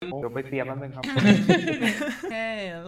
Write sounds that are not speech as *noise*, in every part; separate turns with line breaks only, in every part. เดี๋ยวไปเตรียมแป๊บนึงครับ
โอเค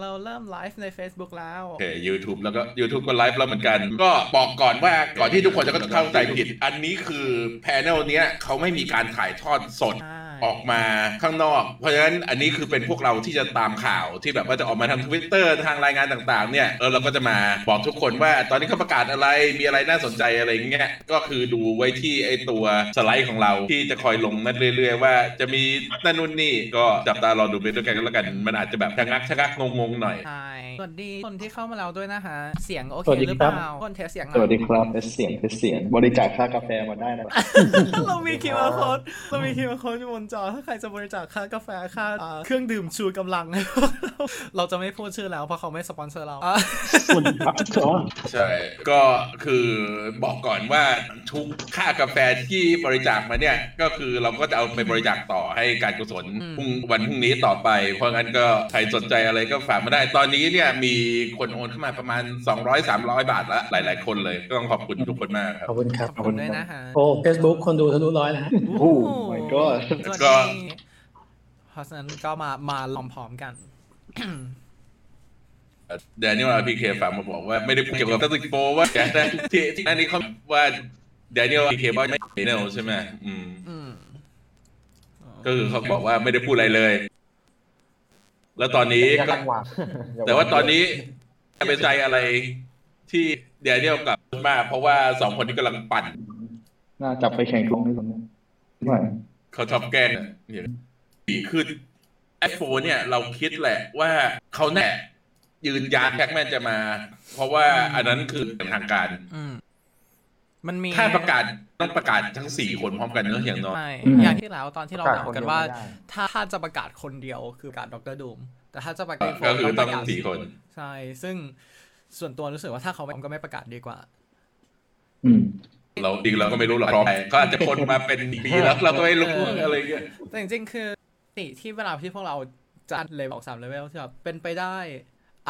เราเริ่มไลฟ์ใน Facebook แล้ว
โอเค YouTube แล้วก็ YouTube ก็ไลฟ์แล้วเหมือนกัน ก็บอกก่อนว่าก่อนที่ทุกคนจะเข้าใจผิด อันนี้คือแพนเนลเนี้ยเขาไม่มีการถ่ายทอดสด
ใช่
ออกมาข้างนอก เพราะฉะนั้นอันนี้คือเป็นพวกเราที่จะตามข่าวที่แบบว่าจะออกมาทาง Twitter ทางรายงานต่างๆ เนี่ยเออเราก็จะมาบอกทุกคนว่าตอนนี้เขาประกาศอะไรมีอะไรน่าสนใจอะไรเงี้ยก็คือดูไว้ที่ไอตัวสไลด์ของเราที่จะคอยลงนั่นเรื่อย ๆ ว่าจะมีนั่นนู่นนี่ก็จับตารอดูไปด้วยกันก็แล้วกันมันอาจจะแบบชะงักชะงักงงๆหน่อย
ใช่สวัสดีคนที่เข้ามาเราด้วยนะคะ เสียงโอเค
สวัสดี
หรือ
ค
เป
รับ
ล่า คนเทสเสียง
สวัสดีครับเอสเสียงเอสเสียง บริจาคค่ากาแฟมาได้นะครับ
*laughs* เรามีคิวอาร์โค้ดเรามีคิวอาร์โค้ดอยู่บนจอ ถ้าใครจะบริจาคค่ากาแฟค่าเอ่อเครื่องดื่มชูกำลัง *laughs* เราจะไม่พูดชื่อแล้ว เพราะเขาไม่สปอนเซอร์เราอ่ะ
สวัสดีครับทุกคน
ใช่ ก็คือบอกก่อนว่าทุกค่ากาแฟที่บริจาคมาเนี่ย ก็คือเราก็จะเอาไปบริจาคต่อให้การกุศลพรุ่งวันพรุ่งนี้ต่อไป เพราะงั้นก็ใครสนใจอะไรก็ฝากมาได้ ตอนนี้เนี่ยมีคนโอนเข้ามาประมาณ 200-300 บาทละหลาย ๆ คนเลยก็ต้องขอบคุณทุกคนมากครับ
ขอบคุณครับ
ขอบคุณด้วยนะคะ
โอ้ Facebook คนดูทะลุร้อยแล้วฮะ
โอ้โห my god
สวัส
ก็
ดีเพราะฉะนั้นก็มามาลอมพร้อมกัน
เดี๋ยวนี้มาพีเคฝากมาบอกว่าไม่ได้เกี่ยวกับตัติโปว่าแต่ที่ที่อันนี้เขาว่าเดี๋ยวนี้พีเคว่าไม่เนลใช่ไหมอืม
อืม
ก็คือเขาบอกว่าไม่ได้พูดอะไรเลย แล้วตอนนี้
อย่า
ก็
ลังวาง
แต่ว่าตอนนี้เป็นใจอะไรที่เดียเดียวกับมากเพราะว่าสองคนนี้กำลังปั่น
น่าจับไปแข่งกลงด้วยสมมติไม่
เขาชอบแกล้งเนี่ยดีขึ้นไอโฟนเนี่ยเราคิดแหละว่าเขาแน่ยืนยันแพ็กแม่นจะมา เพราะว่าอันนั้นคืออย่างทางการ
อืม มันมี
ถ้าประกาศต้องประกาศทั้งสี่คนพร้อมกันเนอะอย่างน้อย
ใช่อย่างที่แล้วตอนที่เราถามกันว่า ถ้าถ้าจะประกาศคนเดียวคือประกาศดรดูม แต่ถ้าจะประกาศ
ก็คือต้อง
ประาศ
สี่คน
ใช่ ซึ่งส่วนตัวรู้สึกว่าถ้าเขาไม่ก็ไม่ประกาศดีกว่า
อืม
เราจริงเราก็ไม่รู้หรอกพร้อมไปเขาอาจจะคนมาเป็นปีแล้วเราก็ไม่รู้อะไรเงี้ย
แต่จริงๆคือปกติที่เวลาที่พวกเราจัดเลยบอกสามเลเวลที่แบบเป็นไปได้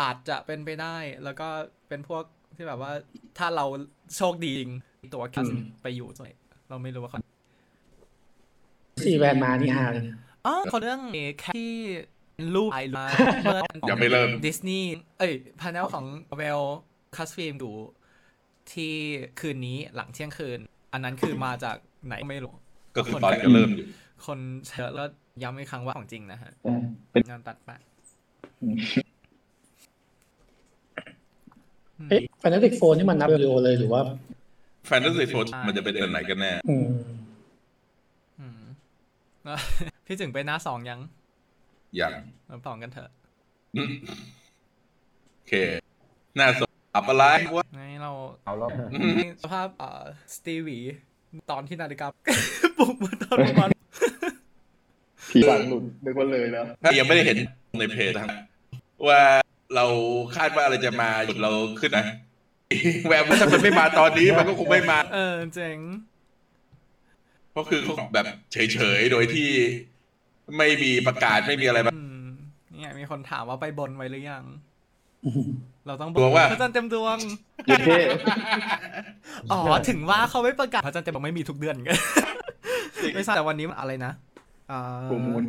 อาจจะเป็นไปได้ แล้วก็เป็นพวกที่แบบว่า ถ้าเราโชคดีจริงตัวแคสไปอยู่ตรงไหนเราไม่รู้ว่าเขา
สี่แวนมานี่ฮาเลยนะ
อ๋อคนเรื่องแคทที่ลูกไอมาเมื่อ
*laughs* อย่าไปเริ่ม
ดิสนีย์เอ้ยพาเนลของเวลคัสฟิล์มดูที่คืนนี้หลังเที่ยงคืน อันนั้นคือมาจากไหนก็ไม่รู้
ก็คือตอนก็เริ่มอยู่
คนเชอะแล้วย้ำอีกครั้งว่าของจริงนะฮะ
เป็น
งานตัดไปะ
เอ๊ะแฟนติกโฟนนี่มันนับเร็วๆเลยหรือว่า
แฟนตาซีโฟมันจะเป็นเดือนไหนกันแน่
อืม
อืมแล้ว พี่ถึงไปหน้าสองยัง
อย่าง
เราสองกันเถอะ
โอเค หน้าสดอับอะไรวะ
ไงเรา
เอาแล้ว
*laughs* นี่สภาพเอ่อสตีวี ตอนที่นาฬิ *laughs* กา ปลุกมาตอนประมาณ
ผีหลังหลุดนึกว่าเลยแล้ว
ถ้ายังไม่ได้เห็นในเพจนะว่าเราคาดว่าอะไรจะมาหยุดเราขึ้นนะ แหววว่าถ้ามันไม่มาตอนนี้ *laughs* มันก็คงไม่มา
เออเจ๋ง
เพราะคือเขาแบบเฉยๆ โดยที่ไม่มีประกาศไม่มีอะไรมา
อืมเนี่ยมีคนถามว่าไปบนไว้หรือยัง เราต้องบ
ดวงว่า
พระจันทร์เต็มดวง
เย้เท่
อ๋อ ถึงว่าเขาไม่ประกาศพระจันทร์เต็มดวงไม่มีทุกเดือนกัน ไม่ใช่แต่วันนี้มันอะไรนะเอ่อ
กูมูล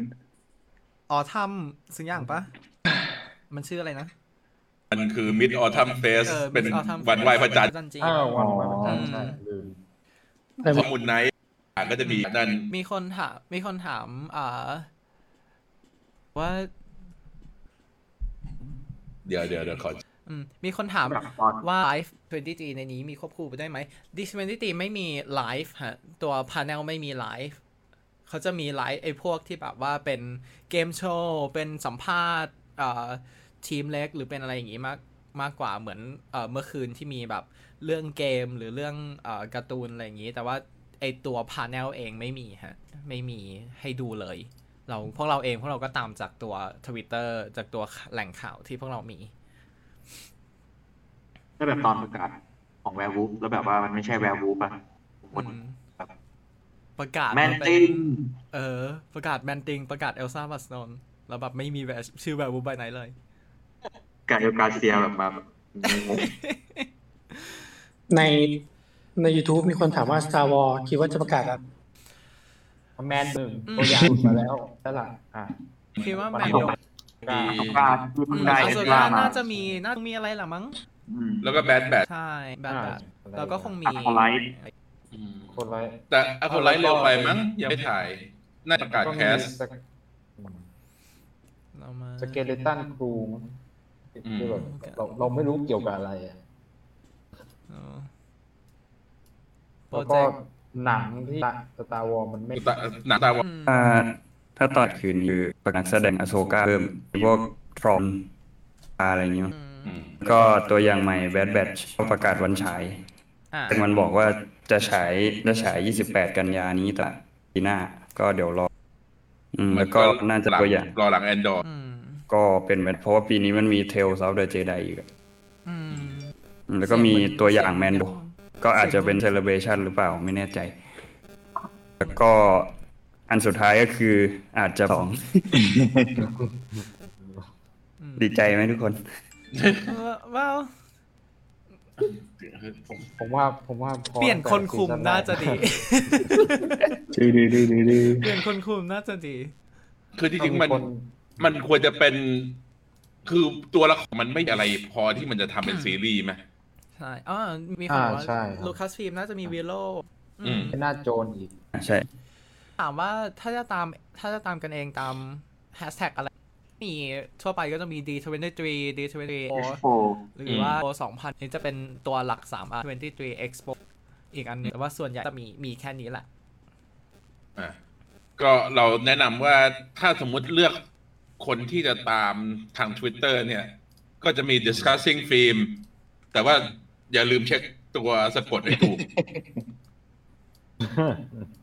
อ๋อทำสิ่งอย่างปะมันชื่ออะไรนะ
มันคือ Mid Autumn Fest
เออ
เป็น
อาทำ
วันไหวพระจันทร์
จันทร์จีน
อ้าววันวันวันจันทร์ใช่ลืม
ข้อมูลไนท์ก็จะมีนั่น
มีคนถาม มีคนถามอ่าว่า
เดี๋ยวเดี๋ยวเดี๋ยวขอ
อืมมีคนถามว่า Live 23ในนี้มีควบคู่ไปได้ไหม Dis 23ไม่มี Live ฮะ ตัว Panel ไม่มี Live เขาจะมี Live ไอ้พวกที่แบบว่าเป็นเกมโชว์ เป็นสัมภาษณ์อ่าทีมเล็กหรือเป็นอะไรอย่างงี้มากมากกว่าเหมือนเอ่อเมื่อคืนที่มีแบบเรื่องเกมหรือเรื่องเอ่อการ์ตูนอะไรอย่างงี้ แต่ว่าไอตัว Panel เองไม่มีฮะ ไม่มีให้ดูเลย เราพวกเราเองพวกเราก็ตามจากตัว Twitter จากตัวแหล่งข่าวที่พวกเรามี
ถ้าแบบตอนประกาศของแวร์วูฟแล้วแบบว่ามันไม่ใช่แวร์วูฟอะผมว่า
อืม
แบบ
ประกาศ
แมน
เป็
ติง
เออ ประกาศแมนติง ประกาศเอลซ่าบัสนนแล้วแบบไม่มีแวร์ชื่อแวร์บูบายไหนเลย
กาเอลกาเซียแบบมาแบบงง
ในใน YouTube มีคนถามว่า Star Wars คิดว่าจะประกาศอะไร
แมนหนึ่ง
อืม
ตัวอย่างหลุดมาแล้วนั่นแหละอ่ะ
คิดว่าแมนยก
มี
อสุราที่เพิ่งได้
อา
เอ็น
สุ
ดรา
รา
มา
น่าจะมีน่าจะมีอะไรล่ะมั้ง
อืม
แล้วก็แบดแบด
ใช่แบบแบบแล้วก็คงมี
อไลท์
คนไร
แต่อะคนไลท์เร็วไปมั้งยังไม่ถ่ายน่าจะประกาศแคส
เรามา
สเกเลตันครู
อืม
คือแบบเราเราไม่รู้เกี่ยวกับอะไรอะ
โปร
แล้ว
เจ
ก็
กต์
หนังที่สตาร์วอลมันไม่
ตาหนังตาวั
อืม
ถ้าถ้าตอนคืนคือนักแสดงอโซกาเพิ่มมีพวกทรอมอะไรอย่างเงี้ย
อืม
อืม
ก็ตัวอย่างใหม่แบดแบทประกาศวันฉาย
อ่ะ
แต่มันบอกว่าจะฉายจะฉาย 28 กันยานี้แต่ปีหน้าก็เดี๋ยวรอ อืมแล้วก็น่าจะตัวอย่าง
รอหลังแอนดอร์
อืม
ก็เป็นแบบเพราะว่าปีนี้มันมีเทลซาวเดอร์เจไดอีกอะ
อืม
อืมแล้วก็มีตัวอย่างแมนโดก็อาจจะเป็นเซเลบ a t ชันหรือเปล่าไม่แน่ใจ แล้วก็อันสุดท้ายก็คืออาจจะสอง
อืม
ดีใจไหมทุกคน
เออว้าว
ผมว่าผมว่าพอ
เปลี่ยนคนคุม
ตั้งแต่
น่าจะดี *laughs*
ดื้อดื้อดื้อดื้อดื้อ
เปลี่ยนคนคุมน่าจะดี
คือจ
ซี
ริงๆมัน
ต้องคน
มันควรจะเป็น คือตัวละครมันไม่อะไรพอที่มันจะทำเป็นซีรีส์ไหม
ใช่อ๋อมีคน
อ่า
บอกว่า
ใช่ครับ
ลูคัสฟิล์มน่าจะมีวิโล
อืม
เป็นหน้าโจรอีก
ใช่
ถามว่าถ้าจะตามถ้าจะตามกันเองตามแฮชแท็กอะไร มีทั่วไปก็จะมี D23 D24
โฟ
หรือว่า O 2000 นี่จะเป็นตัวหลัก3 R 23 Expo อีกอันหนึงแต่ว่าส่วนใหญ่จะมีมีแค่นี้แหละ
อ่ะก็เราแนะนำว่าถ้าสมมุติเลือกคนที่จะตามทาง Twitter เนี่ย ก็จะมี discussing film แต่ว่าอย่าลืมเช็คตัวสะกดให้
*laughs*
ถูก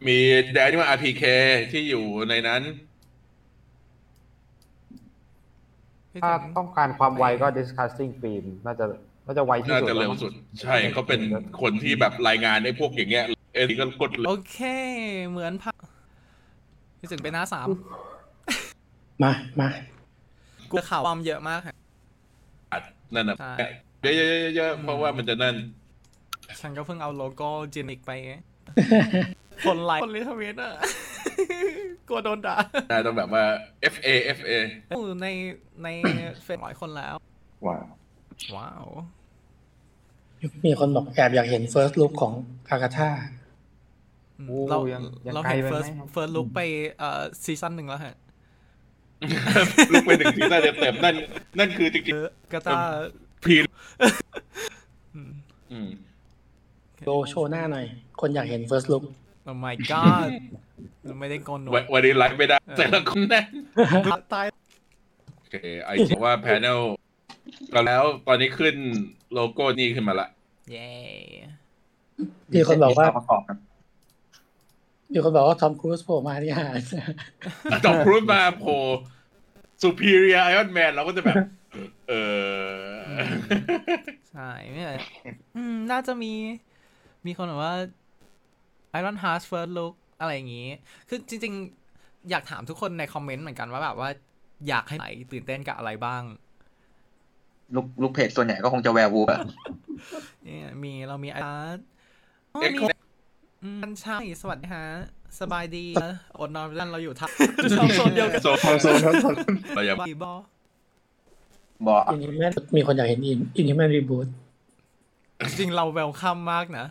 มี d a n i m a RPK ที่อยู่ในนั้น
ถ้าต้องการความไวก็ discussing film น่าจะน่าจะไวที่
น่า
สุด
จะเร็วสุด ใช่เขาเป็นคนที่แบบรายงานไอ้พวกอย่างเงี้ย เอ็นก็กดเลย
โอเค เหมือนพักพี่สึงเป็นหน้าสาม
มามา
กูข่าวความเยอะมากค่ะ
นั่นนะ
ใช่
เยอะๆๆๆเพราะว่ามันจะนั่น
ฉันก็เพิ่งเอาโลโก้เจนิกไป
*laughs*
ไงคนไลค์คนลิทเวตอ่ะ *laughs* กลัวโดนด่า
น่าต้องแบบว่า FA FA
อยู่ใน
*coughs*
ในเฟซร้อยคนแล้ว
ว้าว
ว้าว
มีคนบอกแอบอยากเห็นเฟิร์สลุคของคากาธา
อืม
โอ้
เราย
งยัง
เรา
ไกล
เห็
ไป
นเฟิร์ส
ไหม
เฟิร์ส
*coughs*
ลุกไปเอ่อซีซั่นหนึ่งแล้วฮะ
*laughs* ลุกไปหนึ่งทีได้เต็มๆนั่น นั่นคือจริง
เออกาตา
เอ ๆพีอืม
โลโชว์หน้าหน่อย คนอยากเห็นเฟิร์สลุค
โอ้ my god
*coughs*
ไม่ได้โกนหนว
วั
ด
นวันนี้ไลฟ์ไม่ได้ แต่ละคนแน่
ตาย
โอเค ไอคิดว่าแพนเนลก็แล้วตอนนี้ขึ้นโลโก้นี่ขึ้นมา *laughs* ละ
เย้
มีคนบอกว่า
ประกอบกัน
มีคนบอกว่าทอมครูซโผล่มา *laughs* ที่หาด
จอมครูดมาโผล่ superior iron man เราก็จะแบบ เออ
ใช่ไม่
*coughs*
เลยอืมน่าจะมี มีคนบอกว่า Iron Heart First Look อะไรอย่างนี้ คือจริง ๆ อยากถามทุกคนในคอมเมนต์เหมือนกันว่าแบบว่าอยากให้ไหนตื่นเต้นกับอะไรบ้าง
ลูกลูกเพจส่วนใหญ่ก็คงจะแวร์วูฟอะ
เนี่ยมีเรามีอาร์ตอ๋อ
เอ็กซ์
มี
โค
อืมอันชาสวัสดีฮะ สบายดีอดนอนไปแล้วเราอยู่ทับ ชอบโซนเดียวกัน
โซ
ทางโซนทั้งสอง
เราอย่า
บีบอ
บอก
อินฮิแมนมีคนอยากเห็นอินอินฮิแมนรีบูท
จริงเราเวลคัมมากนะ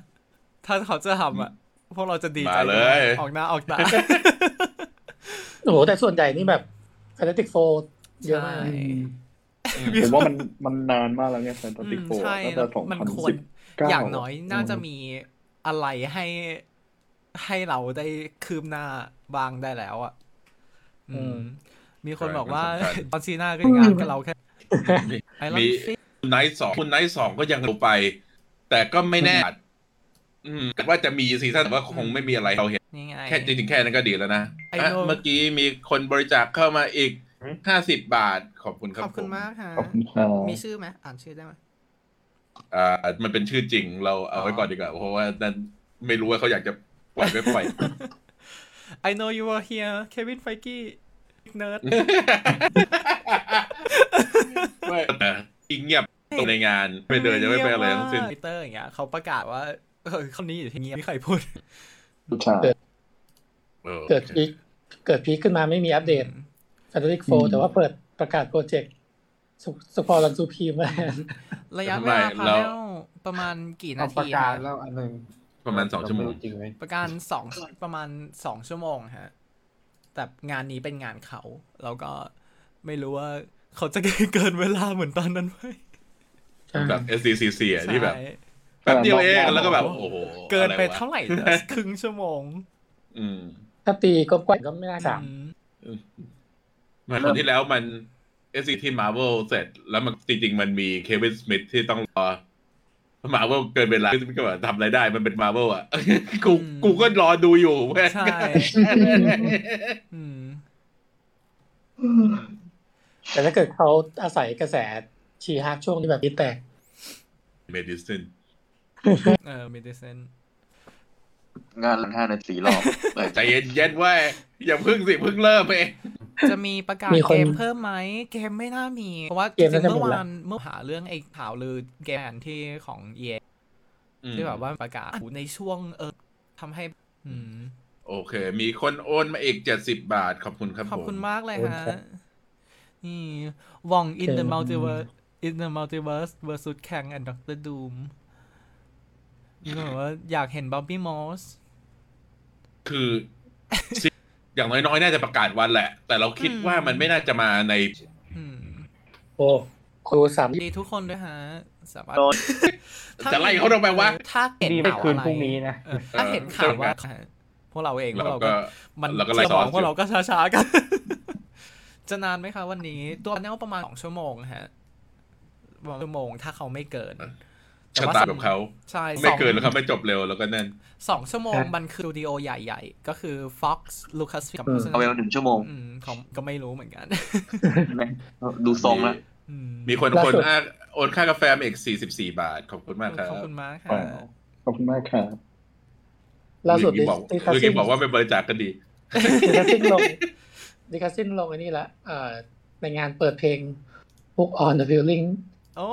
ถ้าเขาจะทำอ่ะ พวกเราจะดีใจ
มาเลย
ออกหน้าออกตา
โอ้โหแต่ส่วนใหญ่นี่แบบแฟนติกโฟเยอะมาก
ใช่
*laughs* ผมว่ามันมันนานมากแล้วไงแฟนตาติโฟ
ใช่
ตั้ง
แล้
แต่
ว
สอง
มัน
พัน
ควร
สิบเก้า
อย่างน้อยน่าจะมีอะไรให้ให้เราได้คืบหน้าบางได้แล้วอ่ะ อืม มีคนบอกว่า
ใช่มัน
ตอน
สำคัญ
ซีน่าก็ยังงานกับเราแค่ไอรอน
มี
ฟิต
คุณไนท์สองคุณไนท์สองก็ยังลงไป แต่ก็ไม่แน่ อืมแต่ว่าจะมีซีซั่นแต่ว่าคงไม่มีอะไรให้เราเห็น
นี่ไง
แค่จริงๆแค่นั้นก็ดีแล้วนะ
ไอ้
อ่ะ
โน่
เมื่อกี้มีคนบริจาคเข้ามาอีกห้าสิบบาทขอบคุณครับ
ขอบคุณมากฮะ
ขอบคุณครับ
มีชื่อไหมอ่านชื่อได้ไหม
อ่ามันเป็นชื่อจริงเราเอาไว้ก่อนดีกว่าเพราะว่านั้นไม่รู้ว่าเขาอยากจะปล่อยไม่ปล่อย
I know you were here Kevin Feige nerd
ไม่แต่อีกเงียบในงานไม่เดินจะไม่ไปอะไรทั้งสิ้น
ทวิตเตอร์อย่างเงี้ยเขาประกาศ *laughs* ว่าเออคนนี้อยู่ที่เงียบไม่มีใครพูด
ใช่
เออ
เกิดพีคเกิดพีคขึ้นมาไม่มีอัปเดต f ฟ n t a ิ c โฟแต่ว่าเปิดประกาศโปรเจกต์สปอร์ลันซูพีมา
ระยะเวลาพาแนลประมาณกี่
ต้
นา
องประ
ที
กาศ
ฮะ
แล้วอันหนึ่ง
ประมาณสองชั่วโมง
เไรู้จริงไหม
ประการสองประมาณสองชั่วโมงฮะแต่งานนี้เป็นงานเขาแล้วก็ไม่รู้ว่าเขาจะ เกินเวลาเหมือนตอนนั้นไหม
แบบ SCCC อ่ะที่แบบ
ใช่
แป๊บเดียวเองแล้วก็แบบโอ้โห
เกินไป
อะวะ
เท่าไหร่นะ
*laughs*
ครึ่งชั่วโมง
อืม
ถ้าตีก็กว้างก็ไม่น่าสาม
อืม
เหมือนคนที่แล้วมัน SCT Marvel เสร็จ แล้วมันจริงๆ มันมีเควินสมิธที่ต้องรอมาว่าเกินเวลาก็แบบทำอะไรได้มันเป็นมาเวลอ่ะ *laughs* กู
อืม
กูก็รอดูอยู่เว้ย
ใช่ อืม
แต่ถ้าเกิดเขาอาศัยกระแสชีฮักช่วงที่แบบนี้แตก
เมดิซิน
เออเมดิเซน
งานละห้านาทีรอบเออ
ใจเย็นๆเว้ยอย่าเพึ่งสิเพึ่งเริ่มเอง
จะมีประกาศ
มีคน
เกมเพิ่มไหม เกมไม่น่ามี เพราะว่าจ
เกม
ริง
น่า
ๆ
จะ
เมื่อ
หมด
วา
ละ
นเมื่อหาเรื่องไอ้ข่าวลือเกมที่ของเอที่แบบว่าประกาศในช่วงเออทำให้ อืม
โอเค มีคนโอนมาอีกเจ็ดสิบบาท ขอบคุณครับ
ขอบคุ
ผม
ณากเลย
โอเค
ฮะ นี่วอง in the
เกม
multiverse in the multiverse versus Kang and Doctor Doom นี่ก็แบบว่าอยากเห็น Bobby Moss
คือ *laughs* สิอย่างน้อยๆ น่าจะประกาศวันแหละ แต่เราคิด
อืม
ว่ามันไม่น่าจะมาใน
อืม
โอ้ครูสาม
ดีทุกคนด้วยฮะสามารถ
จะไล่เขาทำไมวะ
ถ้าเห็น
ดีไม่
ข่าว
คืน
อะไร
พรุ่งนี้นะ
เออถ้าเห็นข่าวว่าพวกเราเองพวก
เรา
เรา
ก็
ก็ มัน
เราก็
ส
ไล่
ม
ซ้อ
อน งพวกเราก็ช้าๆกัน *laughs* จะนานไหมคะวันนี้ ตัวแนวประมาณสองชั่วโมงฮะสองชั่วโมงถ้าเขาไม่เกิน แต่
ชะ
ว่า
ตา
สำ
กับเขา
ใช่ส
ไม่
อง
เกินแล้วเขาไม่จบเร็วแล้วก็นั่น
สองชั่วโมง
ฮะ
มันคือสตูดิโอใหญ่ๆ ก็คือ Fox Lucas กับโฆษณา
เอาเวลาหนึ่งชั่วโมง
อืมของก็ไม่รู้เหมือนกัน *laughs*
ดูทรงแล้ว
อืม
มีคน
ล่า
คน
สุด
อ้างโอนค่ากาแฟมาอีกสี่สิบสี่บาท ขอบคุณมากครับ
ขอบคุณมากค่ะ
ว้าว ขอบคุณมากครับ
ล่าสุด
ลูกอีบอก
ดิคัส
ลูก
ซิ
อี
น
บอกว่าไปบริจาคกันดี
ดิคัสซินลงดิคัสซินลงอันนี้ละเอ่อในงานเปิดเพลง Hook on the Feeling
โอ้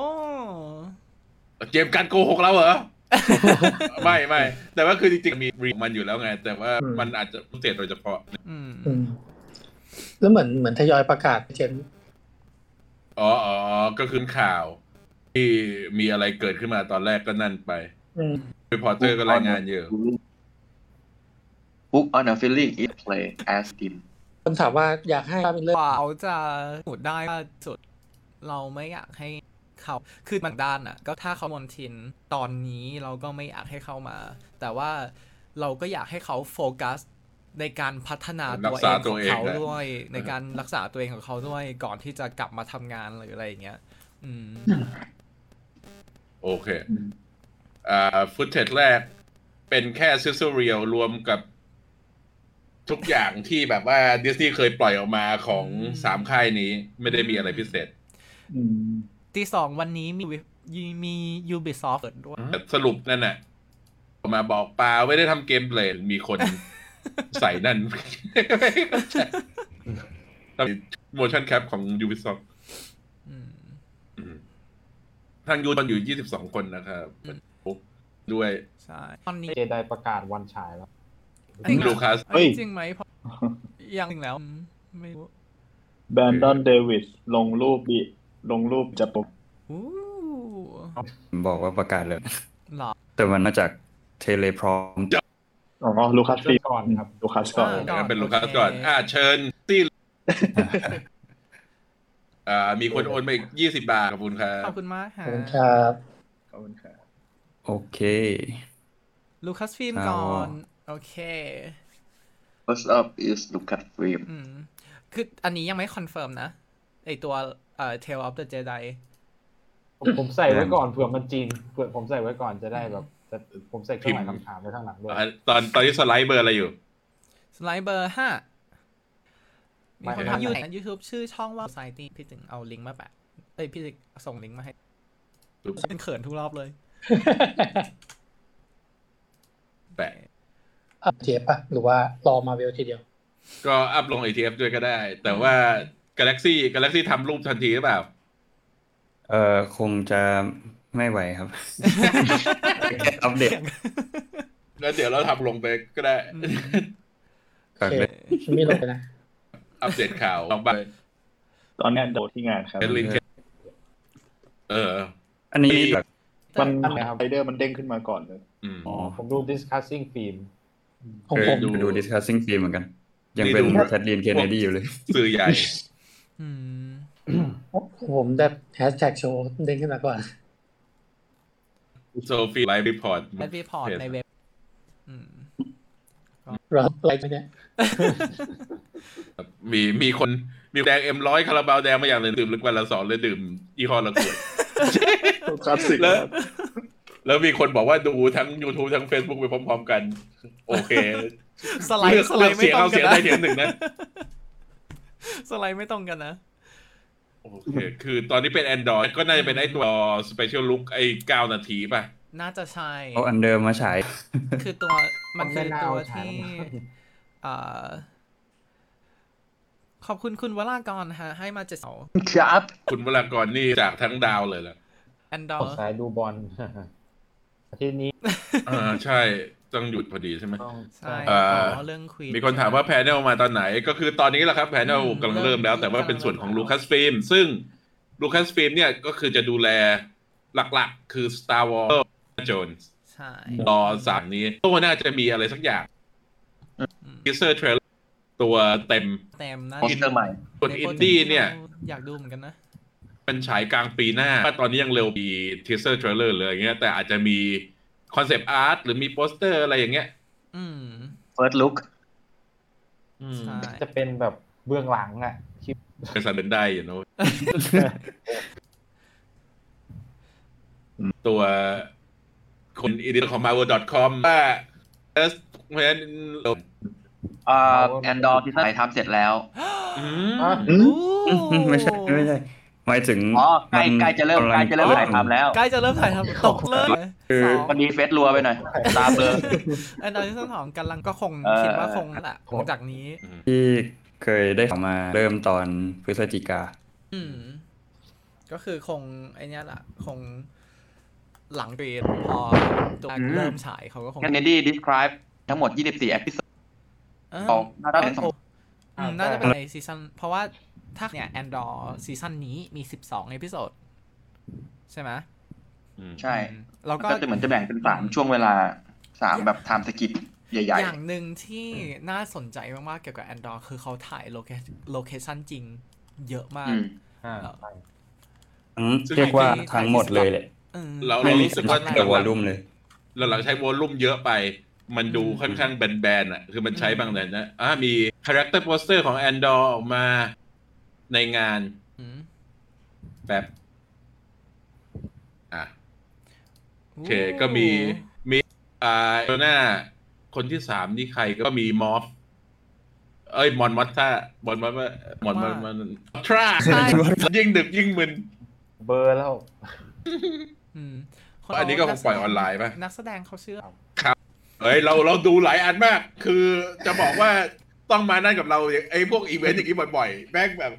เกมการโกหกเราเหรอ ไม่ไม่แต่ว่าคือจริงๆมีรีมันอยู่แล้วไง แต่ว่า
อืม
มันอาจจะพิเศษโดยเฉพาะ
อืม
อืมแล้วเหมือนเหมือนทยอยประกาศเช่น
อ๋ออ๋อก็คือข่าว ที่มีอะไรเกิดขึ้นมาตอนแรกก็นั่นไป
อืม
รีพอร์เตอร์ก็รายงานเยอะ
Book on a feeling it play as in
คนถามว่าอยากให้ฟามิเลอร์
กว่าเขาจะพูดได้ว่าสุด เราไม่อยากให้เขาคือมันด้านอ่ะ ก็ถ้าเขามอนทินตอนนี้เราก็ไม่อยากให้เข้ามา แต่ว่าเราก็อยากให้เขาโฟกัส ในการพัฒนา
รั
ตัว
ก
เอ
ษาง
ของเขา
ตัวเองนะ
ด้วย ในการรักษาตัวเองของเขาด้วยก่อนที่จะกลับมาทำงานหรืออะไรอย่างเงี้ย อืม
โอเค อ่า ฟุตเทจแรก เป็นแค่ซิสเรียลรวมกับ ทุกอย่างที่แบบว่าดิสนีย์เคยปล่อยออกมาของ
อืม
สามค่ายนี้ ไม่ได้มีอะไรพิเศษ
อืม
ตีสองวันนี้มีวิมี Ubisoft เปิดด้วย
แต่สรุปนั่นน่ะออกมาบอกปลาไม่ได้ทำเกมเพลย์มีคนใส่
*laughs*
นั่น โมชั่นแคปของ Ubisoft
อืม
อืมทางยูตอนอยู่ยี่สิบสองคนนะครับ
อืม
ด้วย
ใช่ตอนนี้
เจไดประกาศวันฉายแล้ว
จริงเหรอ
ลูคัส
เฮ้ย
จริงไหมเพราะยังแล้วอืมไม่รู้
แบนดอนเดวิสลงรูปดิลงรูปจะปก
อู้
บอกว่าประกาศเลย
หรอ
แต่มันมาจากเทเลพรอม
อ๋อลูคัสฟิล
ก่อนครับ
ลูคัสก่อน
อ่า
งั้นเป็น
ก่อน
ลูคัส
โอเค
ก่อน อ่าเชิญ
*laughs*
ตี้อ่า มีคนโอนมาอีกยี่สิบาท ขอบคุณครั
ข
บ
อบคุณมาก
ข
ฮะ
อบคุณครับ
ขอบคุณครับ
โอเค
ลูคัสฟิล์ม
อ๋อ
ก่อน โอเค
first up is Lucasfilm
อืม คืออันนี้ยังไม่คอนเฟิร์มนะ ไอตัวเอ่อ Tale of the Jedi
ผมผมใส่ไว้ก่อนเผื่อมันจริงเผื่อผมใส่ไว้ก่อนจะได้แบบจะผมใส่เครื่องหมายคำถามไว้ข้างหลังด้วย
อ่าตอนตอนนี้สไลด์เบอร์อะไรอยู่
สไลด์เบอร์ห้ามีคน
หมายถึงอะไร
ทำอยู่ใน YouTube ชื่อช่องว่า Society พี่ถึงเอาลิงก์มาแปะเอ้ยพี่ถึงส่งลิงก์มาให้
ปึ๊บ
เป็นเขินทุกรอบเลย
แปะ
อัปเทปอะหรือว่ารอมาเวลทีเดียว
ก็อัพลง ATF ด้วยก็ได้ แต่ว่า Galaxy Galaxy ทำรูปทันทีหรือเปล่า
เอ่อคงจะไม่ไหวครับ แค่อัปเดต
แล้วเดี๋ยวเราทำลงไปก็ได้
อืม
ก่อนเลย
ไม่ลงไปนะ
อัปเดตข่าวของบ้าน
ตอนนี้โดดที่งานครับ
เป็นลิ
*laughs*
งก์เออ
อันนี้แบบ
มัน
อันไหนครับ
ไรเดอร์มันเด้งขึ้นมาก่อนเลย
อืม
อ๋อ
ผมดู discussing film
ของ
เออ
ผม
ดู discussing film เหมือนกัน ยังเป็น
นี่ดู
แคทลีนเคนเนดีอยู่เลย
สื่อใหญ่
*laughs* อืม
ของผมแบบแฮชแท็กโชว์เด้งขึ้นมาก่อน
โซฟีไลฟ์รีพอร์ต
แอดรีพอร์ต
เพจ
ในเว็บ อืม
รออะไรไหมเนี่ย
มีมีคนมีแดงเอ็มร้อยคาราบาวแดงมาอย่างหนึ่งดื่มลึกวันละสองเลยดื่มยี่ห้อละขวด
คลาสสิก
แล้ว
ครับ
แล้วมีคนบอกว่าดูทั้ง YouTube ทั้ง Facebook ไปพร้อมๆกัน โอ
*laughs*
เค
สไลด์สไล
เลือก
ด์ไม่
เสียง
ตร
เอา
งกั
เสีย
น
งได้เสียงหนึ่ง
นะ *laughs*
นะ
สไลด์ไม่ตรงกันนะ
โอเค คือตอนนี้เป็น Android ก็น่าจะเป็นไอ้ตัว Special Look ไอ้9นาทีป่ะ
น่าจะใช่
เอาอันเดิมมาฉาย
คือตัวมันคือ
น่า
ตัว
เอา
ที่
ฉายมา
เอ่อขอบคุณคุณวรากรฮะ ให้มาเจ็ดเสา
ครับ
คุณวรากรนี่จากทั้งดาวเลยล่ะ
แอนดอ
ผม
ร์
สายดูบอลอาทิตย์นี้
อ่าใช่ต้องหยุดพอดีใช่ไหม
ต้อง
ใช่
เอ่อ
ขอเรื่องควีน
มีคนถามว่าแพนเนลมาตอนไหน ก็คือตอนนี้แหละครับแพนเนล
อืม
กำลังเริ่มแล้ว แต่ว่าเป็นส่วนของ
เริ่
ลู
ม
คัสฟิล์มซึ่งลูคัสฟิล์มเนี่ยก็คือจะดูแลหลักๆ คือ Star Wars Jones
ใช่
รอสามนี้ก็น่าจะมีอะไรสักอย่าง
อืม
teaser trailer ตัวเต็ม
เต็มนะ
โปสเตอร์ใหม่
ส่วนอินดี้เนี่ย
อยากดูเหมือนกันนะ
มันฉายกลางปีหน้าตอนนี้ยังเร็วปีทีเซอร์เทรลเลอร์เลยอย่างเงี้ยแต่อาจจะมีคอนเซปต์อาร์ตหรือมีโปสเตอร์อะไรอย่างเงี้ย
อืม
first look
ใช่
*laughs* จะเป็นแบบเบื้องหลังอะคิด
เป็นสันเป็นได้อยู่เนอะ *laughs* ตัวคนอีดิของ marvel.com ว่าเอสเพราะฉะนั้น
อ่าแอนดอร์ที่ถ่ายทำเสร็จแล้ว
อืม
อ่ะ
อืม
โอ้
ไม่ใช่ไม่ใช่หมายถึง
อ๋อใกล้
มัน
ใกล้จะเริ่ม
ำ
ใก
ง
ล้จะเริ่มถ่ายทำแล้ว
ใกล้จะเริ่มถ่ายทำตกเลย
คือ
สอง *laughs*
วันนี้เฟสรัวไปหน่อย ตามเลย
แอนดอร์ที่สองกำลังก็คง
เออ
คิดว่าคงแหละคงจากนี้
ที่เคยได้ข่าวมาเริ่มตอนพฤศจิกา
อืม ก็คือคงไอเนี้ยแหละคงหลังเรียนพอตัวเริ่มฉายเขาก็คง
แคนเนดี้ describe ทั้งหมด 24 e p i s o d
อ้าว
ออกน่าจะเป็นสอง
อืมน่าจะเป็นในซีซั่นเพราะว่าถ้าเนี่ยแอนดอร์ซีซั่นนี้มีสิบสองเอพิโซดใช่ไหม
ใช่
อืมแล้วก็
ก็จะเหมือนจะแบ่งเป็นสามช่วงเวลาสามแบบ time skip ใหญ่
อย่างหนึ่งที่น่าสนใจมากๆ เกี่ยวกับแอนดอร์คือเขาถ่ายโลเคโลเคชันจริงเยอะมา
อื
ก
ม
อ่ะไป
ทั้งเรียกว่าทั้งหมดเลยแหละ
อืม
เรา
ไม่
เรา
มี
รู้สึก
กา
ว่าร
แต่วอลลุ่มเลย
หลังๆใช้วอลลุ่มเยอะไป มันดูค่อนข้างแบนๆอ่ะ คือมันใช้บางแต่นะอ่ะมีคาแรคเตอร์โปสเตอร์ของแอนดอร์ออกมาในงาน
อืม
แบบ อ่ะ โอเค ก็มี มี อ่าโจน่า คนที่สามนี่ใครก็มีมอฟ เอ้ย มอนมอสท่ามอนมอสมอนมอนมอนทรา
ใช่
ยิ่งดึกยิ่งมึน
เบอร์แล้ว
อืมค
อันนี้ก็คงปล่อยออนไลน์ปะ
นักแสดงเขาเชื่อ
เอ้ย เรา เราดูหลายอันมาก คือจะบอกว่าต้องมานั่นกับเราไอ้พวกอีเวนต์อย่างนี้บ่อยๆ แม่งแบบ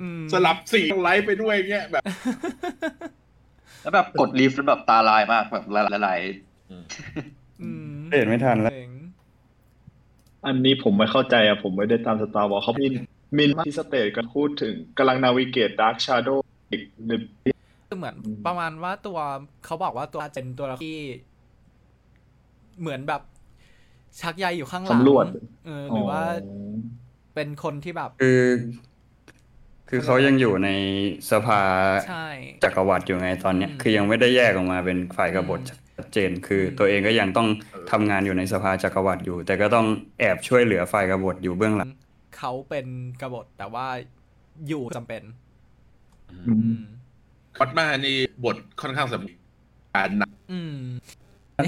อืม
สลับสีไลฟ์ไปด้วยเงี้ยแบบ
แล้วแบบกดลิฟต์แล้วแบบตาลายมากแบบละละลาย
อืม
เห็นไม่ทันแล้ว
เจ๋ง
อันนี้ผมไม่เข้าใจอ่ะ ผมไม่ได้ตามสตาร์วอลเขามินมินที่สเตทก็พูดถึงกำลังนาวิเกตดาร์ s ชาร์โดอีกใน
คือเหมือนประมาณว่าตัวเขาบอกว่าตัวเป็นตัวละครที่ เหมือนแบบชักใยอยู่ข้างหลัง
สำรวจ
เออหรือว่าเป็นคนที่แบบ
คือ คือเขายังอยู่ในสภา
ใช่
จักรวรรดิอยู่ไงตอนเนี้ย
อืม
คือยังไม่ได้แยกออกมาเป็นฝ่ายกบฏ
อืม
ชัดเจน คืออ
ม
ตัวเองก็ยังต้องทำงานอยู่ในสภาจักรวรรดิอยู่ แต่ก็ต้องแอบช่วยเหลือฝ่ายกบฏอยู่เบื้องหลัง
เขาเป็นกบฏแต่ว่าอยู่จำเป็น
อืม
อืม
คอตมานี่บทค่อนข้างสำคัญอ่านหนัก
อืม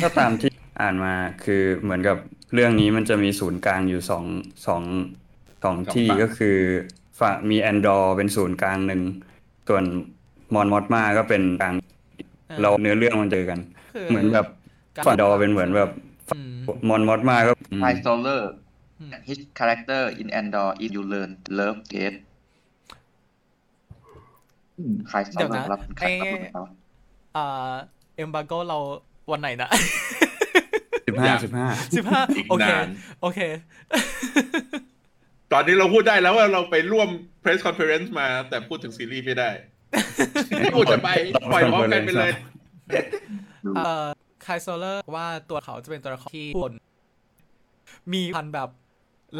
ถ้าตามที่อ่านมาคือเหมือนกับเรื่องนี้มันจะมีศูนย์กลางอยู่สองสองสองที่ก็คือฝั่งมีแอนดอร์เป็นศูนย์กลางหนึ่ง ส่วนมอนมอตมาก็เป็นกลาง
เออ
เราเนื้อเรื่องมันเจอกัน
คือ
เหมือนแบบฝั่งดอร์เป็นเหมือนแบบ
อืม
มอนมอตมาก็
High Solar
อืม
His character in Andor is you learn love date ใครสำหรับรับใครสำหรับเรา
เอ่อเอมบาโกเราวันไหนนะ *laughs*
สิบห้าสิบห้า
สิบห้า
อีก
โอเค
นาน
โอเค
ตอนนี้เราพูดได้แล้วว่าเราไปร่วม press conference มา แต่พูดถึงซีรีส์ไม่
*laughs*
ได้พูดจะไปปล่อยพร้อมกันไปเลย
เอ่อคายโซเลอร์ว่าตัวเขาจะเป็นตัวละครที่คนมีพันแบบ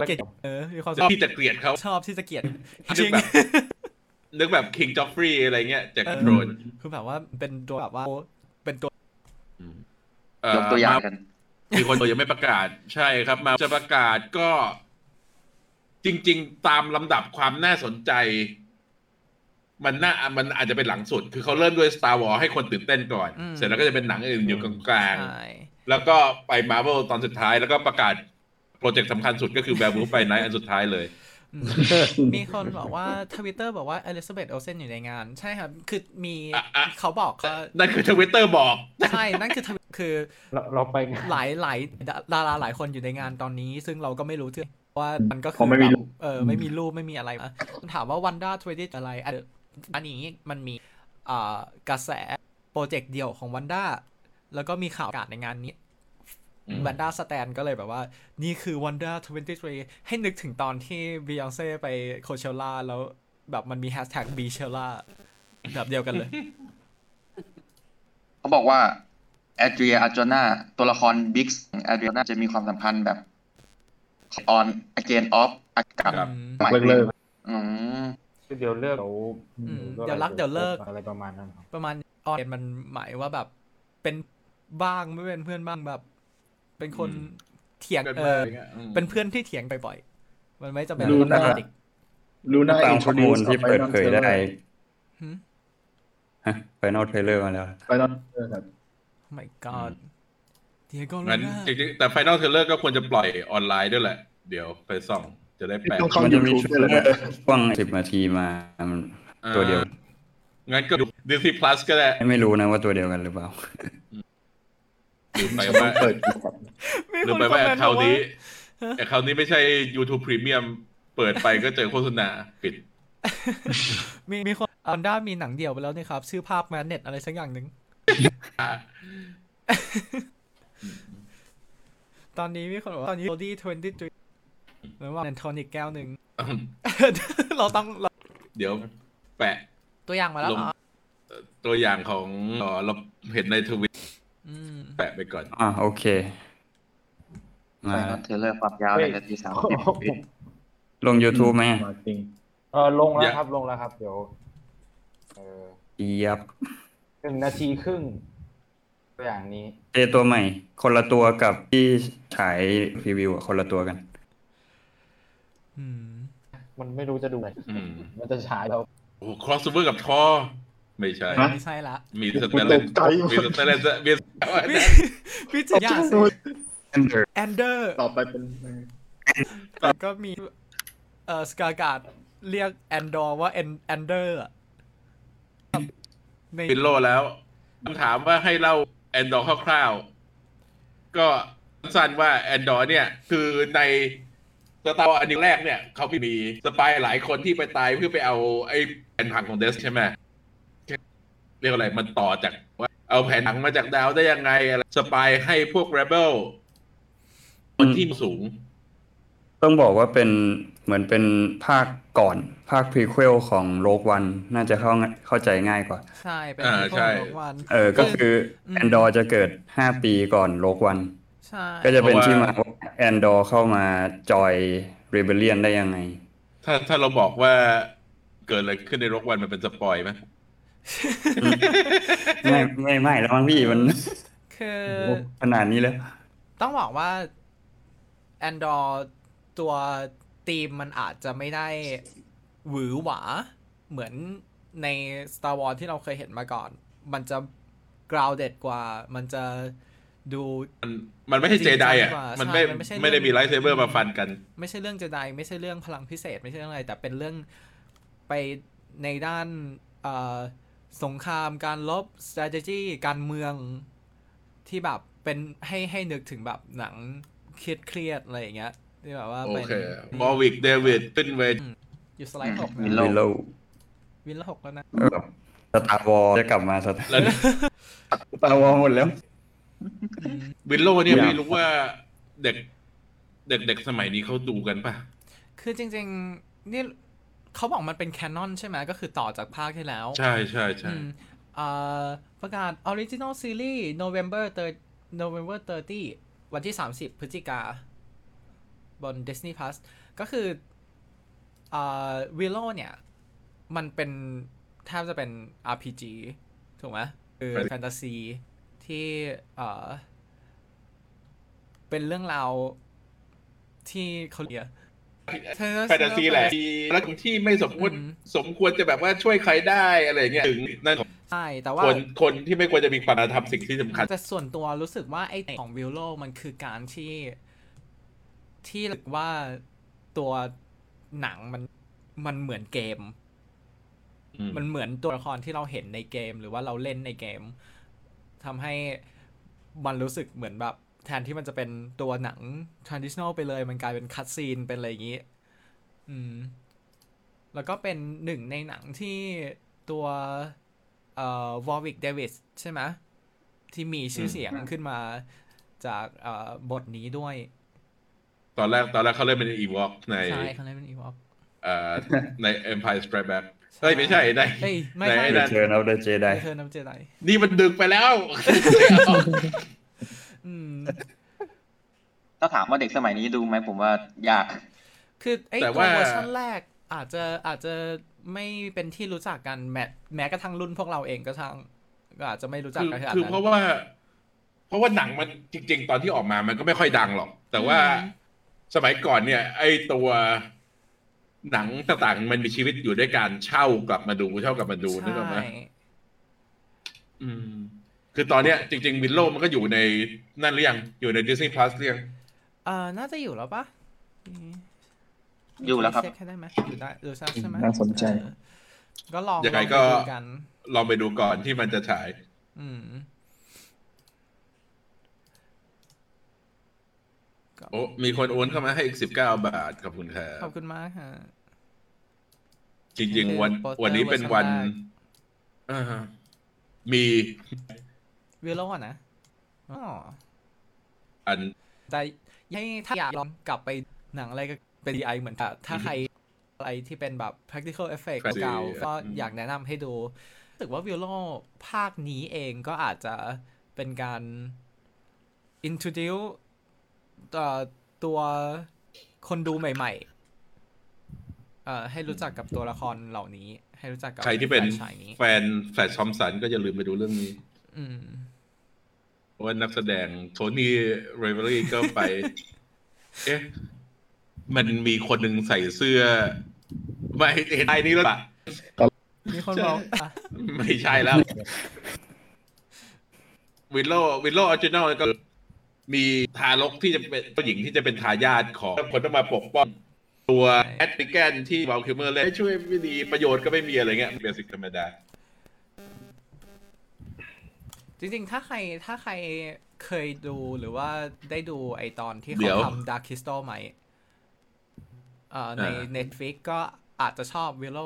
เกลียดเออมีความชอบ
ที่จะเกลียดเขา
ชอบที่จะเกลียดจ
จริ
ริง
งแบบ นึกแบบ King Joffrey อะไรเงี้ยจาก
เออ
โทรน
คือแบบว่าเป็นตัวแบบว่าเป็นตัว
เอ่อ
ยกตัวอย่างกัน
มีคนยังไม่ประกาศใช่ครับมาจะประกาศก็จริง ๆ ตามลำดับความน่าสนใจ มันน่ามันอาจจะเป็นหลังสุด คือเขาเริ่มด้วย Star Wars ให้คนตื่นเต้นก่อน
อืม
เสร็จแล้วก็จะเป็นหนังอื่นอยู่กลาง
ใช่
ๆ แล้วก็ไป Marvel ตอนสุดท้าย แล้วก็ประกาศโปรเจกต์สำคัญสุดก็คือ Werewolf by Night อันสุดท้ายเลย
อื *laughs* มมีคนบอกว่าทวิตเตอร์บอกว่าอลิซาเบธโอเซนอยู่ในงาน ใช่ครับ คือมี
อ่ะอ่ะ
เขาบอกก็
นั่นคือทวิตเตอร์บอก
ใช่นั่นคือ Twitter คือ
เราเราไปงาน
หลายหลายดาดาราหลายคนอยู่ในงานตอนนี้ ซึ่งเราก็ไม่รู้ที่ว่ามันก็คื
เพราะไม่มีรูป
แบบเออไม่มีรูปไม่มีอะไรนะถามว่าวันด้าทวีตอะไรอันอันนี้มันมีอ่ากระแสโปรเจกต์เดียวของวันด้าแล้วก็มีข่าวประกาศในงานนี้
อืม
วันด้าสแตนก็เลยแบบว่า นี่คือวันด้าทวีตให้นึกถึงตอนที่บียองเซ่ไปโคเชล่าแล้วแบบมันมีแฮชแท็กบีเชล่าแบบเดียวกันเลย
เขาบอกว่าแอดเรียอาจนาตัวละครบิ๊กของแอดเรียนาจะมีความสัมพันธ์แบบออนอเกนออฟอากาศ
ครับ
ใหม่
เลิกเลิก
อืม
เดี๋ยวเลิกเดี๋ยว
อืมเดี๋ยวรักเดี๋ยวเลิก
อะไรประมาณนั้นครับ
ประมาณออนมันหมายว่าแบบเป็นบ้างไม่เป็นเพื่อนบ้างแบบ เป็นคน
อืม
เถียง
เป็น
เอ
มา
อ
อย่างเงี้ยอืม
เป็นเพื่อนที่เถียงบ่อยๆมันไม่จำเป็น
รู้
ต้องเป็
นะ
นเด็ก
ลูน่า
ตาม
อินโท
ข้อ
รดิ
มู
ว
ล
ส์
ที่เปิดเผยได้
หืม
ไฟนอลเทเลอร์มาแล้ว
ไปนอนเจอครับ
Oh my god เดียโก้ลู
งั้น
น่า
จริงๆแต่ Final Trailer ก็ควรจะปล่อยออนไลน์ด้วยแหละ เดี๋ยวไปส่องจะได้แปล
ต้องเข้า
มันจะมี
YouTube
ช่วง
ด้วยเหรอ
ช่วงสิบนาทีมามันตัวเดียว
อ่างั้นก็ดู Disney Plus ก็ได้
ไม่รู้นะว่าตัวเดียวกันหรือเปล่า
หรือไป
ต้อง
ว่า
เปิดดูก่อน
หรือไปว่าแอคเคาท์นี้
ฮะ
แอคเคาท์นี้ไม่ใช่ YouTube Premium เปิดไปก็เจอโฆษณาปิด *coughs*
มีมีคนออนด้ามีหนังเดี่ยวไปแล้วนี่ครับ ชื่อภาพแมนเน็ตอะไรสักอย่างหนึ่ง ตอนนี้มีคนบอกว่าตอนนี้โรดี้ทเวนตี้จุแล้วว่าแอนโทนิกแก้วหนึ่ง *laughs* เราต้องเรา
เดี๋ยวแปะ
ตัวอย่างมาแล้ว
ลง
เหรอ
เอ่อตัวอย่างของเอ่อเราเห็นในทวิต
อืม
แปะไปก่อน
อ่าโอเคมา
ใช่ครับเทรลเลอร์ความยาวหนึ่งนาทีสามสิบวิ
ลง YouTube ไหม
มาจริง
เออลงแล้วครับลงแล้วครับ เดี๋ยวเออ
เอียบ
หนึ่งนาทีครึ่งตัวอย่างนี้
เจตัวใหม่ คนละตัวกับที่ฉายพรีวิวอะคนละตัวกัน
อืม
มันไม่รู้จะดูอะไร
อืม
มันจะฉายเรา
โอ้ครอสโอเวอร์กับทอไม่ใช่
ฮะ
ไม่ใช่ละ
มีสเตลเลน
ตกใจหมด
มีสเตลเลนมีสเตลเลน
พี่พี่จิยาสิแอนเดอร์
ต่อไปเป็น
แล้วก็มีเอ่อสกากาดเรียกแอนดอร์ว่าแอนแอนเดอร์ใน
ปินโลแล้วคำถามว่าให้เล่าแอนดอร์คร่าวๆ ก็สั้นๆว่าแอนดอร์เนี่ย คือในสตาร์อันนี้แรกเนี่ยเขามีสปายหลายคนที่ไปตายเพื่อไปเอาไอ้แผ่นผังของเดสใช่ไหมเรียกอะไรมันต่อจากว่าเอาแผ่นผังมาจากดาวได้ยังไงอะไรสปายให้พวกเรเบลคนที่สูง
ต้องบอกว่าเป็นเหมือนเป็นภาคก่อน ภาคพรีเควลของโลกวัน น่าจะเข้าเข้าใจง่ายกว่า
ใช่เป็น
อ่า
ที่
ใช่
ของวัน
เออ ก็คือ
อืม
แอนดอร์จะเกิด 5 ปีก่อนโลกวัน
ใช่
ก็จะเป็นที่
เพ
มา
ราะว่า
ว่าแอนดอร์เข้ามาจอยเรเบเลียนได้ยังไง
ถ้าถ้าเราบอกว่าเกิดอะไรขึ้นในรกวันมันเป็นสปอยไหม
ไม่ไม่ไม่แล้วมั้งพี่มัน
คือ
ขนาดนี้แล้ว
ต้องบอกว่าแอนดอร์ตัวทีมมันอาจจะไม่ได้หวือหวา เหมือนใน Star Wars ที่เราเคยเห็นมาก่อน มันจะ grounded กว่า มันจะดู
มันไม่ใช่เจไดอ่ะ
จริงจังกว่า
มันไม่
ใช่มันไม่ใช่เรื่อง
ไม่ได้มีไลท์เซเบอร์มาฟันกัน
ไม่ใช่เรื่องเจไดไม่ใช่เรื่องพลังพิเศษ ไม่ใช่เรื่องอะไร แต่เป็นเรื่องไปในด้านเอ่อสงครามการลบ strategy การเมืองที่แบบเป็นให้ให้นึกถึงแบบหนังเครียดเครียดๆอะไรอย่างเงี้ยที่แบบว่า
โอ
เป็น
เคมอวิกเดวิดตึ้นเวท
อยู่สไลด์หก
วิ
นะ
นโล
วิโล
วินละหกแล้วนะ
แบบสตาร์วอลจะกลับมาสตา *laughs*
แล้ว
ร์วอลหมดแล้ว
วินโลเนี่ย
อยาก
ไม่รู้ว่าเด็ก เด็กเด็กสมัยนี้เขาดูกันป่ะ
ค คือจริง ๆ นี่เขาบอกมันเป็นแคนนอนใช่ไหมก็คือต่อจากภาคที่แล้ว
ใช่ใช่ใช่
อืมเอ่อประกาศ Original Series November 3 November 30 วันที่ 30 พฤศจิกา บน Disney Plus ก็คือเอ่อ Willow เนี่ย มันเป็นแทบจะเป็น RPG ถูกไหมคือ
ครับ
แฟนตาซีที่เอ่อเป็นเรื่องราวที่เขาเรียก
แฟนตาซีแหละมีแล้วที่ไม่สมควร
อืม
สมควรจะแบบว่าช่วยใครได้อะไรอย่างเงี้ยถึงนั่นของ
ใช่แต่ว่า
คนคนที่ไม่ควรจะมีความธรรมสิ่งที่สำคัญ
แต่ส่วนตัวรู้สึกว่าไอ้ของวิลโลมันคือการที่ ที่รู้สึกว่าตัวหนังมันมันเหมือนเกม
อืม
มันเหมือนตัวละครที่เราเห็นในเกม หรือว่าเราเล่นในเกมทำให้มันรู้สึกเหมือนแบบ แทนที่มันจะเป็นตัวหนัง traditional ไปเลย มันกลายเป็นคัตซีนเป็นอะไรอย่างนี้ อืม แล้วก็เป็นหนึ่งในหนังที่ตัวเอ่อวอร์วิกเดวิสใช่ไหมที่มีชื่อเสียงขึ้นมาจากเอ่อบทนี้ด้วย
ตอนแรกตอนแรกเขาเล่นเป็นอีวอกใน
ใช่เขาเล่นเป็นอีวอฟ
เอ่อใน Empire Strikes Back เฮ้ยไม่ใช่ใน
เอ้ยไม่
ไหน
ใช่
ไหน
เชิญเอาเดเจได
เธอน้ำเจได
นี่มันดึกไปแล้ว
อืม
ถ้าถามว่าเด็กสมัยนี้ดูไหมผมว่ายาก
คือไอ้
แต่
ตัว
ว่า
เวอร์ชันแรกอาจจะอาจจะไม่เป็นที่รู้จักกันแม้แม้กระทั่งรุ่นพวกเราเองก็ช่างก็อาจจะไม่รู้จัก
คือ
กัน
คือ
ขนดนั้น
เพราะว่า เพราะว่าหนังมันจริง ๆ ตอนที่ออกมามันก็ไม่ค่อยดังหรอก แต่ว่า
อืม
สมัยก่อนเนี่ย ไอ้ตัวหนังต่างๆ มันมีชีวิตอยู่ด้วยการเช่ากลับมาดูเช่ากลับมาดูนึกออกไหม
ใช่
อืม คือตอนเนี้ยจริงๆวินโลมันก็อยู่ในนั่นหรือยังอยู่ใน Disney Plus หรือยัง
เอ่อน่าจะอยู่แล้วปะ
อยู่แล้วครับ
เช็ให้ได้ไหมอยู่ได้อยู่แล้วใช่ไหม
น่าสนใจ
เออก็ลอง
ยังไง
ลอป
ก็
ดูกัน
ลองไปดูก่อนที่มันจะฉาย
อืม
โอ้มีคนโอนเข้ามาให้อีกสิบเก้าบาทขอบคุณครั
ขอ
บบ
คุณมากค่ะ
จริง ๆ วัน
โปสเตอร์
วันนี้เป็นวัน
เวอร์ชันแร
อ่าฮะมี
วิลโล่นะอ๋อ
อัน
แต่ยังถ้าอยากลองกลับไปหนังอะไรก็เป็น DI เหมือนกันถ้าใครอะไรที่เป็นแบบ practical effect
แฟนซี
เก่าๆก็
อืม
อยากแนะนำให้ดูรู้สึกว่าวิโลภาคนี้เองก็อาจจะเป็นการ introduce เอ่อตัวคนดูใหม่ๆเอ่อให้รู้จักกับตัวละครเหล่านี้ ให้รู้จักกับ
ใครที่เป็น
แฟรนไชายนี้
แฟนแฟลชทอมสันก็อย่าลืมไปดูเรื่องนี้
อืม
เพราะว่านักแสดงโทนี่เรเวอรี่ก็ไป *laughs* เอ๊ะ มันมีคนหนึ่งใส่เสื้อ ไม่เห็นไอ้นี่แล้วปะ
มีคนบอกอ่ะ
ไม่ใช่แล้ววิลโลวิลโลออริจินอลก็คือมีทารกที่จะเป็นผู้หญิงที่จะเป็นทายาทของคนต้องมาปกป้องตัวแอดมิแกนที่วอลคิมเมอร์เล่นช่วยไม่ดีประโยชน์ก็ไม่มีอะไรเงี้ยเบสิกธรรมดา
จริงๆ ถ้าใครถ้าใครเคยดูหรือว่าได้ดูไอตอนที่
เดี๋
เขา
ยว
ทำ Dark Crystal ไหมเอ่อใน
อ่า
Netflix ก็อาจจะชอบวิโล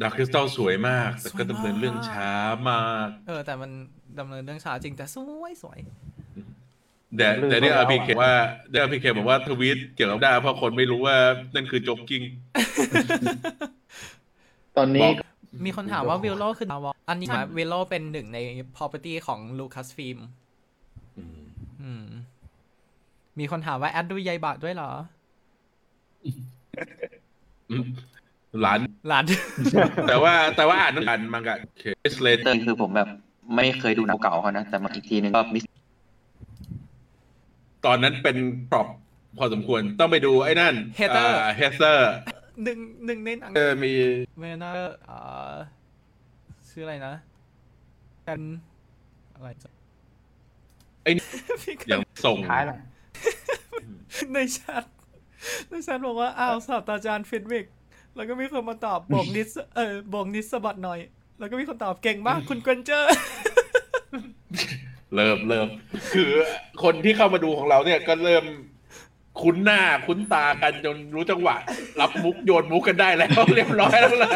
ดาร์คคริสตัลสวยมาก แต่ก็
สวยมาก
ดำเนินเรื่องช้ามาก
เออ แต่มันดำเนินเรื่องช้าจริงแต่สวยสวย
แต่
ลืม
แต่ได้
ไปแล้ว
อา
อะ
พีเคว่าได้อาพีเคบอกว่าทวีตเกี่ยวกับด้าเพราะคนไม่รู้ว่านั่นคือโจ๊กกิ้ง
ตอนนี้
บอก
มีคนถามว่าวิโลคือดาวอันนี้วิโลเป็นหนึ่งใน property ของ Lucasfilm อืม มีคนถามว่าแอดดูยายบะด้วยเหรอ
หลาน
หลาน *laughs*
แต่ว่าแต่ว่าอ่านอ่านมังกะเคสเลต
เตอร์คือผมแบบไม่เคยดูหนังเก่าเขานะ แต่มาอีกทีนึงก็มิส
ตอนนั้นเป็นปรอบพอสมควรต้องไปดูไอ้นั่น
Heather
เฮเตอร์
หนึ่งหนึ่งในหนัง
เออมี
เมนาเอ่อชื่ออะไรนะกันอะไรจะ *laughs* พี่
อย่า
กั
ง
น
ส่ง
ท้ายละ
ในแชทในแชทบอกว่า อ้าวศาสตราจารย์ฟินวิก แล้วก็มีคนมาตอบบอกนิส เออบอกนิสสะบัดหน่อย แล้วก็มีคนตอบเก่งมากคุณเกรนเจอร์
เริ่มเริ่มคือคนที่เข้ามาดูของเราเนี่ยก็เริ่มคุ้นหน้าคุ้นตากันจนรู้จังหวะ รับมุกโยนมุกกันได้แล้ว เรียบร้อยแล้วล่ะ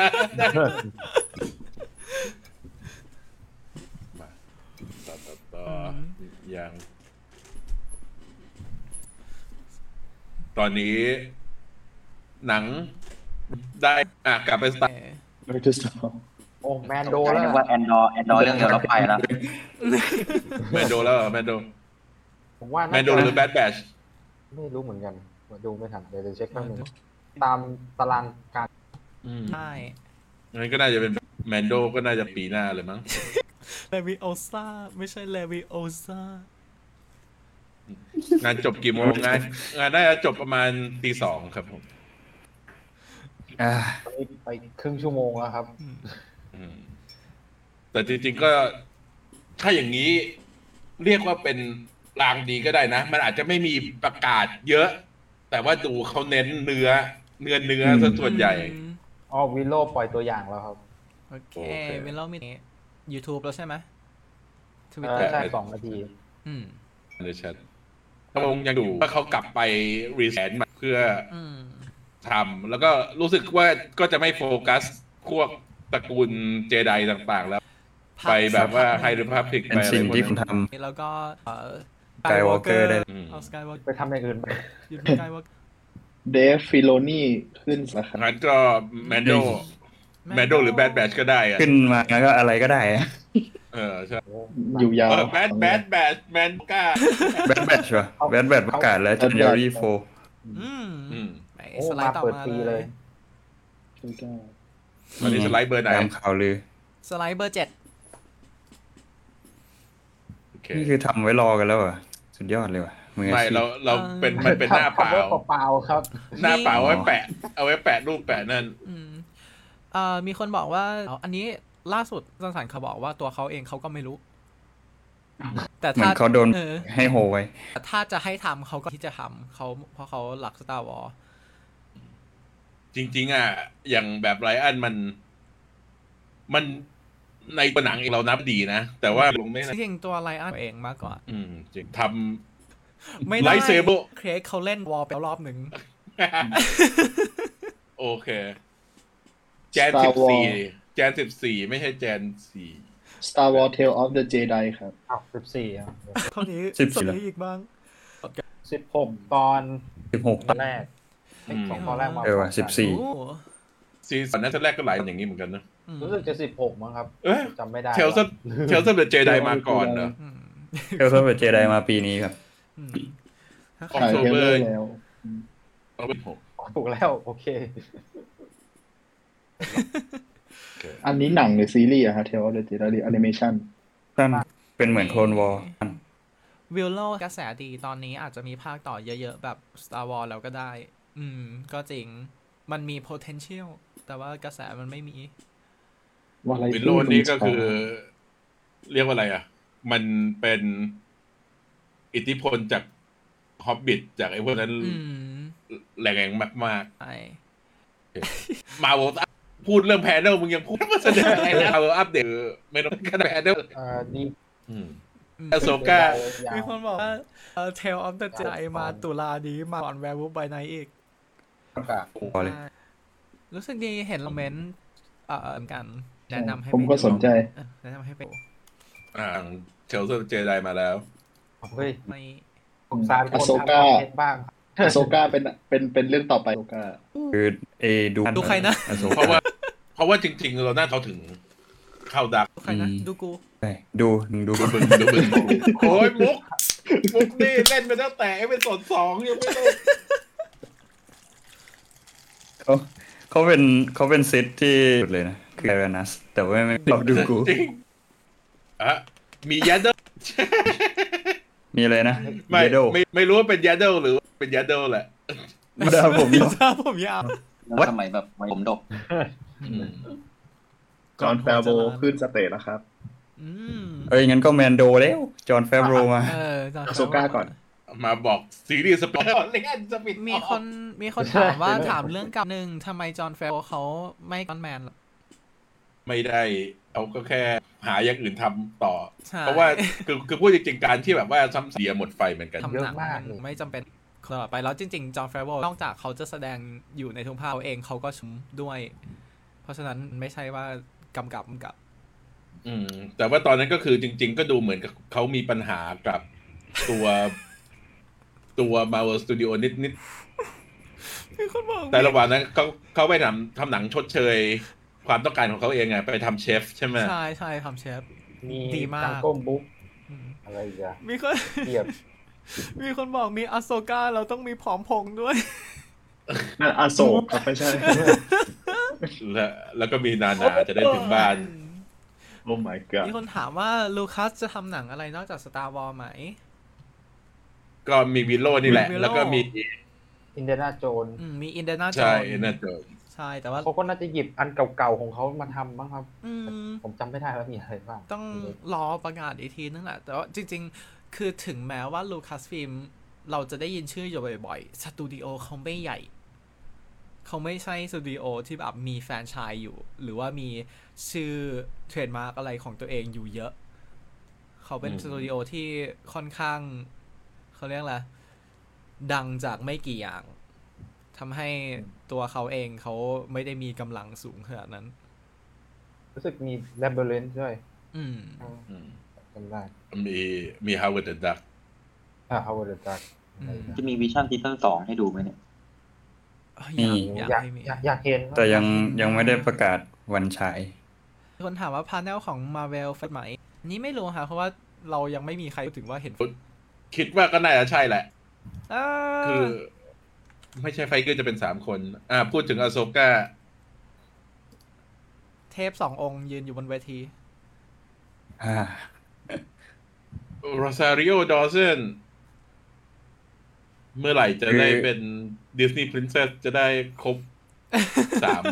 มาต่อต่อต่ออย่าง ตอนนี้ หนังได้อ่ะกลับไปสตาร์
ไม่ได้สตาร์วอร์
โอ้แมนโดแล้ว
นึกว่าแอนดอร์แอนดอร์เรื่องเดียวเราไปแล้ว
แมนโดแล้วเหรอแมนโด
ผมว่า
แมนโดหรือแบดแบช
ไม่รู้เหมือนกันดูไม่ทันเดี๋ยวจะเช็คแป๊บนึงตามตารางการ
ใช่
งั้นก็น่าจะเป็นแมนโดก็น่าจะปีหน้าเลยมั้ง
เลวิโอซาไม่ใช่เลวิโอซาง
านจบกี่โมงงานงานได้จบประมาณตีสองครับผม
อ่า
ไปครึ่งชั่วโมงแล้วครับ
อืมแต่จริงๆก็ถ้าอย่างนี้เรียกว่าเป็นรางดีก็ได้นะ มันอาจจะไม่มีประกาศเยอะ แต่ว่าดูเขาเน้นเนื้อ เนื้อเนื้อซะส่วนใหญ่
อ๋อวิลโลปล่อยตัวอย่างแล้วครับ
โอเค
โอเค
วิลเลอร์มี YouTube แล้วใช่ไหมทวิต
เอ่อ
เตอร์
ใช่สองนาที
อืม
ในแชทถ้าผมยังดูว่าเขากลับไปรีแสนมาเพื่อ
อืม
ทำแล้วก็รู้สึกว่าก็จะไม่โฟกัสพวกตระกูลเจไดต่างๆ แล้ว
พัก
ไปแบบว่าไฮเดรพาพิก
เป็น
ไปอะไร
สิ่ง
พวก
ที่คุ
นั้
ณ
น
ทำ
แล้วก็เอ่อ
Skywalker ได้
อืม
เอาสกายวอล์ก
ไปทำอย่างอื่นไป
หยุดสกายวอล์ก
เดฟฟิโลนี่ขึ้นนะครั
งั้
บ
นก็แมนโดแมนโดหรือแบดแบชก็ได้อะ
ขึ้นมาแล้วก็อะไรก็ได้อะ
เออใช่
อยู่ยาว
เออแบดแบดแบดแมนก้า
แบทแบทวะแบทแบทประกาศแล้วจันยารีโฟ
อืม
อืม
ไหน
โอ้
สไล
มา
ด์ต่อ
เปิด
มา
ปี
เล
เลย ย
ตอนนี้สไลด์เบอร์ไหน
ตามข่าวลือ
สไลด์เบอร์เจ็ด
โอเค
นี่คือทำไว้รอกันแล้วเหรอ่ะ สุดยอดเลยว่ะมืออา
ไม่
ชีพ
เราเราเป็นมันเป็นหน้าเปล่า
cover เปล่าๆครับ
หน้าเปล่าเอาไว้แปะ เอาไว้แปะรูปแปะนั่น
อืมเอ่อมีคนบอกว่าเอาอันนี้ล่าสุดสันสันเขาบอกว่าตัวเขาเองเขาก็ไม่รู้ แต่
เหมือ
ถ้าน
เขาโดน
เออ
ให้โหไว้
แต่ถ้าจะให้ทำเขาก็ที่จะทำเขาเพราะเขาหลักสตาร์วอล
จริงๆอ่ะอย่างแบบไรอันมัน มันในหนังเองเรานับดีนะ แต่ว่าลงไม่นะ
จริงๆตัวไลออนเองมากกว่า
อืมจริงทำ *laughs*
ไม่
ไล
ได้
ท์เซเบอร์
เครกเขาเล่นวอลไปแล้วรอบหนึ่ง *laughs*
โอเค แจนสิบสี่แจนสิบสี่ไม่ใช่แจนสี่
สตาร์วอร์เทลออฟเดอะเจไดครับ
อ้าวสิบสี่อ่ะ
เท่านี้
สิบสี่
ส่งให้อีกบ้าง
สิบหกตอน
สิบหกตอน
แรกสองตอนแรกมา
เออว่ะสิบสี่
โอ้โห
ซีซั่นนั้นแรกก็หลายอย่างนี้เหมือนกันนะ
อืม
รู้สึกจะสิบหกมั้งครับ
เอ๊ะ
จำไม่ได้
เชลซันเชลซันเดอะเจไดมาก่อนเนอะ
อืม
เอลซ่าเปเจไดมาปีนี้ครับ
อืม
ขอ
ถ่าย
โซ
เทรล
เบ
เล
อ
อ
ร์
ร์แล้ว
เอาเป็นหก
ถูกแล้ว โอเค
อันนี้หนังหรือซีรีส์อะฮะเทลออฟเดอะเจไดหรือแอนิเมชัน
สั้นเป็นเหมือนโคลนวอล
วิลโลกระแสดีตอนนี้อาจจะมีภาคต่อเยอะๆ แบบ Star Wars แล้วก็ได้ อืม ก็จริงมันมี potential แต่ว่ากระแสมันไม่มี
ว่าอะไร
วินโลนนี่ก็คือ เรียกว่าอะไรอ่ะ มันเป็นอิทธิพลจากฮอบบิทจากไอ้พวกนั้น
อืม
แรงๆมาก
ไอ
ๆ มาบอกพูดเรื่องแพนเนลมึงยังพูดมาแสดงอะไรนะเอาอัปเดตไม่ต้องการแพนเนล
เอ่อดี
อืม
อืม
อโศกา
ยาว
มีคนบอกว่าเอ่อ Tale of the Jedi มาตุลานี้มาก่อน Werewolf by Night อีก
พอเลย
รู้สึกดีเห็นคอมเมนต์เอ่อเหมือนกัน แนะนำให้ไป
ผมก็สนใจ
เออแนะนำให้ไปดู
อ่าเชลซันเดอะเจไดมาแล้ว
เฮ้ย
ไม่
ผมซาน
อ
คน
โซ
ทำค
ก้า
อนเทนต์บ้างครับ
อโซก้าเป็นเป็นเป็นเรื่องต่อไปอโซก้า
คือเอดู
ดูใครนะ
อโศก
เพราะว่า เพราะว่าจริง ๆ เราน่าเขาถึงเข้าดัก
ดูใครนะดูกู
ใช่ดูหนึ่งดู
บึงบึงโอ้ยมุก มุกนี่เล่นมาตั้งแต่เป็นสดสองยังไม่ได้
เขาเขาเป็นเขาเป็นซิทที่สุดเลยนะ คือไอรนัส แต่ว่าไม่ชอบดูกู
จริงอะมียัดเดิล
มีอะไรนะ
ไม่
เดโด
ไม่ไม่รู้ว่าเป็นยัดเดิลหรือเป็นยัดเดิลแหละ
มาดาผมเนอะ
จ้าผมยาว
แล้วสมัยแบบผมดก
อืม
จอห์นแฟโบขึ้นสเตจแล้วครับ
อืม
เอ้ยงั้นก็แมนโดแล้ว จอห์นแฟบโรมา
เออ John
อโศก้าก่อน
มาบอกซีรีส์สปอร์ตเล่นสปิด
มี
*laughs*
คนมีคนถามว่าถามเรื่องกับหนึ่งทำไมจอห์นแฟโบเขาไม่กอนแมนล่ะ
ไม่ได้เขาก็แค่หาอย่างอื่นทำต่อ
ใช่
เพราะว่าคือคือพูดจริงๆการที่แบบว่าซ้ำเสียหมดไฟเหมือนกัน
ทำหนังมันไม่จำเป็นตลอดไปแล้วจริง ๆ จอห์นแฟโบนอกจากเขาจะแสดงอยู่ในทุกภาคเขาเองเขาก็ชุมด้วย เพราะฉะนั้นไม่ใช่ว่ากำกับกำกับ
อืมแต่ว่าตอนนั้นก็คือจริง ๆ ก็ดูเหมือนกับเขามีปัญหากับตัว ตัว Marvel Studio นิดนิด
มีคนบอก
แต่ระหว่างนั้นเขาเขาไปทำทำหนังชดเชย ความต้องการของเขาเองไงไปทำเชฟใช่ไหม
ใช่ใช่ทำเชฟ
มี
ดีมาก
จังก้มบุ๊ก
อืม
อะไรอีกอะ
มีคน
เทียบ
มีคนบอกมีอโซกาเราต้องมีผอมพงษ์ด้วย
นั่นอโศกครับไม่ใช่ *laughs*
แล้วแล้วก็มีนานาจะได้ถึงบ้าน
โอ้ my god
มีคนถามว่าลูคัสจะทำหนังอะไรนอกจาก Star Wars ไหม
ก็มีวิลโลนี่แหละ
มีวิลโล่
แล้วก็มี
อินเดน่าโจน
อืมมีอินเดน่า
ใช่น่าจะ
ใช่ แต่ว่า
เขาก็น่าจะหยิบอันเก่าๆของเขามาทำบ้างครับ
อืม
ผมจำไม่ได้แล้วมีอะไรบ้าง
ต้องรอประกาศอีกทีนึงแหละ แต่ว่าจริง ๆ คือถึงแม้ว่าลูคัสฟิล์มเราจะได้ยินชื่ออยู่บ่อยๆ สตูดิโอเขาไม่ใหญ่ เขาไม่ใช่สตูดิโอที่แบบมีแฟรนไชายอยู่ หรือว่ามีชื่อเทรดมาร์กอะไรของตัวเองอยู่เยอะ เขาเป็นสตูดิโอที่ค่อนข้าง เขาเรียกอะไร ดังจากไม่กี่อย่างทำให้ตัวเขาเองเขาไม่ได้มีกำลังสูงขนาดนั้น
รู้สึกมีแลบเบอร์เลนด้วย
อืม
อืม
จำได้
มีมีฮาวเวิร์ดดัก
อ่าฮาวเวิร์ดดัก
อืม
จะมีวิชั่นซีซั่นสองให้ดูไหมเนี่ย
เอ้ย
มี
อยาก
อาย
อยาก กให้มี
อยากอยากเห็นว่า
แต่ยังยังไม่ได้ประกาศวันฉาย
คนถามว่าพาแนลของ Marvel ฟัดไหมอันนี้ไม่รู้ค่ะ เพราะว่าเรายังไม่มีใครพูดถึงว่าเห็น
คิดว่าก็น่าจะใช่แหละ
อ่า
คือ ไม่ใช่ไฟเกอร์จะเป็นสามคน อ่า พูดถึงอโซก้า
เทพสององค์ยืนอยู่บนเวที
อ่า
r o s a r i o Dawson เมื่อไหร่จะได้
คือ
เป็น Disney Princess จะได้ครบ
*laughs*
สาม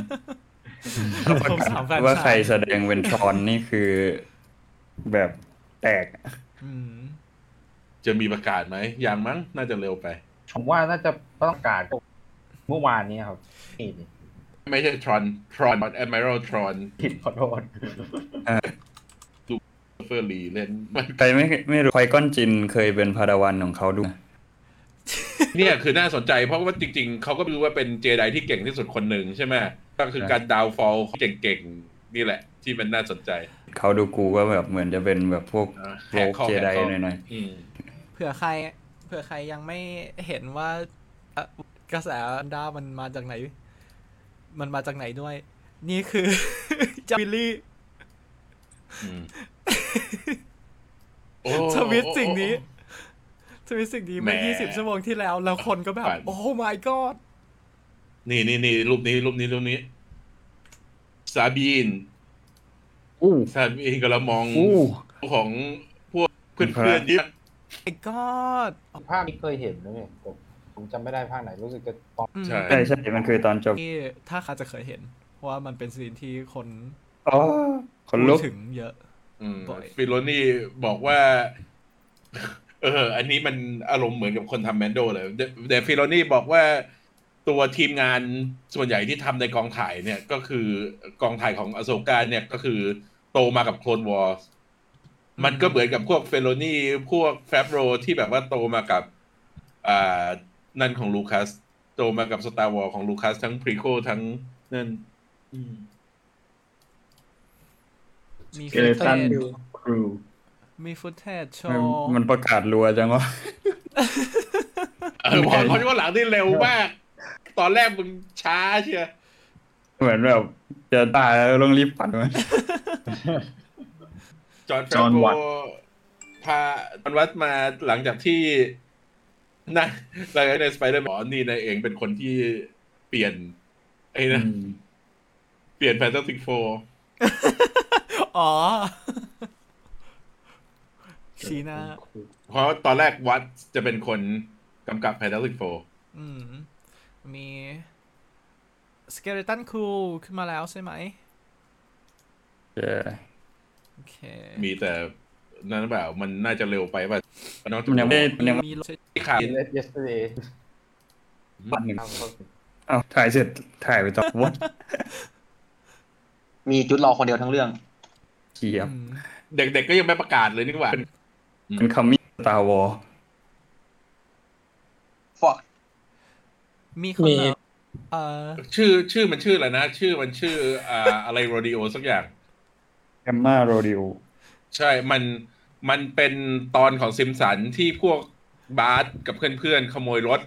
ผมสามแฟน
ว่าใคร
ชาย
แสดงเวนทรอนนี่คือแบบแตก
อืม
จะมีประกาศไหมยังมั้งน่าจะเร็วไป
ผมว่าน่าจะต้องการเมื่อวานนี้ครับนี่นี่
ไม่ใช่ทรอนทรอนบัตแอมเบอร์ทรอน
ผิดขอโทษ
เฟอร์ลีเล่น *laughs*
ใครไม่ไม่รู้ไคก้อนจินเคยเป็นพาดาวันของเขาดู
เนี่ยคือน่าสนใจเพราะว่าจริงๆ เขาก็รู้ว่าเป็นเจไดที่เก่งที่สุดคนหนึ่งใช่ไหมก็คือการดาวฟอลเก่งๆ นี่แหละ ที่มันน่าสนใจ
เขาดูกูว่าแบบเหมือนจะเป็นแบบพวก
อ่า
โร
แหก
ก
ข้อ
เจได
แหกข้อ
หน่อย
อืม
เผื่อใคร เผื่อใครยังไม่เห็นว่าเอ่อกระแสด้ามันมาจากไหน มันมาจากไหนด้วย นี่คือ *laughs* เจาวิลลี่
อืมโอ้
ทวิตสิ่งนี้ ทวิตสิ่งนี้
แหม
เมื่อ 20 ชั่วโมงที่แล้ว แล้วคนก็แบบ
ปั่น
โอ้ my god
นี่นี่นี่รูปนี้รูปนี้รูปนี้ซาบีน
ๆอู้
ซาบีนกำลังมอง
อู้
ของพวกเพื่อนๆที่
my god
ภาพนี้เคยเห็นนะเนี่ยผมผมจำไม่ได้ภาคไหนรู้สึกจะตอน
อืม
ใช่
ใช่ใช่มันคือตอนจบ
ที่ถ้าใครจะเคยเห็น เพราะว่ามันเป็นซีนที่คน
อ๋อคนลุก
พูดถึงเยอะ
อืม
บ่อย
ฟิโลนี่บอกว่า *laughs* เออ อันนี้มันอารมณ์เหมือนกับคนทำแมนโดเลยแต่แต่ฟิโลนี่บอกว่าตัวทีมงานส่วนใหญ่ที่ทำในกองถ่ายเนี่ย ก็คือกองถ่ายของอโศกาเนี่ยก็คือโตมากับโคลนวอ r s มันก็เหมือนกับพวกเฟโลนี่พวกแฟบโรที่แบบว่าโตมากับ อ่า นั่นของลูคัส โตมากับสตาร์วอลของลูคัสทั้งพรีโคทั้งนั่น อืม
มี
เกเลตัน
footage
ครู
มีฟุตเทจโช
มัน
ว์
มันประกาศรัวจังวะ
เออพอ *laughs* เขาว่าหลังนี่เร็วมาก ตอนแรกมึงช้าเชียว
เหมือนแบบจะตายแล้วต้องรีบปัดมัน
จอห์นแฟรโกพาจอห์นวัดมาหลังจากที่นะหลัง *laughs* จากในสไปเดอร์แมนนี่นายเองเป็นคนที่เปลี่ยน ไอ้นะเปลี่ยนแฟนตาติกโฟ
อ๋อ ชีหน้า
เพราะตอนแรกวัดจะเป็นคนกำกับแฟนตาติกโฟ
อืม มีสเกเลตันคูขึ้นมาแล้วใช่ไหม
เย้
โอเค
มีแต่นั่นหรือเปล่ามันน่าจะเร็วไปป่ะน้อง
มันยังไม่ได้มันยัง
มีรถ
ที่ขาด
เลสเยสเตเดย์
ปัดหนึ่งเอ้าถ่ายเสร็จถ่ายไปต่อวัด
มีจุดรอคนเดียวทั้งเรื่อง
เกียบ
อืม
เด็กๆก็ยังไม่ประกาศเลยนี่หว่า
เป็นคัมมิ่งตาวอ
ฟอก
มีคน
มี
แบบเอ่อ
ชื่อชื่อมันชื่ออะไรนะ ชื่อมันชื่ออ่าอะไรโรดิโอสักอย่าง
แอมมาโรดิโอ
ใช่ มัน มันเป็นตอนของซิมสันที่พวกบาร์สกับเพื่อนๆขโมยรถ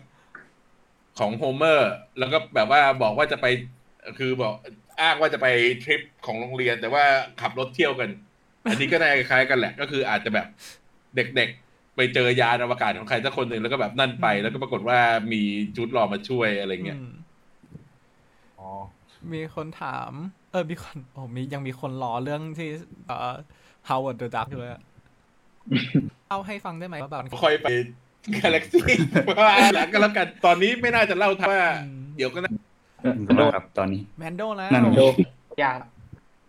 ของโฮเมอร์แล้วก็แบบว่าบอกว่าจะไปคือบอกอ้างว่าจะไปทริปของโรงเรียน แต่ว่าขับรถเที่ยวกัน อันนี้ก็น่าจะคล้ายกันแหละ ก็คืออาจจะแบบเด็กๆ ไปเจอยานอวกาศของใครสักคนหนึ่งแล้วก็แบบนั่นไป แล้วก็ปรากฏว่ามีจุดรอมาช่วยอะไรเงี้ย
อืม
อ๋อ
มีคนถาม เออมีคนโอ้มียังมีคนรอเรื่องที่เอ่อ Howard the Duck อยู่เลยอะเล่าให้ฟังได้ไหมว่าแบบ
ค่อยไป *laughs* กาแล็กซี่ *laughs* ว่าหลังก็แล้วกัน ตอนนี้ไม่น่าจะเล่าทั้งว่าเดี๋ยวก็น่า
ไม่รู้ครับตอนนี้
แมนโดแล้ว
นั่น
โด
ยาก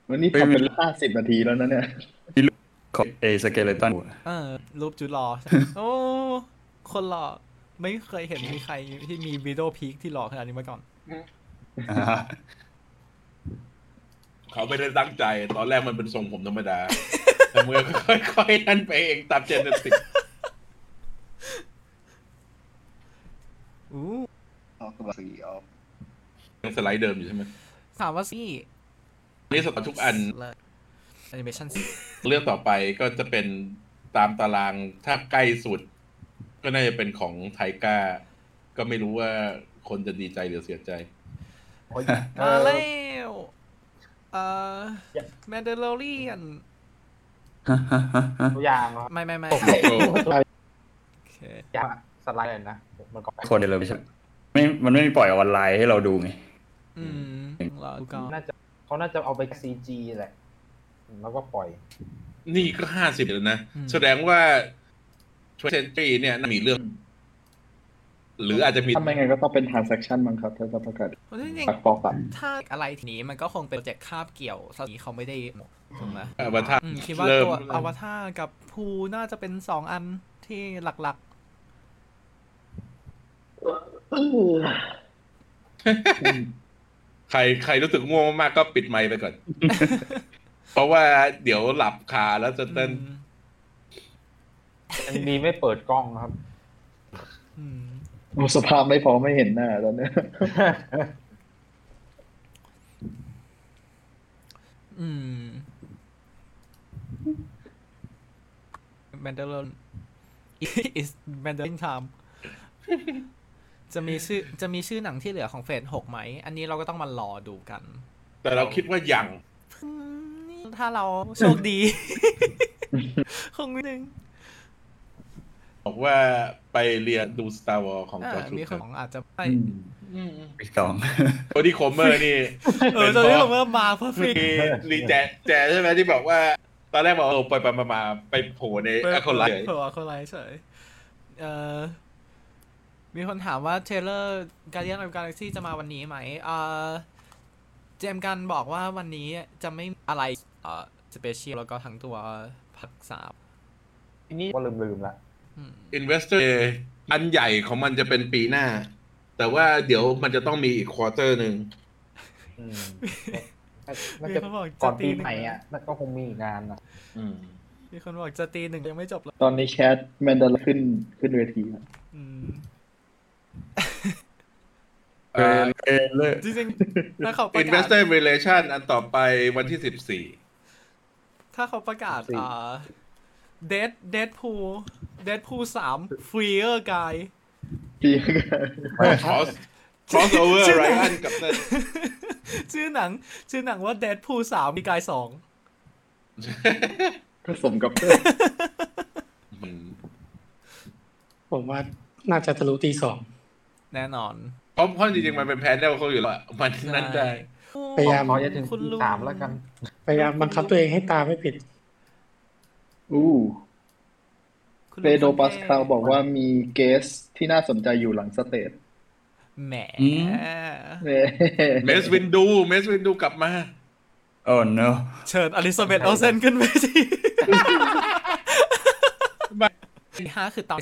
วันนี้ทำเป็นห้าสิบนาทีแล้วนะเนี่ย
ของเอสเกเล *laughs* ตัน
เออ รูปจุดรอโอ้คนรอไม่เคยเห็นมีใครที่มีวีดโอพีคที่รอขนาดนี้มาก่อน
เขาไม่ได้ตั้งใจ ตอนแรกมันเป็นทรงผมธรรม
*laughs*
ดา แต่เมื่อค่อยๆนั่นไปเองตามเจนเนติก
อู้
ออกกำลังสีออก
ยังสไลด์เดิมอยู่ใช่ไหม
ถามว่าซี่
นี่สำหรับทุกอัน
เลยแอนิเมชันซี
เรื่องต่อไปก็จะเป็นตามตารางถ้าใกล้สุด ก็น่าจะเป็นของไทก้า ก็ไม่รู้ว่าคนจะดีใจหรือเสียใจ
โอ้ยเอ
มา
อ
แล้วเอ่อ
อย่า
แมนเดลเรียน
ตัวอย่างเหรอ
ไม่ไม่ไม่โอเค
อยากสไลด์เลยนะมันก็ไป
คนเดียวเลยไม่ใช่ไม่มันไม่มีปล่อยออนไลน์ให้เราดูไง
อืมรอดูก่อน
น่าจะเขาน่าจะเอาไปซีจีแหละ แล้วก็ปล่อย
นี่ก็ห้าสิบแล้วนะ แสดงว่าช่วยเซนตรีเนี่ยน่ามีเรื่อง หรืออาจจะมี
ถ้าไม่งั้นก็ต้องเป็น transaction มั้งครับถ้าจะประกาศ
เพราะจริง
ปักปอกอะ
ๆถ้าอะไรทีนี้มันก็คงเป็นโปรเจกต์คาบเกี่ยวสนีเขาไม่ได้ถูกไหม
อวตาร
อืมคิดว่า
เริ่ม
ตัวอวตารกับภูน่าจะเป็นสองอันที่หลัก
ใครใครรู้สึกง่วงมากๆก็ปิดไมค์ไปก่อน
*laughs*
เพราะว่าเดี๋ยวหลับคาแล้วจะ
ๆ
เต้น
อืม
อันนี้ไม่เปิดกล้องนะครับ
อืม
ดูสภาพไม่พอไม่เห็นหน้าตอนเนี้ย *laughs*
อืมแมนเดล *laughs* is แมนเดลินไทม์จะมีชื่อจะมีชื่อหนังที่เหลือของเฟสหกไหม อันนี้เราก็ต้องมารอดูกัน
แต่เราคิดว่ายัง
อืมถ้าเราโชค
*laughs*
ดี คงนิดนึง
บอกว่าไปเรียนดู Star Wars ของ
อ่า
จอร์
มี
จู
ของอาจจะไป
อีกสอง
โทนี่โคเมอร์นี่
เออตอนนี้ผมว่ามาเพื่อฟรี
มีรีแจแจใช่ไหมที่บอกว่า ตอนแรกบอกว่าเออไปไปมามาไปโผล่ในแอคโคไลท์
เผื่อคนไลฟ์เฉยเอ่อมีคนถามว่าเทเลอร์การเดียนของกาแล็กซี่จะมาวันนี้ไหมเอ่อเจมส์กันบอกว่าวันนี้จะไม่มีอะไรเอ่อสเปเชียลแล้วก็ทั้งตัวผักสาบ
ทีนี้ก็ลืมลืมๆละ
อืม
อินเวสเตอร์อันใหญ่ของมันจะเป็นปีหน้า แต่ว่าเดี๋ยวมันจะต้องมีอีกควอเตอร์หนึ่ง
อืมน่าจะก่อนปีใหม่อ่ะน่าก็คงมีอีกงานนะ
มีคนบอกจะตีหนึ่งยังไม่จบเลย
ตอนนี้แคทแมนดาร์ขึ้นขึ้นเวที *laughs* อะ
อืม
เออเออเลิก
จริงๆถ้าเขาประ
อินเว
กา
ส
ศ
เตอร์เรเลชันอันต่อไปวันที่สิบสี่
ถ้าเขาประกาศอ่าเดดเดดพูเดดพูสามฟรีเออร์กาย
พี่
*laughs* ครอสครอสโอเวอร์ไรอันกับนั่น
ชื่อหนัง ชื่อหนังว่าเดดพูสามมีกายสอง
ก็สมกับ
อืม
ผมว่าน่าจะทะลุตีสอง
แน่นอน
เพราะเพราะจริงๆ มันเป็นแพนเนลเขาอยู่แล้วอะมันนั่นได้
พยายาม
ขอจะถึงปีสามแล้วกัน
พยายามบังคับตัวเองให้ตาไม่ผิด
อู้
คุณ
เป
*laughs*
โดปัสคาลบอกว่ามีเกสที่น่าสนใจอยู่หลังสเตจ *laughs*
แหม
เย้
เมสวินดูเมสวินดูกลับมา
โอ้เนอะ
เชิญอลิซาเบธโอเซนขึ้นเวทีที่ห้าคือตอน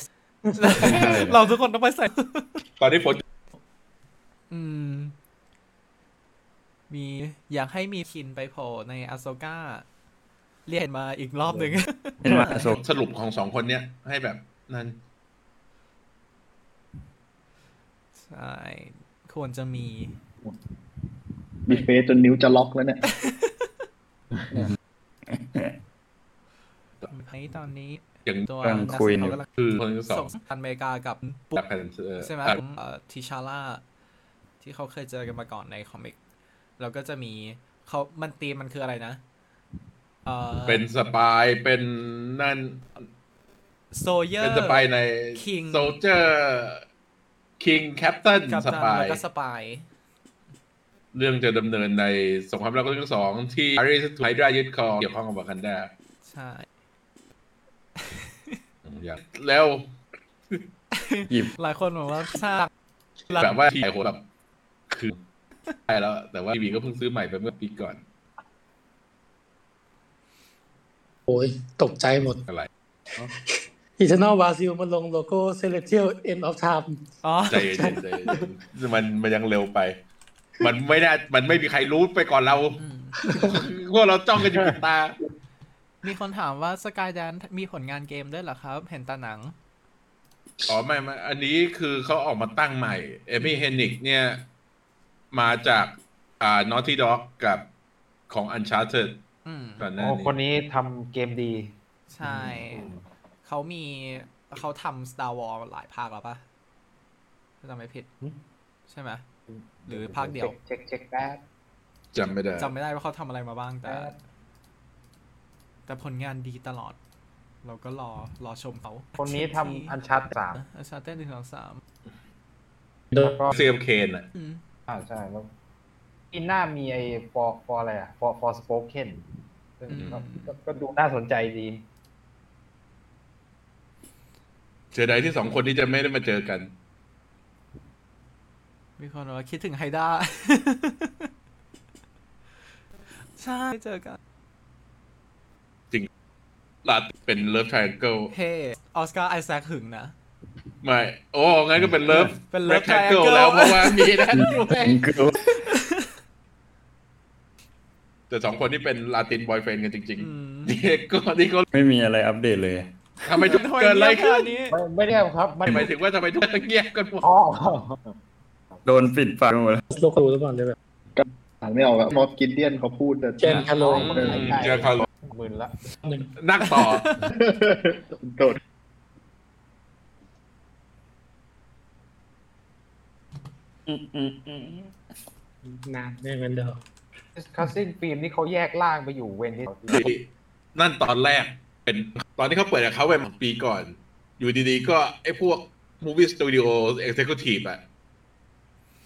เราทุกคนต้องไปใส่
ตอนนี้ผม
อืม มีอยากให้มีคินไปโผล่ในอาโซก้า เรียกมาอีกรอบหนึ่ง
เห็นว่าอโศก *laughs*
สรุปของสองคนเนี้ยให้แบบนั้น
ใช่ ควรจะมี
มีเฟสจนนิ้วจะล็อกแล้วเนี่ย
ให้ต อนนี้
อย่าง
ตัว
กำลังคุยอยู่
กำลัง
คือคนที่สอ
ส่
ง
งพันอเมริกากับปุ๊
ดั
ก
กแพนเซอร์
ใช่ไหม
อ่ะ
ผมเอ่อทิชาร่าที่เขาเคยเจอกันมาก่อนในคอมิก แล้วก็จะมีเขามันตีมมันคืออะไรนะเอ่อ
เป็นสปายเป็นนั่น
โซเยอร์
เป็นสปายใน
King
โซเจอร์คิงแคปตัน
กับ
สปาย
แล้วก็สปาย
เรื่องจะดำเนินในสงครามโลกครั้งที่สองที่อาริสไฮดรายึดครองเกี่ยวข้องกับวากันดา
ใช่
อย่างแล้ว
หยิบ
หลายคนบอกว่าสร้าง
แบบว่าที่ไอโหแบบคือใช่แล้ว แต่ว่าทีวีก็เพิ่งซื้อใหม่ไปเมื่อปีก่อน
โอ้ยตกใจหมด
อะไร
อีเทนอลบราซิลมันลงโลโก้เซเลเทียลเอ็นออฟไทม์
อ๋อ
ใจเย็นๆใจเย็นๆมันมันยังเร็วไป มันไม่ได้มันไม่มีใครรู้ไปก่อนเรา
อืม
พวกเราจ้องกันอยู่ตา
มีคนถามว่าสกายแดนมีผลงานเกมด้วยเหรอครับ เห็นแต่หนัง
อ๋อไม่ไม่อันนี้คือเขาออกมาตั้งใหม่ เอมี่เฮนิกเนี่ย มาจากอ่านอตที่ด็อกกับของอันชาร์เตอร์
อืม
ก่อนหน้า
โอ้
นี้
คนนี้ทำเกมดี
ใช่ เขามีเขาทำ Star Wars หลายภาคแล้วปะถ้าจำไม่ผิด
หึ
ใช่ไหม หรือภาคเดียว
เช็คเช็คแป๊บ
จำไม่ได้
จำไม่ได้ว่าเขาทำอะไรมาบ้างแต่
เออ
แต่ผลงานดีตลอด เราก็รอรอชมเขา
คนนี้ทำอันชาร์ตสาม
อันชาเต้หนึ่งสองสาม
แล้วก็
ซีเอ็มเคนอ่ะ
อืม
อ่าใช่แล้วอินหน้ามีไอ้ฟอฟออะไรอ่ะฟอฟอสโปเคนซึ่งก็ก็ก็ดูน่าสนใจดี
เจอใดที่สองคนที่จะไม่ได้มาเจอกัน
มีคนบอกว่าคิดถึงไฮด้า *laughs* ใช่เจอกัน
ลาดเป็นเลิฟทริแองเกิล
เฮ้ออสการ์ไอแซคหึงนะ
ไม่ โอ้งั้นก็เป็นเลิฟ
เป็น Love
แองเกิล
Triangle
แล้วเพราะว่ามีนะแต่สองคนที่เป็นลาตินบอยเฟนกันจริง
อืม
ๆเด็กก็นี่ก็
ไม่มีอะไรอัปเดตเลย
ทำไมทุกเกิดอะไรขึ้น
นี้
ไม่ไม่ได้ครับมัน
หมายถึงว่าทำไมทุกคนเงียบกันหมด
อ๋อ
โดนปิดปากหมดแล้ว
โลโก้หรือเปล่าเลยแบบ
อ่านไม่ออกอะมอสกินเดียนเขาพูดแต่
แจนคาโล
อืม
เจอคาร์ล
หมื่นละ
หนึ่ง
นั่งต่อ
โดด
นานแน่เหมือนเดิม
คัสซินฟิล์มนี่เขาแยกล่างไปอยู่เวนที่
นั่นตอนแรกเป็นตอนที่เขาเปิดกับเขาไปปีก่อน อยู่ดีๆ ก็ไอ้พวก Movie Studio Executive อะ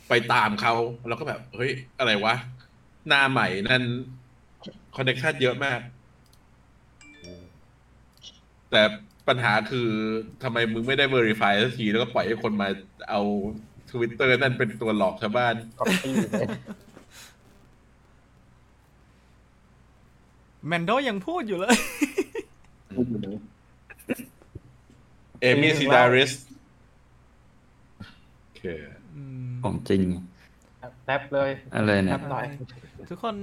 ไปตามเขาแล้วก็แบบ เฮ้ย อะไรวะ หน้าใหม่นั่นคอนเน t ชันเยอะมาก แต่ปัญหาคือทำไมมึงไม่ได้ Verify สักที แล้วก็ปล่อยให้คนมาเอา Twitter นั่นเป็นตัวหลอกชาวบ้าน
คอปปี้เลย
แมนโดยังพูดอยู่เลย
เอมี่ซิดาริสโอเค
อืม
ของจริง
แป๊บเลย
อะไร
ค
เนี่
รั
ย
บหน่อย
ทุกคน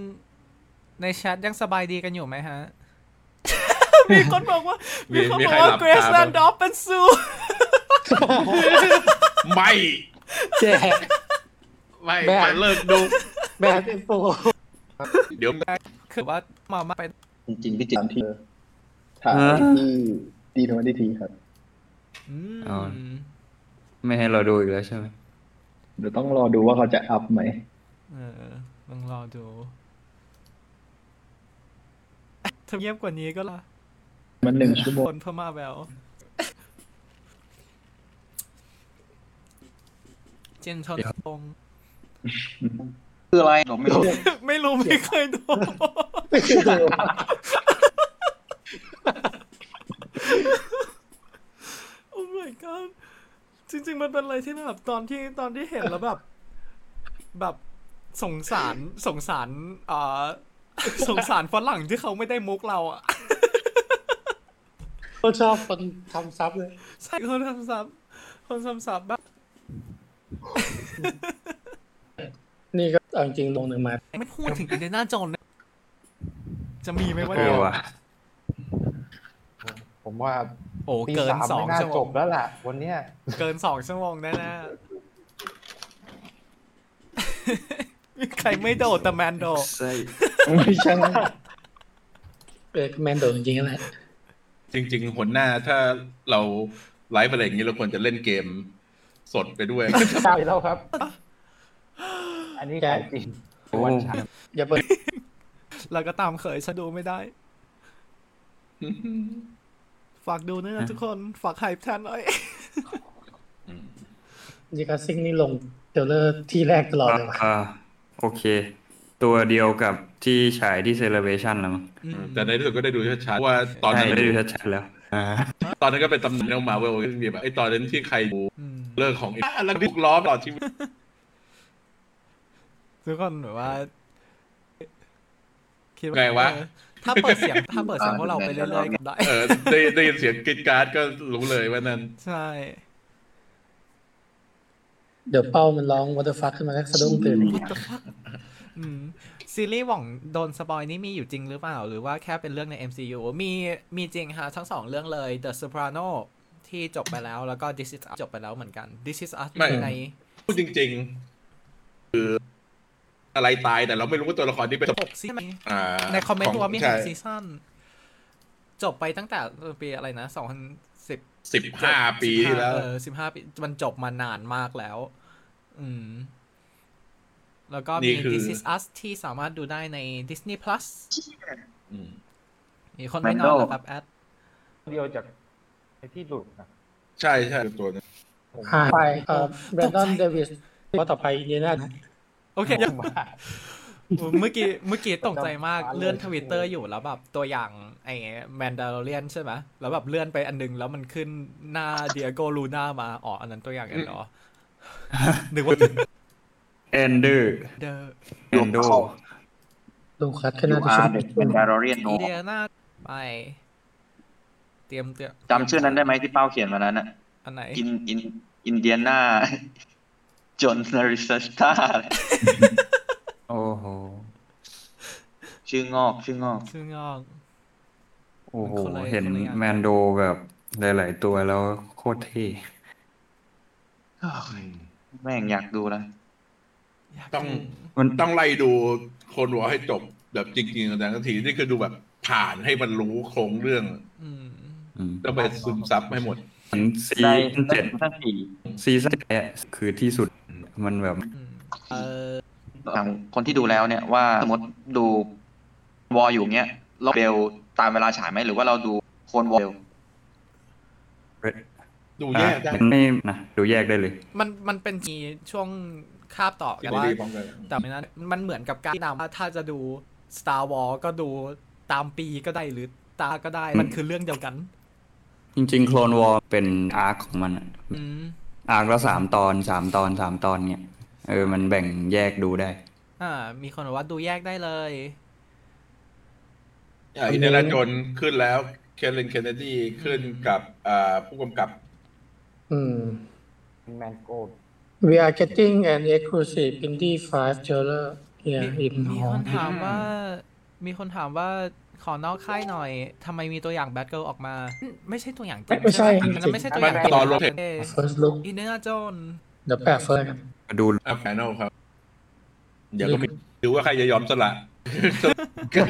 ในแชทยังสบายดีกันอยู่ไหม
*laughs*
ฮะ มีคนบอกว่า
มี
มีคน
มี
บอ
ใคร
ก
หลั
ว่า
บ
เกรซ
ตา
แล
บ้าง
นดอฟเป็นซู
ไม่
แจก
ไม่
แม่
ไปเลิกดู
แบดอินโฟ
เดี๋ยว
คือว่ามามาไป
จริงๆพี่จิ
ตามที่ถ่ายที่ดีทวันดีทีครับ
อืม
เอา ไม่ให้เราดูอีกแล้วใช่ไหม
เดี๋ยวต้องรอดูว่าเขาจะอัพไหม
เออลองรอดูถ้าเงียบกว่านี้ก็ละ
มันหนึ่งชั่วโมง
*laughs*
คนพม่าแววเจนชนตรง
คืออะไรผมไม่รู้
ไม่รู้ไม่เคยดู โอ้ my god จริง ๆ มันเป็นอะไรที่แบบตอนที่ตอนที่เห็นแล้วแบบ แบบสงสารสงสารเอ่อสงสารฝรั่งที่เขาไม่ได้มุกเราอ่ะ
ก็ชอบคนทำซับเลย
ใช่คนทำซับคนทำซับบ้าง
นี่ก็เอาจริงๆลงหนึ่งมา
ไม่พูดถึงอินเดน่าโจนส์นะจะมีไหมวะ
เอ
เนี่
อย ว่ะ
ผมว่า
โอ้
ตี
เกิน
สาม
สอ
ไม่
ง
น่า
ชั่ว
จบ
โมง
แล้วล่ะ วันเนี้ย
เกินสองชั่วโมงแน่ๆ มีใครไม่โดดแต่แมนโดด
ไม่ใช่
เออแมนโดจริงๆนะ
จริง ๆ หนหน้าถ้าเราไลฟ์อะไรอย่างนี้เราควรจะเล่นเกมสดไปด้วย
ใช่แล้วครับ อันนี้ของจริงวันฉาย
อย่าเปิด
แล้วก็ตามเคยฉันดูไม่ได้ ฝากดูด้วยนะทุกคน ฝากไฮป์ท่านหน่อย
ดิคัสซิ่งนี่ลงเทรลเลอร์ที่แรกตลอดเลยว่ะ
อ่าโอเค ตัวเดียวกับที่ฉายที่เซเลเ a ชันแล้วมั้ง
แต่ในที่สุดก็ได้ดูชัดๆเพราะว่าตอน
ใช่
นั้น
ได้ดูชัดๆแล้ว อ่า
ตอนนั้นก็เป็นตำนานของมาเวลที่มีแบบไอ้ตอนนั้นที่ใครดู
อืม
เลิกของไอ้แล้วถูกล้อมตลอดชีวิต
ทุกคนแบบว่า
ไงวะ
เออถ้าเปิดเสียง ถ้าเปิดเสียงพวกเราไปเรื่อยๆก็ได้
เออได้ได้ยินเสียงกรีดกราร์ดก็รู้เลยว่านั่น
ใช่
เดี๋ยวเป้ามันร้องวอเตอร์ฟัคขึ้นมาแล้วสะดุ้งตื่น
What the fuck อืมซีรีส์หว่องโดนสปอยนี่มีอยู่จริงหรือเปล่า หรือว่าแค่เป็นเรื่องใน MCU มีมีจริงค่ะ ทั้งสองเรื่องเลย The Soprano ที่จบไปแล้ว แล้วก็ This Is Us จบไปแล้วเหมือนกัน This Is Us
ไม่
ใน
พูดจริง ๆ คืออะไรตายแต่เราไม่รู้ว่าตัวละครนี้เป็น
6 ซีซั่น
อ่า
ในคอมเมนต์ว่ามีหก
ใช่
ซีซั่นจบไปตั้งแต่ปีอะไรนะ 2010
สิบห้าปีที่แล้ว
เออสิบห้าปี มันจบมานานมากแล้ว อืม แล้วก็
นี่
มี
คือ
This is Us ที่สามารถดูได้ใน Disney Plus
ม
มีคนไม่นอน
Mandal
แล้วครับแอด
เดียวจากไอ้ที่หลุดนะ
ใช่ใช่ตัวนั้น
ผม
หายไปเอ่อ
ตกใจ
แบรนดอนเดวิสว่าต่อไปอินเดียนา
โอเค
ผมว่า
เมื่อกี้เมื่อกี้ตกใจมาก
จำฟ้า
เลื่อน
เลย
ทวิตเตอร์อยู่แล้วแบบตัวอย่างไอ้แมนดาร์เรียนใช่ไหมแล้วแบบเลื่อนไปอันหนึง แล้วมันขึ้นหน้าเดียโกลูน่ามา อ๋อ อันนั้นตัวอย่างแอนดอร์หนึ่งว่า
เอนเดอร์
เดอร์
เอนโด
ลูคัสขึ้นห
ยู
น้าที่ชุด
อาร์เด็กเป็นดารอเรียนโน
อีเดียนาไป เตรียมเตรียม
จำชื่อนั้นได้ไหมที่เป้าเขียนมานั้นอ่ะ
อันไหน
อินอินอินเดียนาจนนาริสตา
โอ้โห
ชื่องอกชื่องอก
ชื่องอก
โอ้โห
มันคนละ
เห็น
คนละอย่าง
แมนโดแบบหลายๆตัวแล้วโคตรเท่
แม่งอยากดูนะ
ยาก
ต้อง
ดู
มัน
ต้องไล่ดูคนวอให้จบแบบจริงๆแต่ทันทีนี่คือดูแบบผ่านให้มันรู้โครงเรื่อง
อืม
อืม
ต้องไปซึมซับให้หมด
เห็นซี
ได้
ซั่น
ได้
เจ็ด
ทั้งสี่
ซีซั่นเจ็ดคือที่สุดมันแบบ
อืมเออ
ทางคนที่ดูแล้วเนี่ยว่าสมมติดูวอลอยู่เงี้ยเราเบลตามเวลาฉายไหมหรือว่าเราดูโคนวอล
ดู
อ่ะ
แยกได้
มันไม่นะดูแยกได้เลย
มันมันเป็นมีช่วงคาบต่อ
ซี
แต่ว่า
รีส์พร้อมกัน
แต่ไม่นั้นมันเหมือนกับการนำว่าถ้าจะดู Star Wars ก็ดูตามปีก็ได้หรือตาก็ได้มันคือเรื่องเดียวกัน
จริงๆโคลนวอลเป็นอาร์คของมันอะ
อืม
อาร์คละสามตอนสามตอนสามตอนเนี่ยเออมันแบ่งแยกดูได้
อ่า มีคนบอกว่าดูแยกได้เลย
อ่ะอินเดียนาโจนส์ขึ้นแล้วเคนเลนเคนเนดีขึ้นกับอ่าผู้กำกับ
อืม
แมนโก
we are getting an exclusive indie five trailer here
มี
in
มี
Hong
คนถามว่า มีคนถามว่าขอนอกค่ายหน่อยทำไมมีตัวอย่างแบทเกิลออกมาอืมไม่ใช่ตัวอย่างจริง
ไม่ใช่
อันนั้นไม่ใช่ตัวอย่าง
มันต่อโลเทค
first look
อินเดียโจน
เดี๋ยวแปะเฟิร์สกัน
มาดู
อัพแคนลครับ เดี๋ยวก็มีดูว่าใครจะยอมสละ สละกัน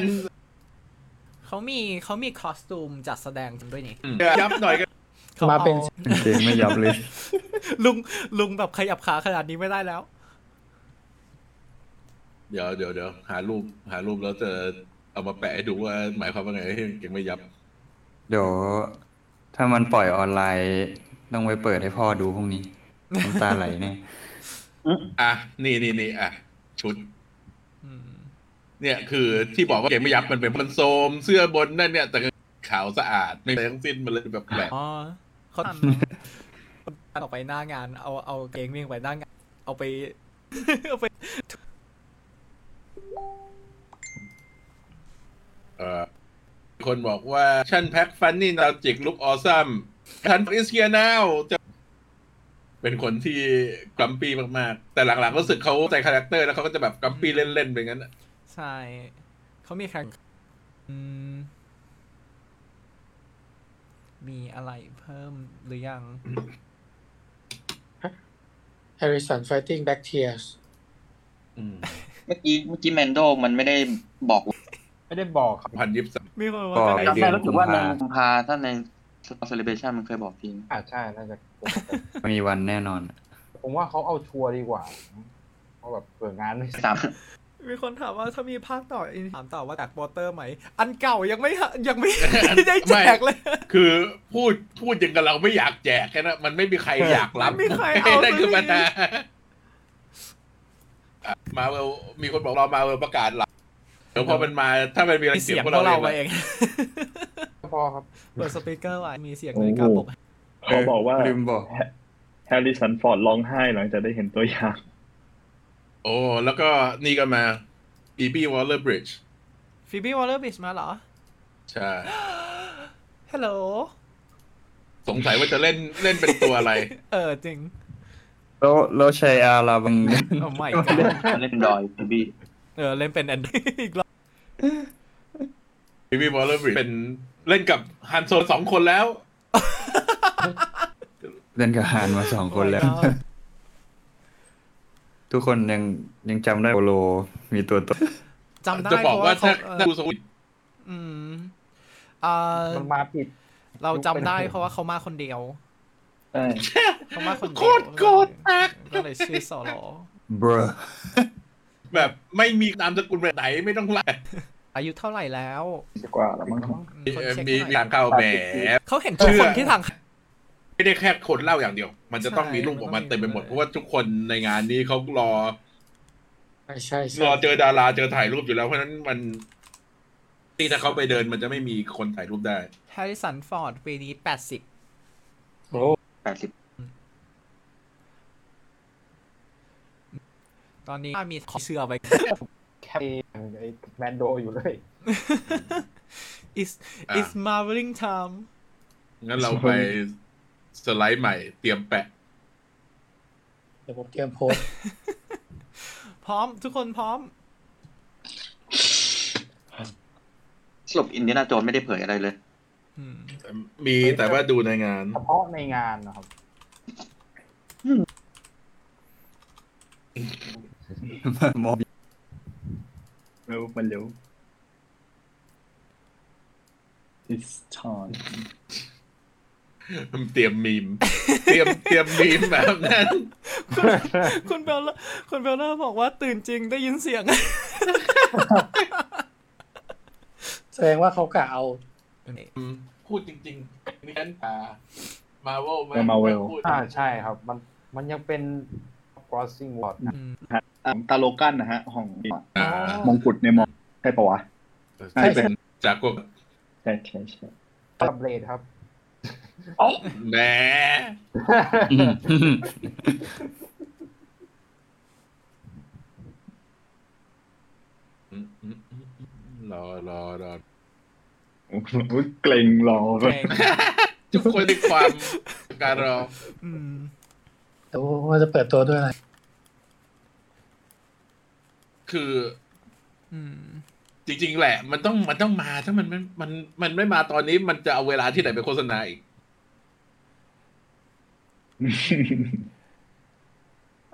เขามีเขามีคอสตูมจัดแสดงจำด้วยนี่
ยับหน่อยก็
ขอ
มาเป็น
โอเคไม่ยับเลย
ลุงลุงแบบขยับขาขนาดนี้ไม่ได้แล้ว
เดี๋ยวเดี๋ยวเดี๋ยวหารูป หารูปแล้วจะเอามาแปะให้ดูว่าหมายความว่าไงที่เก่งไม่ยับ
เดี๋ยว ถ้ามันปล่อยออนไลน์ต้องไปเปิดให้พ่อดูพรุ่งนี้น้ำตาไหลแน่
อ่ะ นี่นี่นี่อ่ะ ชุด
อืม
เนี่ยคือที่บอกว่าเก่งไม่ยับมันเป็นมันโซม เสื้อบนนั่นเนี่ย แต่ขาวสะอาดไม่เป็นทั้งสิ้นมันเลยแบบแปลก
อ๋อเขาตัดออกไปหน้างาน เอาเอาเกงวิ่งไปหน้างาน เอาไป *laughs* เอาไป
เออคนบอกว่าชันแพ็คฟันนี่นาจิกลุกออซัมทันอิสเกียนาวจะเป็นคนที่กลัมปี้มากๆ แต่หลังๆรู้สึกเขาใจคาแรคเตอร์แล้วเขาก็จะแบบกลัมปี้เล่นๆไปงั้นอะ
ใช่เขามีแข่งอืมมีอะไรเพิ่มหรือยัง
Harrison fighting back tears
อืม
เมื่อกี้เมื่อกี้แมนโดมันไม่ได้บอก
ไม่ได้บอกครับ
พันยิบสาม
มีคน
ก็
ว่าจะ
ไอ
กลับ
เดือ
แต่
น
รู้สึ
กุ
ก
ม
ว่าใน
ภา
กุมภาถ้าในสปอร์ตเซเลเบชันมันเคยบอกพี่
อ่าใช่น่าจะ
มีวันแน่นอน
ผมว่าเขาเอาชัวร์ดีกว่าเพราะแบบเปิดงานไม่
*laughs* สาม *laughs*
มีคนถามว่าถ้ามีภาคต่ออินถามต่อว่าจากโปสเตอร์ไหม อันเก่ายังไม่ฮะยังไม่ ไม่ได้แจกเลย
คือพูดพูดอย่างกับเราไม่อยากแจกแค่นั้นมันไม่มีใครอยากรับ
ไม่มีใครเอา
นั่นคือ
สั
ปั
ก
ญ
ที
หามาเวลมีคนบอกเรามาเวลประกาศหลังเดี๋ยวพอมันมาถ้ามันมีอะไร
มี
เสี
เสี
ย
ย
ง
ง
พวก
พว
เรา
กเรา
เอง
เอง
พอครับ
เปิดสปีกเกอร์ไว้มีเสียงนาฬิกาปลุก
เขาบอกว่า
ลืมบอก
แฮร์ริสันฟอร์ดร้องไห้หลังจากได้เห็นตัวอย่าง
โอ้แล้วก็นี่ก็มาบีบีวอลเลอร์บริดจ์
ฟิบี้วอลเลอร์บิชมาเหรอ
ใช่
ฮัลโหล
สงสัยว่าจะเล่นเล่นเป็นตัวอะไร *laughs*
เออจริง
แล้วแล้วชัยอาลาบัง
โอ้ไม่
เล่นดอยพี่บี้
เออเล่นเป็นแอนดี้อีกรอบ
บีบีวอลเลอร์บริดจ์เป็นเล่นกับฮันโซสองคนแล้ว
เล่นกับฮานมาสองคนแล้ว *laughs*
Oh my god
ทุกคนยังยังจำได้โอโลมีตัวตน *laughs*
จำได้
จะบอกว่า
เพ
ถ้า
ระเขเออ
ดูสวิต
อืมอ่า
มันมาผิด
เราจำได้เพราะว่าเขามาคนเดียว
ใช่
เขามาคนเดียว
โคตรโกรธมาก
ก็เลยชื่อโซโล
เบรอ
แบบไม่มีนามสกุลแบบไหนไม่ต้องไล่
อายุเท่าไหร่แล้ว
ดีกว่าแล้วมั้ง
อื
มี
มคนเช็ค
มี
หน่อย
ทางเข้าแหม
เขาเห็นทุกคน
เชื่อ
ที่ทาง
ไม่ได้แค่คนเล่าอย่างเดียว มันจะต้อง
ใช่
มีรูปออกมา
มันต้องมี
เต็มไปหมด เพราะว่าทุกคนในงานนี้เขารอ
ใช่ใช่
ร
ใช่
อเจอดาราเจอถ่ายรูปอยู่แล้ว เพราะฉะนั้นมันที่ถ้าเขาไปเดินมันจะไม่มีคนถ่ายรูปได้
แฮร์ริสันฟอร์ดปีนี้แปดสิบ
แปดสิบ
ตอนนี้มีขอเสื้อไว้
แคปไอ้แมนโดอยู่เลย
is is marveling time
งั้นเราไปสไลด์ใหม่เตรียมแปะ
เดี๋ยวผมเตรียมโพสต์
พร้อมทุกคนพร้อม
สรุปอินเดียนาโจนไม่ได้เผยอะไรเลย
อืม
มีแต่ว่าดูในงาน
เฉพาะในงานนะครับ
*laughs* มอบ
เร็วมันเร็ว it's time
เตรียมมีม เตรียมเตรียมมีมแบบนั้น
คุณเบลล่าคุณเบลล่าบอกว่าตื่นจริงได้ยินเสียง
แสดงว่าเขากะเอา
พูดจริงๆนี่ฉันอ่ามาเวล
เออ Marvel
อ่าใช่ครับ มันมันยังเป็น crossing word นะ
ของตาโลกันนะฮะ ของ
อ่าม
งกุฎในมองใช่ปะวะ ใช่
ที่
ใช่
เป็นจากพวก
ใช่ใช่ใช่ *laughs*
กับเบรดครับ
แหมรอ *laughs* รอรอ
อุ๊ยเกรงรอ
เพ
แบ
ล
บ
ง
ทุกคนในความการรอ
อืม
เดี๋ยวว่าจะเปิดตัวด้วยอะไร
คือ
อืม
จริง ๆ แหละ มันต้องมันต้องมาถ้ามันไม่มันมันไม่มาตอนนี้มันจะเอาเวลาที่ไหนไปโฆษณาอีก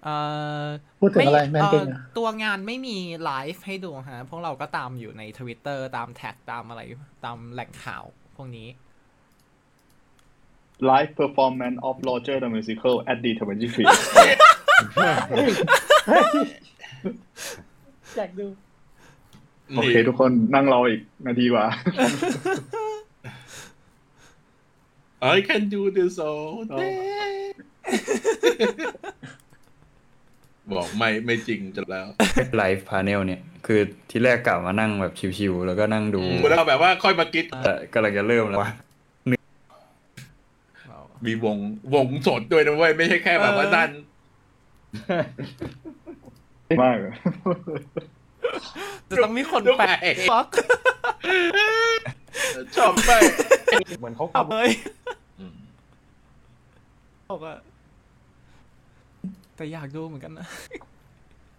เอ่อ
พูดถึงอะไรแมน
เ
ติงอะ
ตัวงานไม่มีไลฟ์ให้ดูฮะพวกเราก็ตามอยู่ในทวิตเตอร์ตามแท็กตามอะไรตามแหล่งข่าวพวกนี้
ไลฟ์เพอร์ฟอร์แมนซ์ออฟโรเจอร์เดอะมิวสิคลแอดดีทเวนตี้ฟี
อยากดู
โอเคทุกคนนั่งรออีกนาทีกว่า
I can do this all *laughs* day *laughs* บอกไม่ไม่จริงจะแล้ว *laughs*
ไลฟ์พาเนลเนี่ย คือที่แรกกลับมานั่งแบบชิวๆแล้วก็นั่ง
*laughs*
ดู
กูแล้วแบบว่าค่อยมากิด
แต่กำลังจะเริ่มแล้ววะ
มีวงวงสดด้วยนะเว้ย ไม่ใช่แค่แบบว่า
เออ
ด้าน
มากอะ
จะต้องมีคน
ลูก
แปล
ไก่
กฟัก
ชอบไป
เหมือนเขา
เอาเลย
อืม
บอกว่าแต่อยากดูเหมือนกันนะ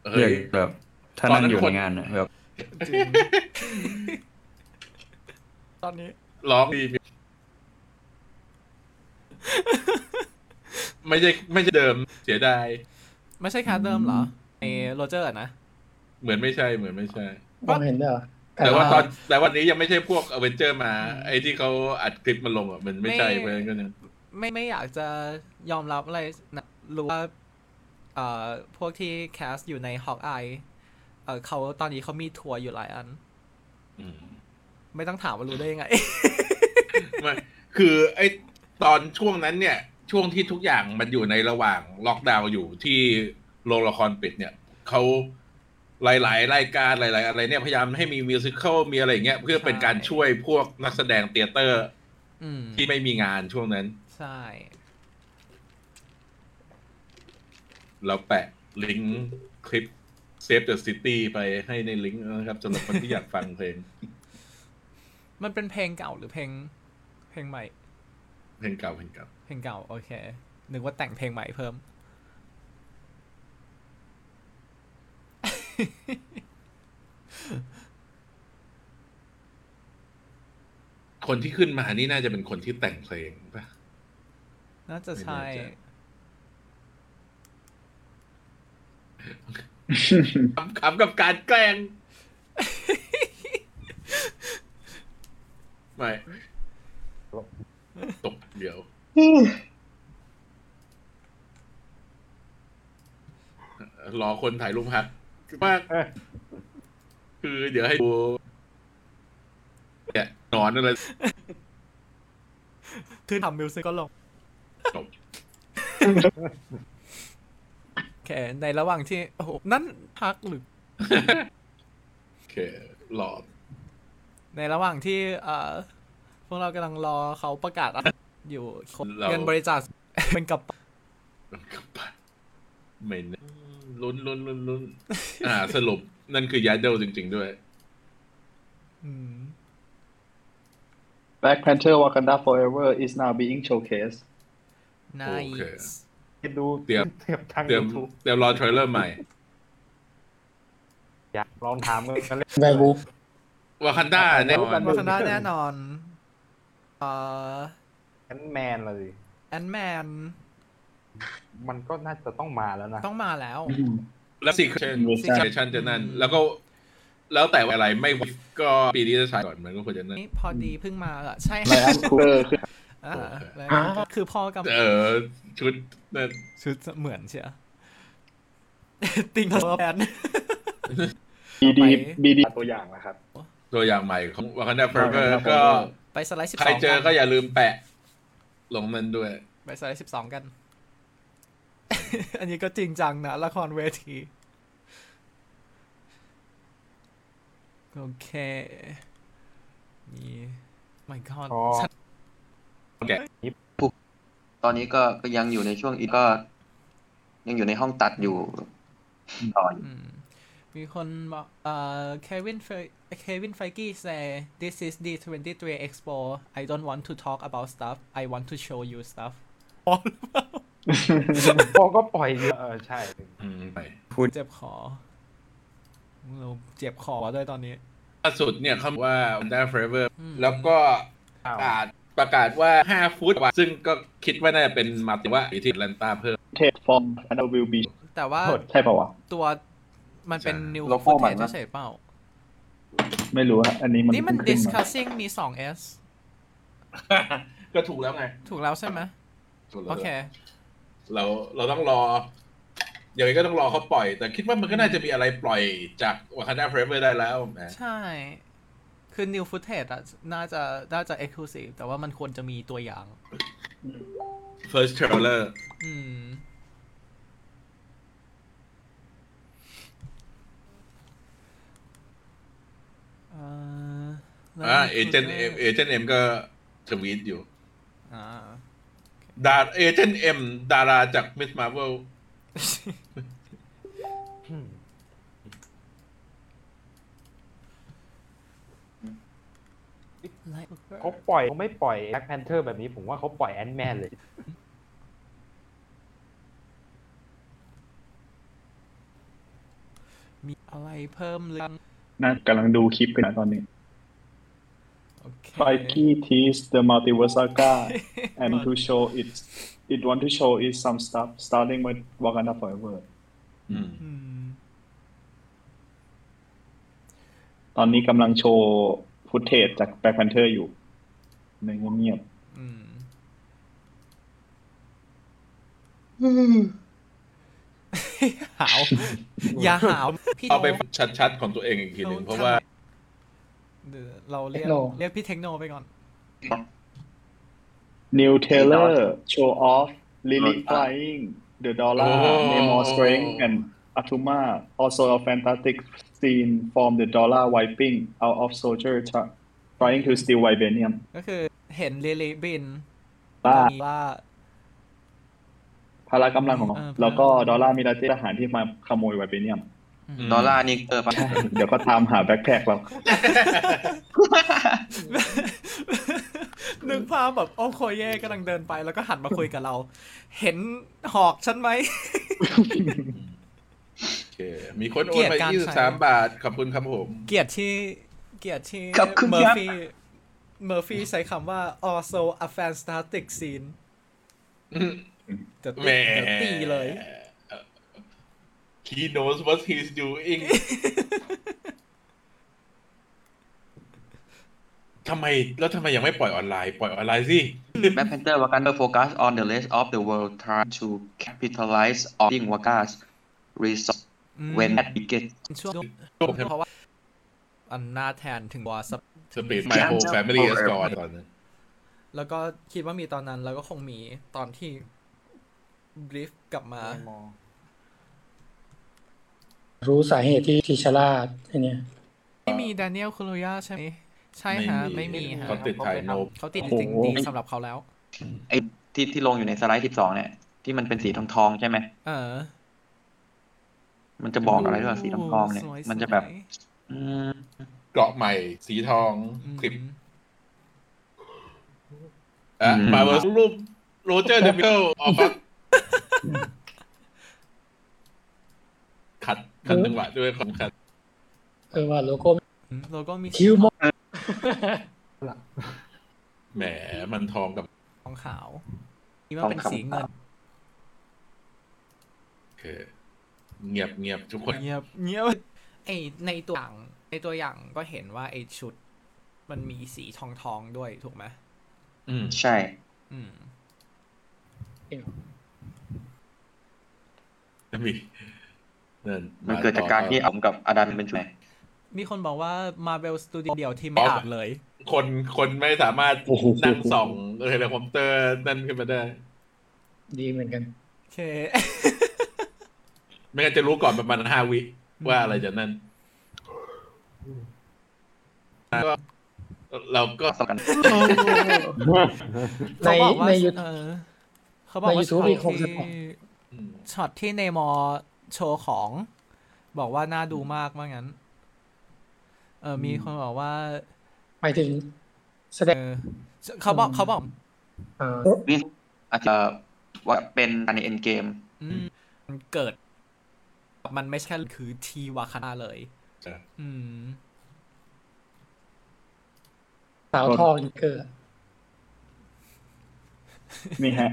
เรีย
เฮ้ย
กแบบถ้านั่งอยู่ในงานอะแบบ
จริงตอนนี้
ร้องดีมีไม่ใช่ไม่ใช่เดิมเสียดาย
ไม่ใช่แคสเดิมเหรอในโรเจอร์นะ
เหมือนไม่ใช่เหมือนไม่ใช่
มองเห็นด้วยเหรอ
แต่ว่าตอนแต่วันนี้ยังไม่ใช่พวกอเวนเจอร์มา ไอ้ที่เขาอัดคลิปมาลงอ่ะมันไม่ใช่เพราะฉะนั้นก็เนี่ย
ไม่ไม่อยากจะยอมรับอะไรนะรู้ว่าเอ่อพวกที่แคสอยู่ในฮอกอายเอ่อเขาตอนนี้เขามีทัวร์อยู่หลายอัน
อืม
ไม่ต้องถามว่ารู้ได้ยังไง
ไม่คือไอ้ตอนช่วงนั้นเนี่ย ช่วงที่ทุกอย่างมันอยู่ในระหว่างล็อกดาวน์อยู่ที่โรงละครปิดเนี่ยเขาหลาย ๆ รายการหลาย ๆ อะไรเนี่ยพยายามให้มีมิวสิควลมีอะไรอย่างเงี้ยเพื่อเป็นการ
ใช่
ช่วยพวกนักแสดงเตียเตอร์
อืม
ที่ไม่มีงานช่วงนั้น
ใช่
เราแปะลิงก์คลิป Save the City ไปให้ในลิงก์นะครับสำหรับคนที่อยากฟังเพลง
มันเป็นเพลงเก่าหรือเพลง เพลงใหม่
เพลงเก่าเพลงเก่า
เพลงเก่า โอเค นึกว่าแต่งเพลงใหม่เพิ่ม
คนที่ขึ้นมานี่น่าจะเป็นคนที่แต่งเพลงป่ะ
น่าจะใช่
ไม่แน่ใจ ขำๆกับการแกล้ง ไม่ตกเดี๋ยว รอคนถ่ายรูปพักว่า
เออ
คือเดี๋ยวให้ดูเนี่ยหนอนอะไร
คือทำมิวสิกก็ลง
จบ
โอเค ในระหว่างที่ โอ้โห นั่นพักหรือ
โอเคหลอด
ในระหว่างที่ เอ่อ พวกเรากำลังรอเขาประกาศอยู่คนเงินบริจาคเป็นกระเป๋า
แล้วก็ไปไม่นะลุ้นลุ้นลุ้นลุ้นอ่า สรุป นั่นคือยาเดลจริง ๆ ด้วย
อืม
Black Panther Wakanda Forever is now being showcased
ไน
โอเค
ส์
ดู
เตรียม
เทียบทาง
เดี๋ยว
ยูทูบ
เดี๋ยวรอเทรลเลอร์ใหม่
อยากลองถามกันเล่น
แวร์วูฟ
วาคันด้าแน่นอ
วาคั
น
น
วา
ด้า
ซันดาแน่นอน เอ่อ
กันแมนเลย
แอนแมน
มันก็น่าจะต้องมาแล้วนะ
ต้องมาแล้ว
แล้วซีเคชัน
Secret
ซีเคชันจะนั่น แล้วก็ แล้วแต่อะไรไม่ก็ปีนี้จะฉายก่อนมันก็ควรจะนั่น
นี่พอดีเพิ่งมาอะใช่
ไลอ้อนคูเปอร์คือ
อ่า
โอเค
แล้วคือพ่อกับ
เออ ชุดนั่น
ชุดเหมือนเชียว *laughs* ติงกับแอน
บีดี
ไป
บีดีตัว *laughs* อย่างนะครับ
ตัวอย่างใหม่ของวาคันด้าเฟอร์เวอ
Wakanda
ร์
Forever
ก็
ไปสไลด์สิบ
ใค
ส
ร
อง
เจอก็อย่าลืมแปะ ลงมันด้วย
ไปสไลด์สิบสองกัน *laughs* อันนี้ก็จริงจังนะ ละครเวที โอเค นี่ไม่ก็
อ๋อ
ฉัน
แกะ
ตอนนี้ก็ก็ยังอยู่ในช่วงอีกก็ ยังอยู่ในห้องตัดอยู่ต่ออยู่
อืมมีคนบอกเอ่อเควินเควินไฟกี้ say this is D23 Expo I don't want to talk about stuff I want to show you stuff *laughs* อ๋อหรือเปล่า
พอก็ปล่อยเยอะเออใช่
อืมไป
เจ็บคอเราเจ็บคอด้วยตอนนี้
ล่าสุดเนี่ยเขาบอกว่าวันด้าเฟอร์เวอร์
อืม
แล้วก็
อ้าว
ประกาศประกาศว่า 5 ฟุตกว่าซึ่งก็คิดว่าน่าจะเป็นมาติว่าอยู่ที่แอตแลนตาเพิ่ม *laughs*
เทปฟอร์มอันดอวิลบี
แต่ว่า
โทษ
ใช่ป่าวะ
ตัวมันเป็น
ใช่
new
โลโก้มัน
footage
นะ
เฉยเปล่า
ไม่รู้ฮะอันนี้มัน
นี่มัน
เพิ่งขึ้นมา
discussing มี 2 s
ก็ถูกแล้วไง
ถูกแล้วใช่ไหม
ถูกแล้ว
โอเค
เราเราต้องรอ อย่างไรก็ต้องรอเขาปล่อย แต่คิดว่ามันก็น่าจะมีอะไรปล่อยจากว a ค a น a าเฟรเวอร์ได้แล้วแหม
ใช่ คือ new footage อะน่าจะ น่าจะ exclusive แต่ว่ามันควรจะมีตัวอย่าง
เฟิร์สเทรลเลอร์
อืม เอ่อแล้ว
อ่า
มี
เอเจนต์
ตัว
เอ็มเอเจนต์เอ็มก็ทวีตอยู่
อ่า
ดาเอเจนต์เอ็มดาราจากมิสมาร์เวล
เขาปล่อยเขาไม่ปล่อยแ l ็ c แพนเทอร์แบบนี้ผมว่าเขาปล่อยแอนแมนเลย
มีอะไรเพิ่มหรือยัง
นะกำลังดูคลิปกันนะตอนนี้
โอเค
Mikey teased the multiverse saga and to show it it want to show is some stuff starting with Wakanda Hmm. Forever
อืม
อืม
ต ตอนนี้กำลังโชว์ฟุตเทจจากแบ็คแพนเทอร์อยู่ในเงียบ
อืม หาวอย่าหาวพี่
เอาไป
โน
ฟังชัดๆของตัวเองอีกทีหนึ่งเพราะว่า
เดี๋ยวเราเรียก
เทคโน
เรียกพี่เทคโนไปก่อน
ๆ New Taylor Show Off Lily Flying The Dollar
โอ้
Namor Strength and Atuma also a fantastic scene from the Dollar wiping out of soldier try- trying to steal Vibanium
ก็คือเห็นลิลิบิน
ว่า
ว่า *laughs*
พละกำลังของมัน
เออ
แล้วก็ดอลลาร์มิราเจทหารที่มาขโมยไวเปเนียม
อืม
ดอลลาร์นี่เออปะ
เดี๋ยวก็ตามหาแบ็คแพคเรา *laughs*
นึกภาพแบบโอ้โคเย่กำลังเดินไปแล้วก็หันมาคุยกับเรา เห็นหอกฉันไหม
โอเคมีคนโอนไป
เกลียดการ
ยี่สิบ
ใช้
สามบาท ขอบคุณครับผม
เกลียดที่เกลียดที่
ขอบคุณ
เมอ
ครั
ร์
บ
ฟี่เมอร์ฟี่ใช้คำว่า also a fantastic scene จะ
แหม
ตีจะตีเลย
he knows what he's doing *laughs* ทำไม แล้วทำไมยังไม่ปล่อยออนไลน์ ปล่อยออนไลน์สิ
แบ็คแพนเตอร์วากันเดอร์โฟกัส on the rest of the world try to capitalize on being Waka's resource
อืม
when at biggest
ช่วง
ช่วง
เพราะว่าอำนาจแทนถึงวอส
Speed my whole family as God ก่อนนะ
แล้วก็คิดว่ามีตอนนั้นแล้วก็คงมีตอนที่บริฟกลับมา
มอง
รู้สาเหตุที่ทิชาร่าไอ้เนี่ย
ไม่มีด a เนียลคุรุยาใช่ไหมใช่ฮะ ไม่มีฮะ
เขาติดถ่ายโนบ
เขาติดจริงๆดีสำหรับเขาแล้ว
ไอ้ที่ที่ลงอยู่ในสไลด์สิบสองเนี่ย ที่มันเป็นสีทองทองๆใช่ไหม
เออ
มันจะบอกอะไรด้วยว่าสีทองทองๆเนี่ย
โอ้สวย
มันจะแบบ
สวย
อืม
เกราะใหม่ สีทอง
อืม
คลิปอ่ะมาเวอร์รูปโรเจอร์เดมิเกิลออก *laughs* มาขัดขัดจังหวะด้วยของขัด
เออว่าโล *laughs* โก้
อืมโลโก้มี
คิวมอ
แหม มันทองกับ
ทองขาวคิดว่าเป็นสีเงิน
โอเคเงียบเงียบทุกคน
เงียบเงียบไอในตัวอย่างในตัวอย่างก็เห็นว่าไอชุด มันมีสีทองทองๆด้วยถูกไหม
อืม
ใช่
อืม
มีนั่น
มันเกิดจากการที่ผมกับอาดัมเป็นช่วย
มีคนบอกว่า Marvel Studio เดียวที่ไม่อ่านเลย
คนคนไม่สามารถนั่งส่องเฮลิคอปเตอร์นั่นขึ้นมาได้
ดีเหมือนกัน
โอเค
ไม่งั้นจะรู้ก่อนประมาณห้าวิ ว่าอะไรจะนั่นก็เราก็
สกัน
ใน
เขาบอกว่า
ในยู
เออเขาบอกว่า
ใน YouTube
ช็อต
มีคงจะ
ที่
บอก
อืม
ช็อตที่เนมอร์โชว์ของ บอกว่าน่าดูมากว่างั้น เออ มีคนบอกว่า
หมายถึงแสด
เอง อเขาบอกเขาบอก
เอ่อ
นี่อาจจะว่าเป็นอันในเอ็นเกม
อืมมันเกิด มันไม่ใช่คือทีวาคานาเลย อื
*laughs*
ม
สาวทองเกิด
นี่ฮะ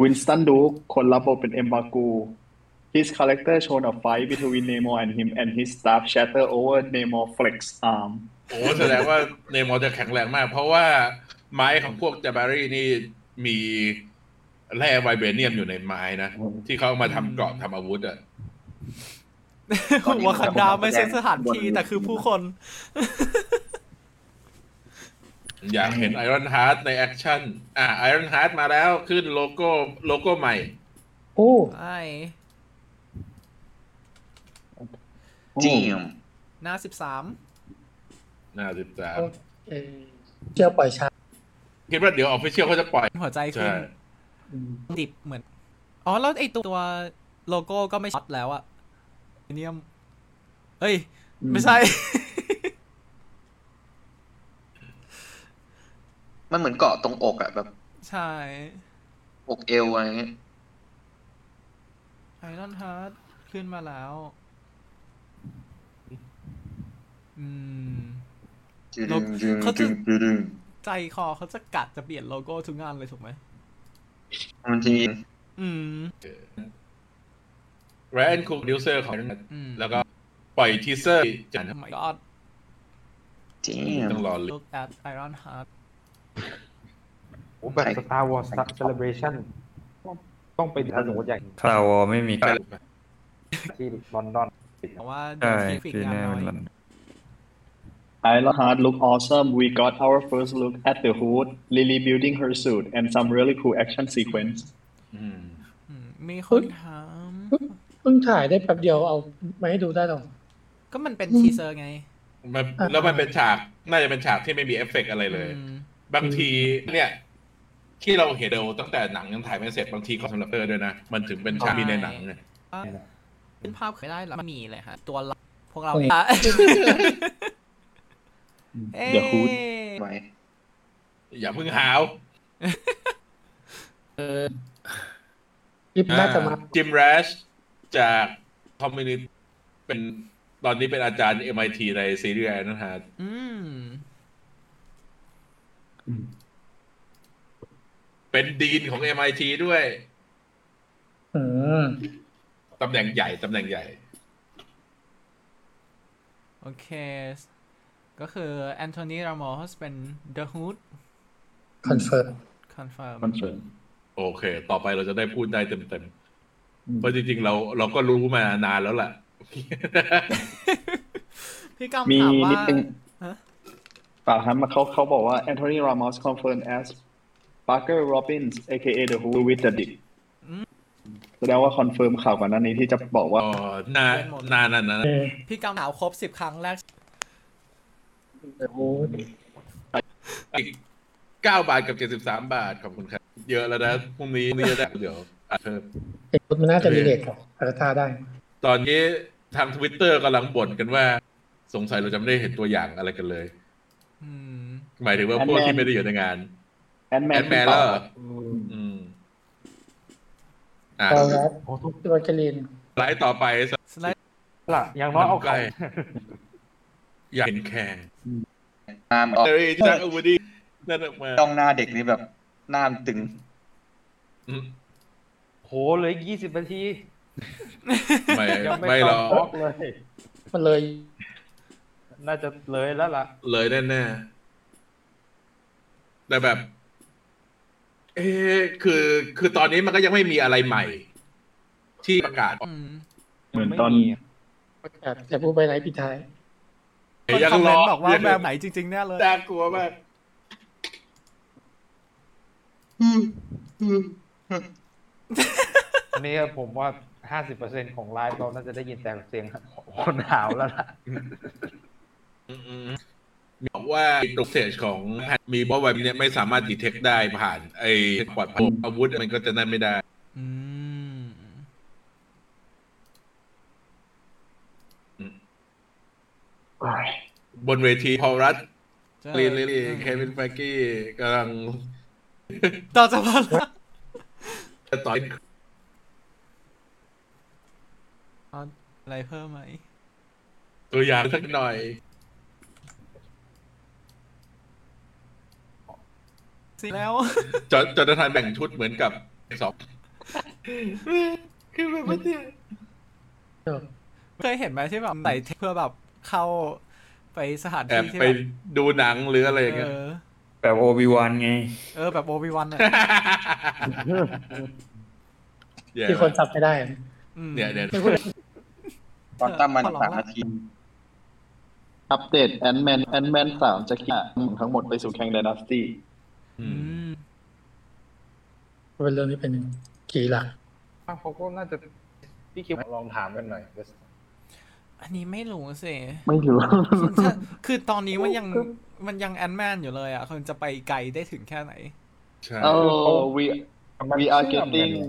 วินสตันดูคนรับบทเป็นเอมบากู His character shown a fight between Namor and him and his staff shatter over Namor flex arm
โอ้แสดงว่าเนมอลจะแข็งแรงมาก เพราะว่าไม้ของพวกจาบารี่นี่มีแร่ไวเบเนียมอยู่ในไม้นะ ที่เขาเอามาทำเกราะทำอาวุธอ่ะ
ตอนนี้
วาคานาไม่ใช่
ผมขอแสดง
สถานที่แต่คือผู้คน
อยากเห็นไอรอนฮาร์ t ในแอคชั่น อ่าไอรอนฮาร์ t มาแล้วขึ้นโลโก้โลโก้ใหม่
โอ้
ไอ้
จีม
หน้าสิบสาม
หน้าสิบสาม
เอ่อเที่ยวปล่อยช้า
คิดว่าเดี๋ยวออฟฟิเชียลเขาจะปล่อย
หัวใจขึ้
ใช่
น ดิบเหมือน อ๋อ แล้วไอตัวตัวโลโก้ก็ไม่ช็อตแล้วอะเนียม เฮ้ย ไม่ใช่
มันเหมือนเกาะตรงอกอะแบบ
ใช่
อกเอวอะไรเงี้ย
ไอรอนฮาร์ดขึ้นมาแล้ว อืม
จึงจึง
เขาจะ
จึงจึง
ใจคอเขาจะกัดจะเปลี่ยนโลโก้ทุกงานเลยถูกไหม
มันจะมี
อืม
แรนคูดิวเซอร์ของ
อืม
แล้วก็ปล่อยทีเซอร์จาก
ทำไมก็
จริง
ต้องรอเลย
Look at Iron Heart
โอ้แบบ Star Wars Celebration ต้องต้องไปดูสมมติอย่าง
คาวอไม่มีการ
ที่ลอนดอน
เพราะว่าดู
ใช่
ที่ฟิก
ปี
งา
ห
นน้อย
น้าเป็นวัน
Iron Heart look awesome. We got our first look at the hood, Lily building her suit, and some really cool action sequence.
อืม
อืมมีคนถาม
เพิ่งถ่ายได้แป๊บเดียวเอามาให้ดูได้หรอ
ก็มันเป็นทีเซอร์ไง
มันแล้วมันเป็นฉาก น่าจะเป็นฉากที่ไม่มีเอฟเฟกต์อะไรเลย
อืม
บางทีเนี่ย ที่เราเห็นเดาตั้งแต่หนังยังถ่ายไม่เสร็จบางทีก็สำหรับเธอด้วยนะ มันถึงเป็นฉากมีในหนังไง
ขึ้นภาพไม่ได้หรอมันมีเลยฮะ ตัวหลักพวกเราเอง
*laughs* The hood.
ไว้
อย่าเพิ่งหาว
คลิปน่าจะมา
จิมแรชจากคอมมินิเป็นตอนนี้เป็นอาจารย์ MIT ในซีรีส์แอนนะฮะ
อืม
เป็นดีนของ MIT ด้วย
อืม
ตำแหน่งใหญ่ตำแหน่งใหญ่
โอเค ก็คือแอนโทนีรามอสเป็น The Hood
คอนเฟิร์ม
Confirm
โอเค ต่อไปเราจะได้พูดได้เต็มๆ เพราะจริงๆ เราเราก็รู้มานานแล้วล่ะ
พี่กำ
มี
ถามว่า
นิดนึง
ฮะ
เปล่าครับมาเขาเขาบอกว่า Anthony Ramos confirmed as Parker Robbins aka the Who with the Dick แสดงว่าคอนเฟิร์มข่าวก่อนหน้านี้ที่จะบอกว่า
อ๋อนานานานา
เออ
พี่กำถามครบสิบครั้งแรก
เดี๋ยวรู้
อีกเก้าบาทกับเจ็ดสิบสามบาท ขอบคุณครับ เยอะแล้วนะพรุ่งนี้พรุ่งนี่จะได้เดี๋ยวอัดเพิ่ม
เด็กมันน่าจะรีเลทกับอาราธาได้
ตอนนี้ทางทวิตเตอร์กำลังบ่นกันว่า สงสัยเราจะไม่ได้เห็นตัวอย่างอะไรกันเลย
อืม
หมายถึงว่าพวก
Ant-Man
ที่ไม่ได้อยู่ในงาน
Ant-Man
แอนแมน
หรื
แล้วเหร
อเปล่า
ออืมอ่า
ตอนแรกที่วัลเกรีน
ไลฟ์ต่อไป
สไลด์
ล่ะอย่างน้อยเอา
ใก
เขา
ล้อยากเห็นแคร์
หน้ามันออก
เตอรี่จากอูดี้นั่นออกมา
จ้องหน้าเด็กนี่แบบหน้ามันตึง
อืม
โหเหลยยี่สิบนาที
ไม่
ยังไม่
ไม่หร
ต้อ
อง ก
บล็อกเลย
มันเลย
น่าจะเลยแล้วล่ะ
เลยแน่ๆแต่แบบ เอ๊ะคือ คือตอนนี้มันก็ยังไม่มีอะไรใหม่ ที่ประกาศออก
อืม
เหมือนตอน
แอบจะพูดไปไหนปิดท้าย
คน
ยัง
คอม
ร
เมน
อ
ต์บอกว่า
ยัง
แบบไหนจริงๆแน่เลย
น่ากลัวมาก
อันนี้ผมว่าห้าสิบเปอร์เซ็นของไลฟ์เราน่าจะได้ยินแต่เสียง *laughs* คนหาวแล้วล่ะ
บอกว่าตุกเทจของมีบอสไวมเนี่ยไม่สามารถดีเทคได้ผ่าน ไอ้ขวดพกอาวุธมันก็จะนั่นไม่ได้
อืม
บนเวทีพอลรัต
ใช่
ลีนลิลี่
อืม
เควินแฟกกี้กำลัง
ต่อจากพันละ
จะต่อย
เอาอะไรเพิ่มไหม
ตัวอย่างสักหน่อย
สิแล้ว
จอจอร์แดนแบ่งชุดเหมือนกับสองคือแบบว่าเนี่ย
เคยเห็นไหมที่แบบใส่เพื่อแบบเข้าไปสถาน
แอ
ที่
บ
ที่
ไป
แบบ
ดูหนังหรืออะไร
เอ
อย่างเงี้ย
อ
แบบโอบิวันไง
เออ แบบโอบิวันอ่ะ
*laughs* แย่
ที่คนจับไม่ได้
อืม
เนี่ยเนี่ย
ตอนตั้มมัน
ขอลอง
สาม
ละ
นาที
อัปเดต Ant-Man Ant-Man สามจะขี่ทั้งหมดไปสู่แข่ง Dynasty
อื
อื
ม
ม
เป็นเรื่องที่เป็นขี่หลัก
เขาก็น่าจะพี่คิวลองถามกันหน่อย
อันนี้ไม่รู้สิ
ไม่รู้
ถ้าคือตอนนี้มันยังมันยังแอนแมนอยู่เลยอ่ะคนจะไปไกลได้ถึงแค่ไหน
ใช่
Oh, we we are
มันเชื่อมกัน
getting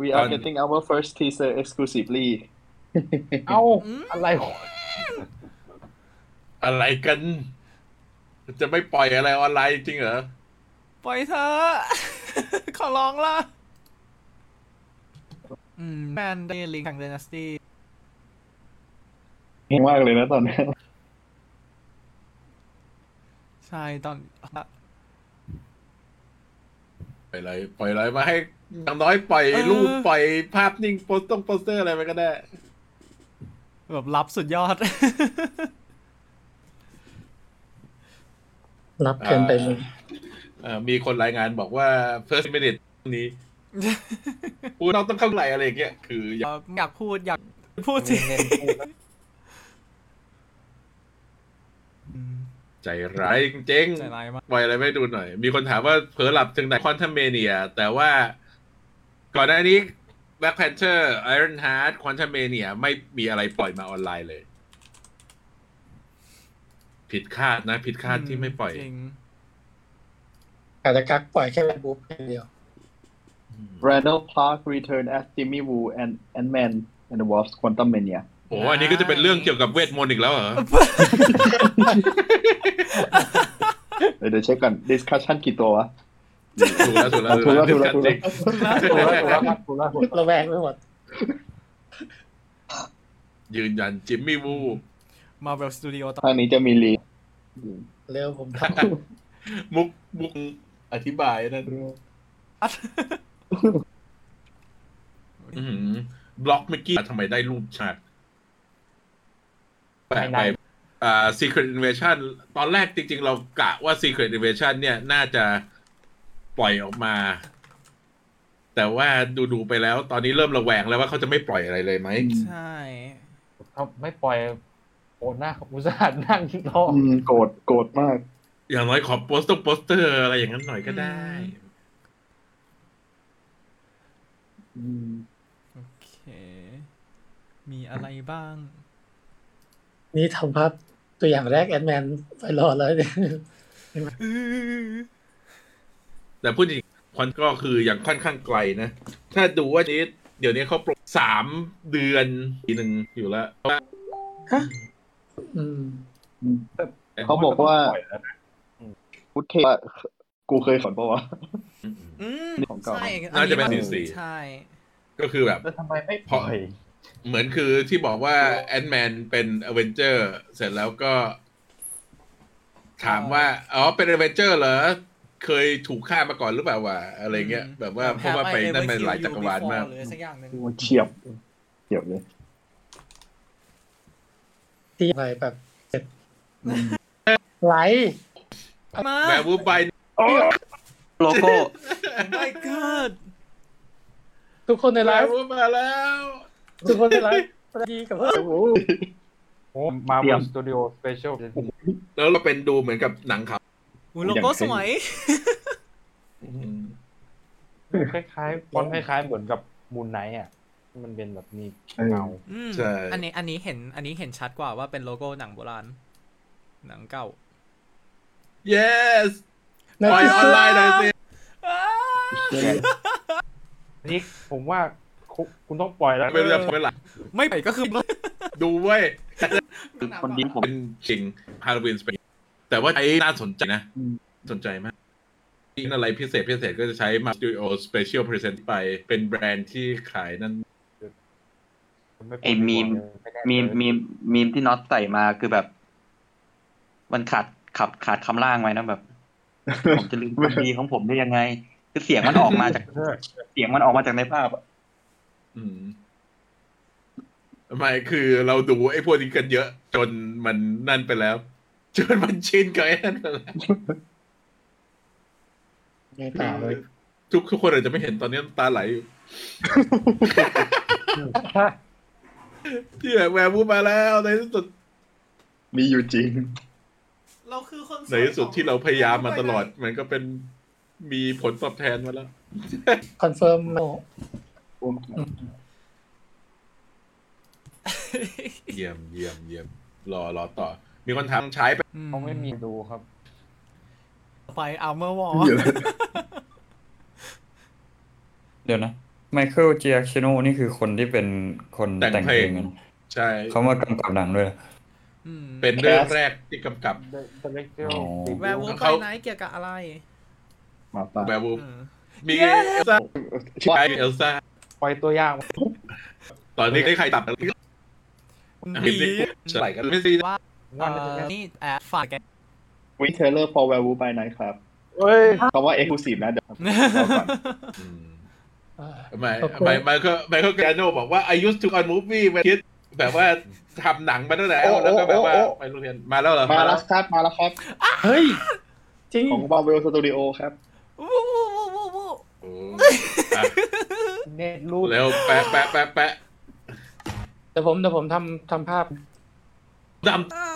we are
Um,
getting our first teaser exclusively.
เอ้าอะไรของ
อะไรกัน จะไม่ปล่อยอะไรออนไลน์จริงเหรอ
ปล่อยเธอะ *laughs* ขอร้องล่ะ อืมแมนเดลิงแข่งเดนัสตี้
*laughs* เฮงมากเลยนะตอนนี้
ใช่ตอน
ปล่อยอะไร ปล่อยอะไรมาให้อย่างน้อยปล่อยรูปปล่อยภาพนิ่งโปสตงโปสเตอร์อะไรไปก็ได้
แบบรับสุดยอด
รับเกินไปเลย
เอ่อมีคนรายงานบอกว่า first minute นี้พูดน้องต้องเข้าไหลอะไรอย่างเงี้ยคืออยาก
เอ่ *laughs* ออยากพูดอยากพูดจริง
เน้นพูดนะ
ใจร้ายจริง
ใจร้ายมาก
ปล่อยอะไรไม่ดูหน่อย มีคนถามว่าเผลอหลับถึงไหนควอน t ัมเมเนีย แต่ว่าก่อนหน้านี้ Black Panther Iron Heart Quantum Mania ไม่มีอะไรปล่อยมาออนไลน์เลย ผิดคาดนะ ผิดคาดที่ไม่ปล่อย
จริง
อาจจะกักปล่อยแค่แวร์วูฟอย่าง
*laughs*
เดียว
Randall Park return as Jimmy Woo and Ant-Man and the Wasp Quantum Mania
โอ้อันนี้ก็จะเป็นเรื่องเกี่ยวกับเวทมนต์อีกแล้วเหรอ
เดี๋ยวเดี๋ยวเช็คก่อน discussion กี่ตัววะ
ถูกแล้วถูกแล้ว
ถูกแล้วถูกแล้วถูกแล้ว
จริง
คุณล่าสุด
ระแวงไม่หมด
ยืนยันจิมมี่วู
มาเวลสตูดิโอต่อ
ทางนี้จะมีลี
เร็วผมท
มุกมุกอธิบายนั่น *laughs* อื้อหือบล็อกเมื่อกี้ทำไมได้รูปชัดแปลกไปอ่า Secret Invasion ตอนแรกจริง ๆ เรากะว่า Secret Invasion เนี่ยน่าจะปล่อยออกมา แต่ว่าดูๆไปแล้ว ตอนนี้เริ่มระแวงแล้วว่าเขาจะไม่ปล่อยอะไรเลยไหม
ใช่
เขาไม่ปล่อยโอนหน้าเขาอุตส่าห์นั่งรอ
อืมโกรธโกรธมาก
อย่างน้อยขอโปสต์ต้องโปสเตอร์อะไรอย่างนั้นหน่อยก็ได้
อืม
โอเค มีอะไรบ้าง
ำนี่ทำภาพตัวอย่างแรกแอนแมนไปรอแล้วเนี่ย
แต่พูดจริงคอนก็คืออย่างค่อนข้างไกลนะ ถ้าดูว่านี้ เดี๋ยวนี้เขาโปรสามเดือนปีหนึ่งอยู่แล้วเพราะว่า
อืม
เขาบอกว่า
ปล่อยแล้วนะ
พุทเทพกูเคยสอนปะวะ
อืม
ของเก่า
ใช่อั
น่าจะเป็น
มั
ซีซี
ใช่
ก็คือแบบ
แล้วทำไมไม่ปล่อย
เหมือนคือที่บอกว่าแอนแมนเป็นอเวนเจอร์เสร็จแล้วก็ ถามว่า อ๋อ เป็นอเวนเจอร์เหรอ เคยถูกฆ่ามาก่อนหรือเปล่าวะอะไรเงี้ย
อืม
แบบว่าเพราะว่าไป
Have I
นั่นมัน
ever
หลาย
killed
จักรวาล
you
มาก
before หรือสักอย่างหนึ่ง
มันเฉียบเฉียบเลย
ที่ไปแบบเจ็บไหล
มา
แวร์วูฟไป
โลโก้
Oh my god
ทุกคนในไล
แวร์
ฟ์
วูฟมาแล้ว
ทุกคนในไลฟ์ดีกับเพื่อน
โอ้มา
เตรี
บ
ย
น
ม
สตูดิโอสเปเชียล
แล้วเราเป็นดูเหมือนกับหนังเขา
หูโลโก้สวย
คล้ายๆฟอนต์คล้ายๆ เหมือนกับมูนไนท์อ่ะ มันเป็นแบบมีเงา
อืม
ใช่
อันนี้อันนี้เห็นอันนี้เห็นชัดกว่าว่าเป็นโลโก้หนังโบราณ หนังเก่า
yes
ใน
ปล่อย
ที่
ออ
สุ
น
ด
ไลน์หน่อยสิ
อ้า
นี่ผมว่าคุคุณต้องปล่อยแล้ว
ไม่รู้จะพูดอะไร
ไม่ไปก็คือ
*laughs* ดูเว้ย
คนดีผม
เป็นจริงฮาโลวีนสเปนแต่ว่าใช้น่าสนใจนะ
อืม
สนใจมากมีอะไรพิเศษพิเศษก็จะใช้มา Studio Special Present ไปเป็นแบรนด์ที่ขายนั่น
ไอ้มีม มีมมีมมีมที่น็อตใส่มาคือแบบ มันขาดขับขาดคำล่างไว้นะแบบ ผมจะลื *laughs* มความดีของผมได้ยังไง คือเสียงมันออกมาจาก เสียงมันออกมาจากในภาพอะ
อืมไม่คือเราดูไอ้พวกนี้กันเยอะ จนมันนั่นไปแล้ว จนมันชินกับไอ้นั่นไปแล้ว
ไม่ต่างเลย
ทุกทุกคนอาจจะไม่เห็นตอนนี้น้ำตาไหล
*laughs*
อยู่ที่แบบแวร์วูฟมาแล้วในที่สุด
มีอยู่จริง
เราคือคนวย
ในที่สุดที่เราพยายามมาตลอด มันก็เป็นมีผลตอบแทนมาแล้ว
คอนเฟิร์มโม
เยี่ยมเยี่ยมเยี่ยมรอรอต่อ มีคนถามใช้ไป
อื
เขาไม่มีดูครับ
ไปอาร์เมอร์วอล
เดี๋
เดี๋ยวนะ
ยวนะไมเคิลเจียคิโนนี่คือคนที่เป็นคน
แต่ง
แต่ง
เพ
เพ
ล
ล
ง
งนะ
ใช่
เขามากำกับหนังด้วย
เป็นเรื่องแรกที่กำกับ
The- The Lecture
อ๋อ
แวร์วูฟ
เขา
ไนท์เกี่ยวกับอะไร
มาตา
แวร์วูฟ
อืม
มีเอ
Yeah
ลซ่า
ชิบหาย
มีเอลซ่า
ปล่อยตัวอย่าง
ตอนนี้ได้ใครตัดเห็ *laughs* นดิฉลายกันไม่ซี
ว่า
ว่า
เอ่อนี่แอดฝากแก
วินเทเลอร์ for werewolf by night ครับ
เอ้ย
คำว่า exclusive นะเดี๋ *laughs* ยวเราก่อน
อืม
อ่า
ไม่
ขอบคุณ
ไม่ไมเคิลไมเคิลแกรโนบอกว่า I used to on movie เวคิดแบบว่าทำหนังมาตั้งแต่แล้วแล้วก็แบบว่า
โอ้โอ้โอ้
ไปโรงเรียนมาแล้วเหรอ
มาแล้วครับ มาแล้วครับ
เฮ้ย จริง
ของบาเวลสตูดิโอครับ
วู้วู้วู้วู้วู้
โอ้อ่ะ
เน็ตรูด
แล้วแปะแปะแปะแปะ
เดี๋ยวผมเดี๋ยวผมทำทำภาพ
ด
อ่า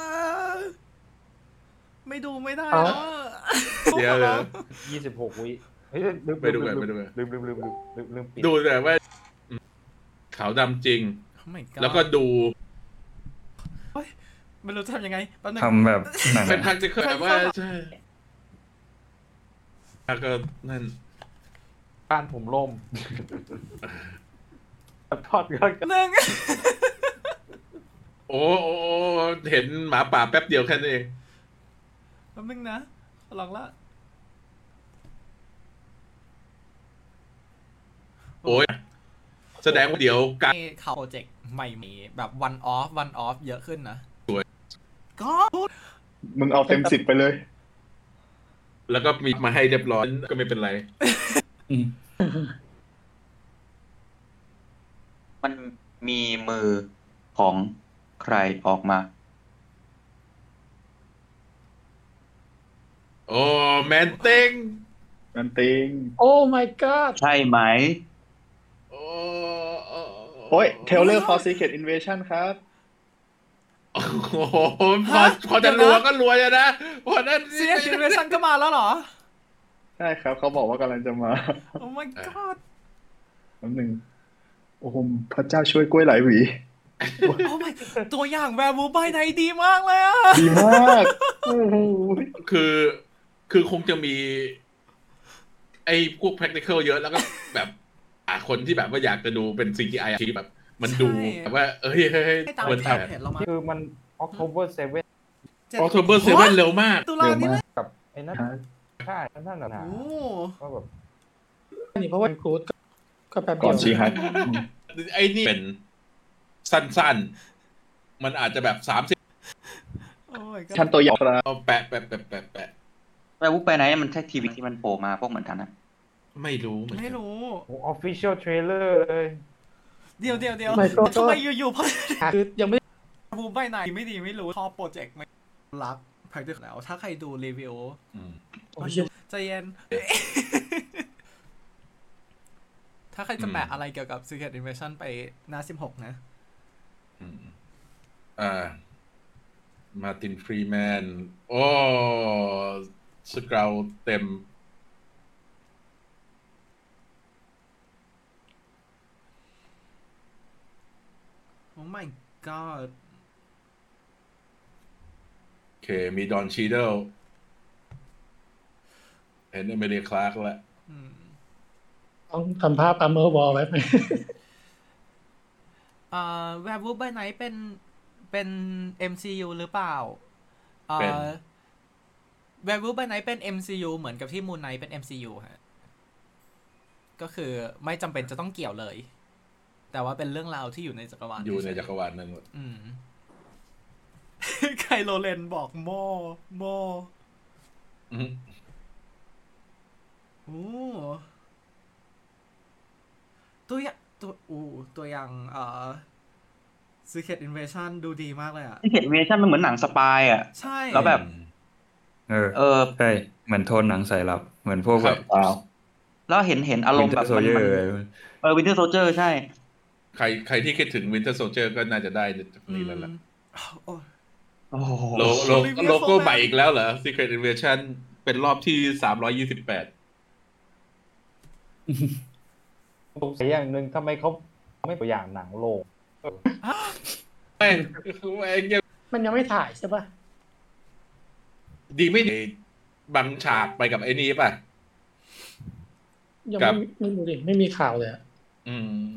ไม่ดูไม่ได้
เอา
แล้วอะ
เดี๋ยวเดี๋ยว
ยี่สิบหกวิเฮ้ยลืม
ไปดูก่อนไปดูก่อน
ลืมลืมลืมลืมลืมลืมปิด
ำดูแต่ว่าอืมขาวดำจริง
โอ้ my god
แล้วก็ดู
ไม่รู้จะทำยังไงแป๊บนึง
ทำแบบหนัง
เป็นพักจะเคยแบบว่าใช่แล้วก็นั่น
บ้านผมล่มทอดก็
หนึ่ง
โอ้โอ้โอ้เห็นหมาป่าแป๊บเดียวแค่นั้นเอง
แป๊บนึงนะขอลองละ
โอ้ยแสดงว่าเดี๋ยวการ
นี่เขาโปรเจกต์ใหม่มีแบบวันออฟวันออฟเยอะขึ้นนะ
สวย
ก็
มึงเอาเต็มสิบไปเลย
แล้วก็มีมาให้เรียบร้อยก็ไม่เป็นไร
อืม
มันมีมือของใครออกมา
โอ้แมนเต้ง
นั่นติง
โอ้ my god
ใช่ไหม
โอ้
โอ้ยเทเลอร์ for secret invasion ครับ
โอ้โหพอพอจะรัวก็รัวจะนะพอนั้น
ซีเรียสเจเนเรชั่นก็มาแล้วเหรอ
ใช่ครับ เขาบอกว่ากำลังจะมา
โอ้ my god
แป๊บหนึ่งโอ้โหพระเจ้าช่วยกล้วยหลายหวี
โอ้ my ตัวอย่างแวร์บูบายไทยดีมากเลยอะ
ดีมากโอ้โห
คือ คือคงจะมี ไอ้พวก practical เยอะแล้วก็แบบหาคนที่แบบว่าอยากจะดูเป็น CGI ที่แบบ มันดูแบบว่า เอ้ยเฮ้ยเฮ้ย
ให้ตาม
ควร
ที่
ท
เราเห็นเรามา
คือมัน October 7
เจ็ด
ำ October 7เร็วมาก
ตุลา
เร็ว
นี่
มา
เล
ก
ย
กับไอ้นั่น
ครับ
ค่ายนั่นน่ะนะ
โอ้
ก็แบบ
นี่เพราะว่าครูดก็แป๊บเดี
ก่
ย
อน
ว
ชีฮัท
ไอ้นี่เป็นสั้นๆ มันอาจจะแบบสามสิบ
โอ้ my god
ชั้นตัวอย่างครับ
เอาแปะแปะแปะแปะแปะ
แวร์วูฟไปไหนมันใช่ทีวีที่มันโผล่มาพวกเหมือนกันนะ
ไม่รู้เหมือน
ไม่
กัน
รู้
โอ้ official trailer เลย
เดี๋ยวเดี๋ยวเดี๋ยว
ไม่ก็
ทำไมอยู่ๆพอ
คือยังไม่
บูมไปไหนไม่ดีไม่รู้ชอบโปรเจกต์ไหมรัก practical แล้ว ถ้าใครดูรีวิว
อืม
โอ้ยเชี่ย
ใจเย็น *laughs* ถ้าใครจะแปะอะไรเกี่ยวกับ Secret Invasion ไปหน้า 16 นะ
อืมอ่า มาตินฟรีแมน โอ้สเกราเต็ม
Oh my god
โอเค มีดอนชีเดลเห็นอเมริคลาร์กแล้ว
อืม
ต้องทำภาพ armor wall ไว้ *laughs* ไหม
เอ่อ Werewolf by Night เป็นเป็น MCU หรือเปล่าเอ่อ Werewolf by Night เป็น MCU เหมือนกับที่ Moon Knight เป็น MCU ฮะ ก็คือไม่จำเป็นจะต้องเกี่ยวเลย แต่ว่าเป็นเรื่องราวที่อยู่ในจักรวาล
อยู่ใน
เฉๆ
จักรวาลนั้นหมด
อืม ไคโลเลนบอกโมโม
อืม
โอ้ตัวอย่างตัวอู้ตัวอย่างเอ่อ Secret Invasion ดูดีมากเลยอ่ะ
ที่เห็นเวอร์ชันมันเหมือนหนังสปายอ่ะ
ใช่
แล้วแบบ
เออ
เออ
ใช่เหมือนโทนหนังสายลับ เหมือนพวกแบบ
แล้วเห็นเห็นอารมณ์แบบ
โซ
มัน
เยอ
มัน
ร์
เออวินเทอร์โซเจอร์ใช่
ใครใครที่คิดถึงวินเทอร์โซเจอร์ก็น่าจะได้จากนี้แล้วล่ะ
อืมโอ้ย
โอ้โห
โลโลโลโก้
Format
ใหม่อีกแล้วเหรอ Secret Invasion เป็นรอบที่ 328
สงสัยอย่างหนึ่งทำไมเขาไม่ตัวอย่างหนังโลก
แม่งแม่งยัง
มันยังไม่ถ่ายใช่ป่ะ
ดีไม่ดีบังฉากไปกับไอ้นี้ป่ะ
ยัง
ครับ
ไม่ไม่รู้ดิไม่มีข่าวเลยอะ
อืม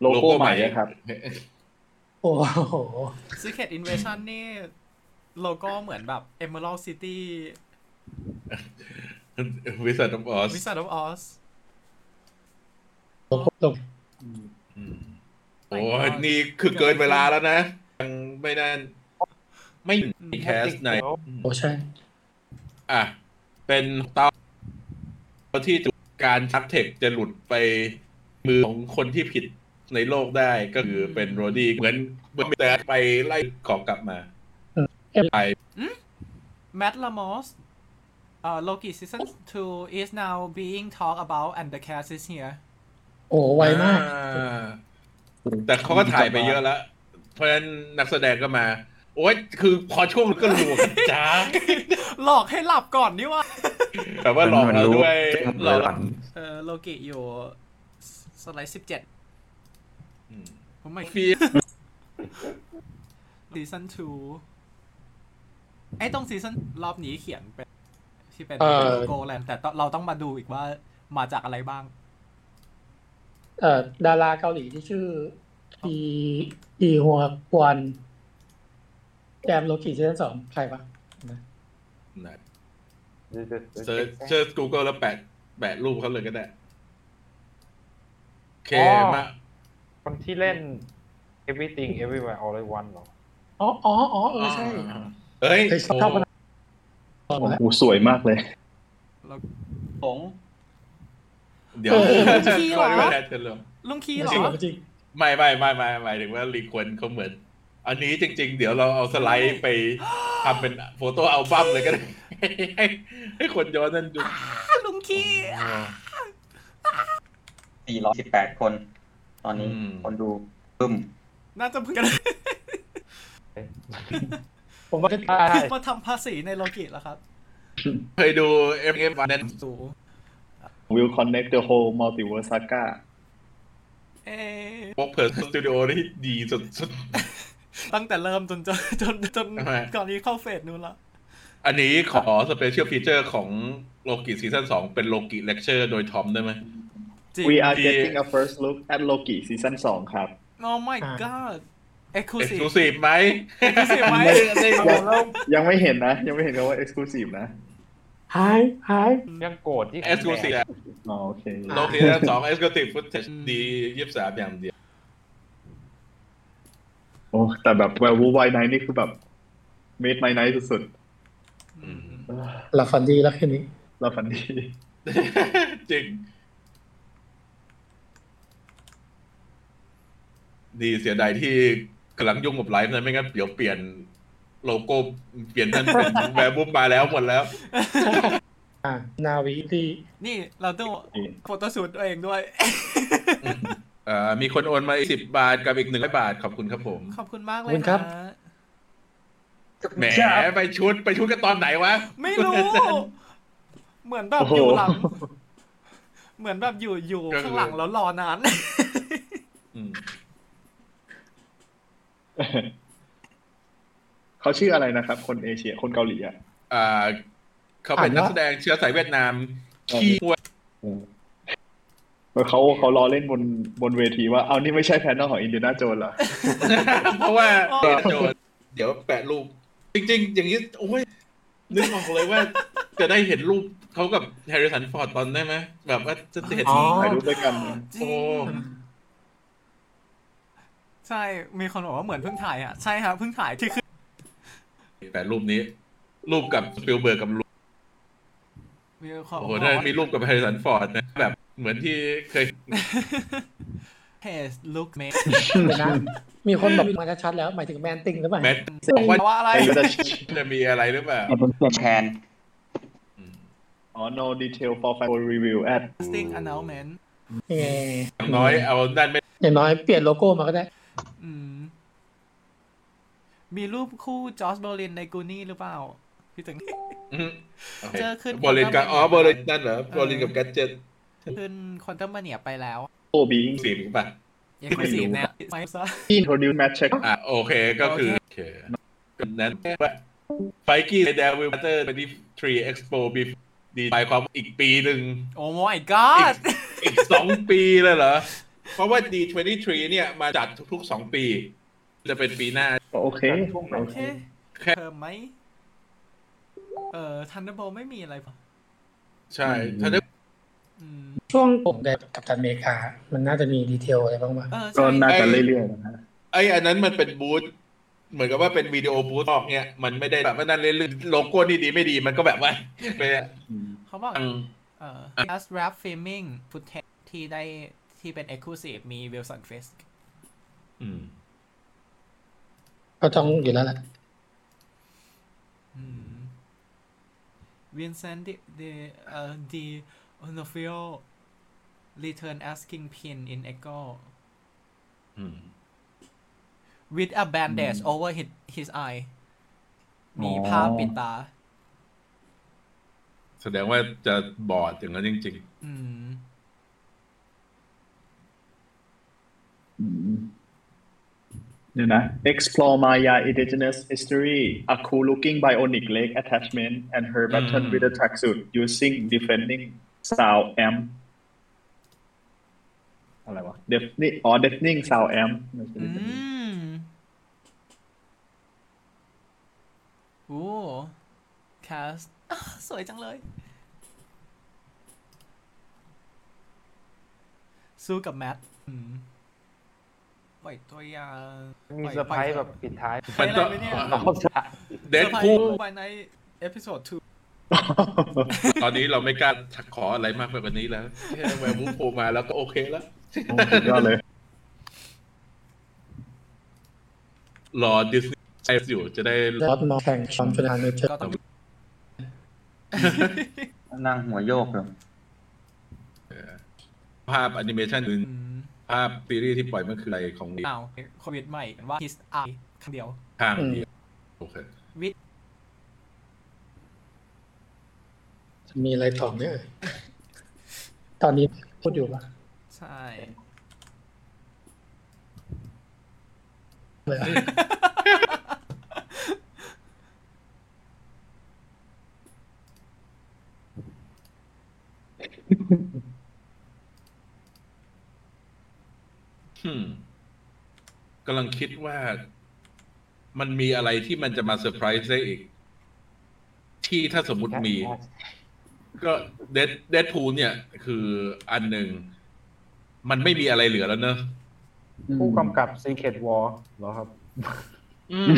โลโก้ใหม่อะครับ
โอ้โห
Secret Invasion นี่ โลโก้เหมือนแบบ Emerald City
วิสัทอออส
Wizard of Oz
ลงลง
โอ้ยนี่คือเกินเวลาแล้วนะ ยังไม่นั่นไม่มีแคสใน
โอ้ใช่
อ่ะ เป็นเตาที่การชักเทคจะหลุดไปมือของคนที่ผิดในโลกได้ก็คือเป็นโรดี้เหมือนเหมือนแต่ไปไล่ของกลับมา
แม t ลามอส uh, Loki season 2 is now being talked about and the cast is here
โอ้ไวมาก
อ่าแต่เขาก็ถ่ายไปเยอะแล้ว เพราะฉะนั้นนักแสดงก็มา โอ๊ยคือพอช่วงก็หลวงจ้า
หลอกให้หลับก่อนนี่ว่า
แบบว่าหลอกเราด้วยหล
เรา
อก
หลัง
เออโลกิอยู่สไลด์สิบเจ็ด
อืม
ผมไม่
ฟี
ซีซั่น2ไอ้ตรงซีซั่นรอบนี้เขียนเป็นที่เป็น
เอ่อ
โลโก้แลนด์แต่ต้องเราต้องมาดูอีกว่ามาจากอะไรบ้าง
เอ่อดาราเกาหลีที่ชื่ออีอีหัวควนแกมโลคิซีซั่นสองใครปะ
เซิร์ชเซิร์ช Google แล้วแปะแปะรูปเขาเลยก็ได้ โอเค
อ๋อ
มา
คนที่เล่น everything everywhere all at once เหรอ
อ๋ออ๋ออ๋อเออใช่
เอ้ย
เคยชอบ
โอ้
มานานแล้ว
โอ้สวยมากเลย
ผง
เดี๋ยว
เออ
จริงเหรอ
ไม่ได้เชิญเลย
ลุงคี
จ
เหร
ริงเหร
อ
อจริง
ไม่ไม่ไม่ไม่หมายถึงว่ารีควนเขาเหมือน อันนี้จริง ๆ เดี๋ยวเราเอาสไลด์ไปทำเป็นโฟโต้อัลบั้มเลยก็ได้ *laughs* ให้ให้คนย้อนนั่นดู
อ่ะลุงคี
418 คน ตอนนี้คนดูปึ้ม
น่าจะเพิ่ง
ผมว่าก็
ใช่
มาทำภาษีในโลกิแล้วครับ
เคยดูเอฟเอฟวันนั้น
สู
Will connect the whole multiverse saga
เอ๊ะ
บล็อกเพิร์สตูดิโอที่ดีสุด
ตั้งแต่เริ่มจนจนจนจน
ทำไม
ก่อนนี้เข้าเฟสนู้นละ
ๆ อันนี้ขอสเปเชียลฟีเจอร์ของโลกิซีซั่นสองเป็นโลกิเลคเชอร์โดยทอมได้ไหม
จริง
We are
ดี
getting a first look at Loki ซีซั่นสองครับ
โอ้ my god
เอ็กซ์ค
exclusive
ลูซีฟไหม
exclusive ไหม
ยังไม่เห็นนะ ยังไม่เห็นคำว่า exclusive นะ
หายหาย
ยังโกรธที่
เอ็กซ์คลูซีฟ
อ๋อโอเค
โลกนี้นะสอง Executive Footage ดียี่สิบสามอย่างเดียว
โอ้แต่แบบ Werewolf by Night นี่คือแบบ Made my night สุด
อืม
ๆ
หลับฝันดีแล้วคืนนี้
เราฝันดี
*laughs* จริง ดีเสียดายที่กำลังยุ่งกับไลฟ์นะไม่งั้นเดี๋ยวเปลี่ยนโลโก้เปลี่ยนนั่นเป็น แวร์บุ๊มมาแล้วหมดแล้ว
อ่า นาวีที่
นี่เราต้องโฟโต้ชูตตัวเองด้วย
เอ่อมีคนโอนมาอีกสิบบาทกับอีกหนึ่งร้อยบาท ขอบคุณครับผม
ขอบคุณมากเล
ขอบคุ
ย
ณครับ
นะ
แหมไปชุดไปชุดกันตอนไหนวะ
ไม่รู้ เหมือนแบบอยู่หลัง เหมือนแบบอยู่อยู่ข้างหลังแล้วรอนาน *laughs*
อืม
*laughs* เขาชื่ออะไรนะครับ คนเอเชีย คนเกาหลีอ่ะ
อ่าเขาเป็นนักแสดงเชื้อสายเวียดนามขี้อ้วน
เขาเขารอเล่นบนบนเวทีว่า เอานี่ไม่ใช่แพนนอลของอินเดียนาโจนเหรอ
*laughs* เพราะว่าเดนโจนเดี๋ยวแปะรูป จริง ๆ อย่างนี้ โอ้ย นึกออกเลยว่า *laughs* จะได้เห็นรูปเขากับแฮร์ริสันฟอร์ดตอนได้ไหม แบบว่าจะเห็น
อ๋อ
ถ่ายรูปด้วยกันเนี่ย
จริ
โอ้
ง ใช่ มีคนบอกว่าเหมือนเพิ่งถ่ายอ่ะ ใช่ครับเพิ่งถ่ายที่ขึ้น
แปะรูปนี้ รูปกับสปิลเบิร์กกับรูป
มีค
โอ้
นบ
โห
อก
ถ้า
ว่า
มีรูปกับแฮร์ริสันฟอร์ดนะ แบบเหมือนที่เคย
เพจลุคเมค
เดี๋ยวนะ มีคนบอกมาชัดๆแล้ว หมายถึงแมนติงหรือเปล่า
แมทบอกว่า
ว่า
*laughs*
อะไร
ไม่รู้ *laughs* จะ
จะมีอะไรหรือเปล่า
แทน
อืม
อ๋อ no detail for fan review at
casting announcement
เออ
อย่างน้อยเอาด้านไม่
อย่างน้อยเปลี่ยนโลโก้มาก็ได้
อืม มีรูปคู่จอสเบอร์ลินในกูนี่หรือเปล่า พี่ตึง
อืมโค
เจอขึ้น
บอลลินกับอ๋อบอลลินนั่นเหรอบอลลินกับแกดเจ็ต
ขึ้นคอนเทมเมเนียไปแล้ว
โอบิง
สีมป่ะ
ยังไม่สีนะไม่ซะ
ที่ introduce match check
อ่ะโอเคก็คือโอเคนั้นว่าไฟกี้ในเดวิลเตอร์ไปที่ทรีเอ็กซ์โปบีดีหมายความว่าอีกปีหนึ่ง
โอ้ my god
อีกสองปีเลยเหรอ เพราะว่า D23 เนี่ยมาจัดทุกๆสองปี จะเป็นปีหน้า
โอเค
โอเค
แค่
เพิ่มไหม เอ่อทันเดอร์โบไม่มีอะไรปะ
ใช่ถ้าได้
อืม
ช่วงผมได้กับตันอเมริกา มันน่าจะมีดีเทลอะไรบ้างวะ
เออ
ก็
ใช่
น่าจะเรื่อยๆนะฮะ
ไออันนั้นมันเป็นบูธเหมือนกับว่าเป็นวิดีโอบูธออกเนี่ย มันไม่ได้แบบว่านั่นเรื่อยๆโลโก้นี่ดีไม่ดีมันก็แบบว่า *laughs* ไป
อืม
เขาบอก
ทาง
เอ่อ as rap filming footage ที่ได้ที่เป็น exclusive มี Wilson Fisk
อืม
ก็ต้องอยู่แล้วแหละ
อืม วินเซนต์ดีเอ่อดีโอนฟิโอ return as kingpin in echo
อืม
with a bandage over his his eye มีผ้าปิดตา
แสดงว่าจะบอดอย่างนั้นจริง
อืม
เดี๋ยวนะ explore Maya indigenous history a cool looking bionic leg attachment and her button
อืม
with a tracksuit using defending sound amp อะไรวะ deafening อ๋อ deafening sound amp
อืมโอ้แคสอ่ะสวยจังเลย สู้กับแมทอืมปล่อยตัวอย่าง
มีเซอร์ไพรส์แบบปิดท้าย
ๆ
ปล่
มั
อย
น
อะไร
ต้อง
ไปเนี่ย
รอบสาม
เด
เซอ
ด
ร์ไพร
พูล
ส์วันในเอพิโซด2
ตอนนี้เราไม่กล้าขออะไรมากไปกว่านี้แล้วแค่แวร์วูฟโผล่มาแล้วก็โอเคแล้ว
โอ้สุดยอดเลย
รอดิสนีย์อยู่จะได้
รอบนองแข่งชอนประธานเนเจอร์
ก็ต้อง
นั่งหัวโยกเลย
ภาพแอนิเมชันหรือ
อืม
ภาพซีรีส์ที่ปล่อยเมื่อคืนอะไรของดี
อ้าวโควิดใหม่ว่า his eye คำเดียว
ข้างเดียวโอเค
มีอะไรต่อไหมเอ่ยตอนนี้พูดอยู่ปะ
ใช่
เลยอะ
อืมกำลังคิดว่ามันมีอะไรที่มันจะมาเซอร์ไพรส์ได้อีก ที่ถ้าสมมติมี ก็เดดเดดพูลเนี่ย คืออันหนึ่ง มันไม่มีอะไรเหลือแล้วเนอะ
ผู้กำกับ Secret War เหรอครับ
อืม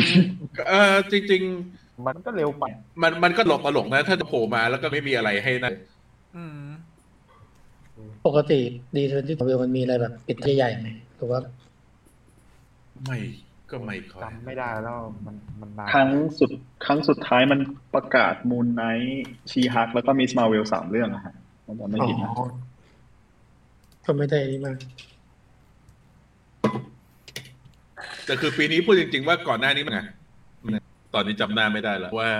เออจริง
มันก็เร็วไป
ๆ มันมันก็หลกตลกนะ ถ้าจะโผล่มาแล้วก็ไม่มีอะไรให้นะ
อืม
ปกติดีเทนที่ตัวเวลมันมีอะไรแบบปิดใหญ่ๆไหมหรือว่า
ไม่ก็ไม่ค่อย
จำไม่ได้แล้วมันมันนาน
ครั้งสุดครั้งสุดท้ายมันประกาศมู n ไนท์ชีฮักแล้วก็มิสมาเวลสามเรื่องอะฮะมันจะไม่
อ๋อ
ผิดนะ
ก็ไม่ได้นี่มาก
แต่คือปีนี้พูดจริง ๆ ว่าก่อนหน้านี้มันไงมันตอนนี้จำหน้าไม่ได้แล้วว่า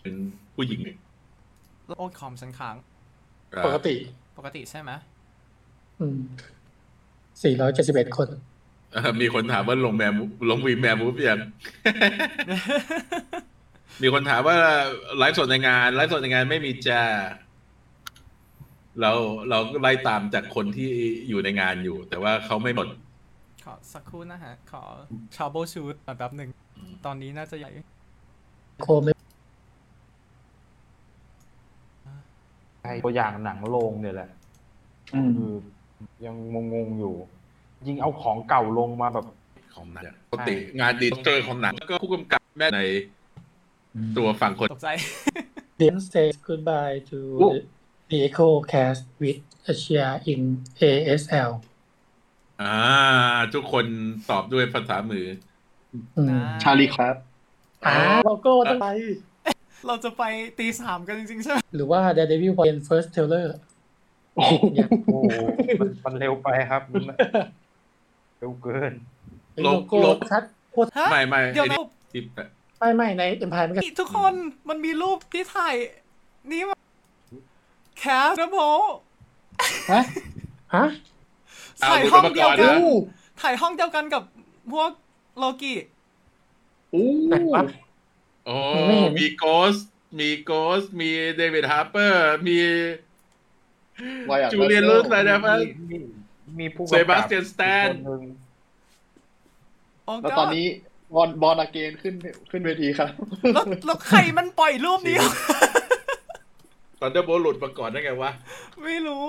เป็นผู้หญิง
แล้วโอ้คอมสันค้าง
เอ่อ
ปกติ
ปกติใช่ *laughs* ไหม
อืมสี่ร้อยเจ็ดสิบเอ็ดคน
เอ่อมีคนถามว่าลงแมมลงวีแมมบุ๊บยัง มีคนถามว่าไลฟ์สดในงานไลฟ์สดในงานไม่มีจ้าเราเราก็ไล่ตามจากคนที่อยู่ในงานอยู่ แต่ว่าเขาไม่หมด
ขอสักครู่นะฮะ ขอชาโบชูดแป๊บหนึ่ง ตอนนี้น่าจะใหญ่
โคไม่
ใช่ตัวอย่างหนังโรงเนี่ยแหละ
อืม
คือยังงงๆอยู่ ยิงเอาของเก่าลงมาแบบ
ของหนังปกติงานดีเจอร์ของหนังแล้วก็ผู้กำกับแม่ในตัวฝั่งคน
ตกใจ
เดียนเซ y goodbye to the echo cast with Asia in ASL
อ่า ทุกคนตอบด้วยภาษามือ
อืม
นะ
ชาลีครับ
อ้าวโลโก้ตั้งไร
เราจะไปตีสามกันจริงๆ ใช่ไหม
หรือว่า Daredevil w a n First Taylor
โอ้โห
เนี่ย
โอ้โหมันมันเร็วไปครับมันเร็วเกิน
โลโก้
โลโก้
ชัดโคตร
ฮะ
ไม่ไม่
เดี๋ยว
ไอ้
นะ
นี่ที่แปะ
ไม่ไม่ใน Empire มันก็
ทุกคนมันมีรูปที่ถ่าย นี่มาแคสนะโม
ฮะฮะ
ถ่ายห้องเดียวกัน
อู้
ถ่ายห้องเดียวกันกับพวกโลกิ
อู้
ไหนวะ
โอ้
ไม่เห็น
มีโกส มีโกส มีเดวิดฮาร์เปอร์ มี
วายอ่ะ
จูเลียนรูสอะไรนะ
มีมีมีผู้กำกับ
เซบาสเตียนสแตน
อีกคหง
โอ้
แล้ว
ก็
ตอนนี้บอลบอลอาเกนขึ้นขึ้นเวทีครับ
แล้วแล้วใครมันปล่อยรูปนี้
ตอนเดอร์โบหลุดมาก่อนได้ไงวะ
ไม่รู้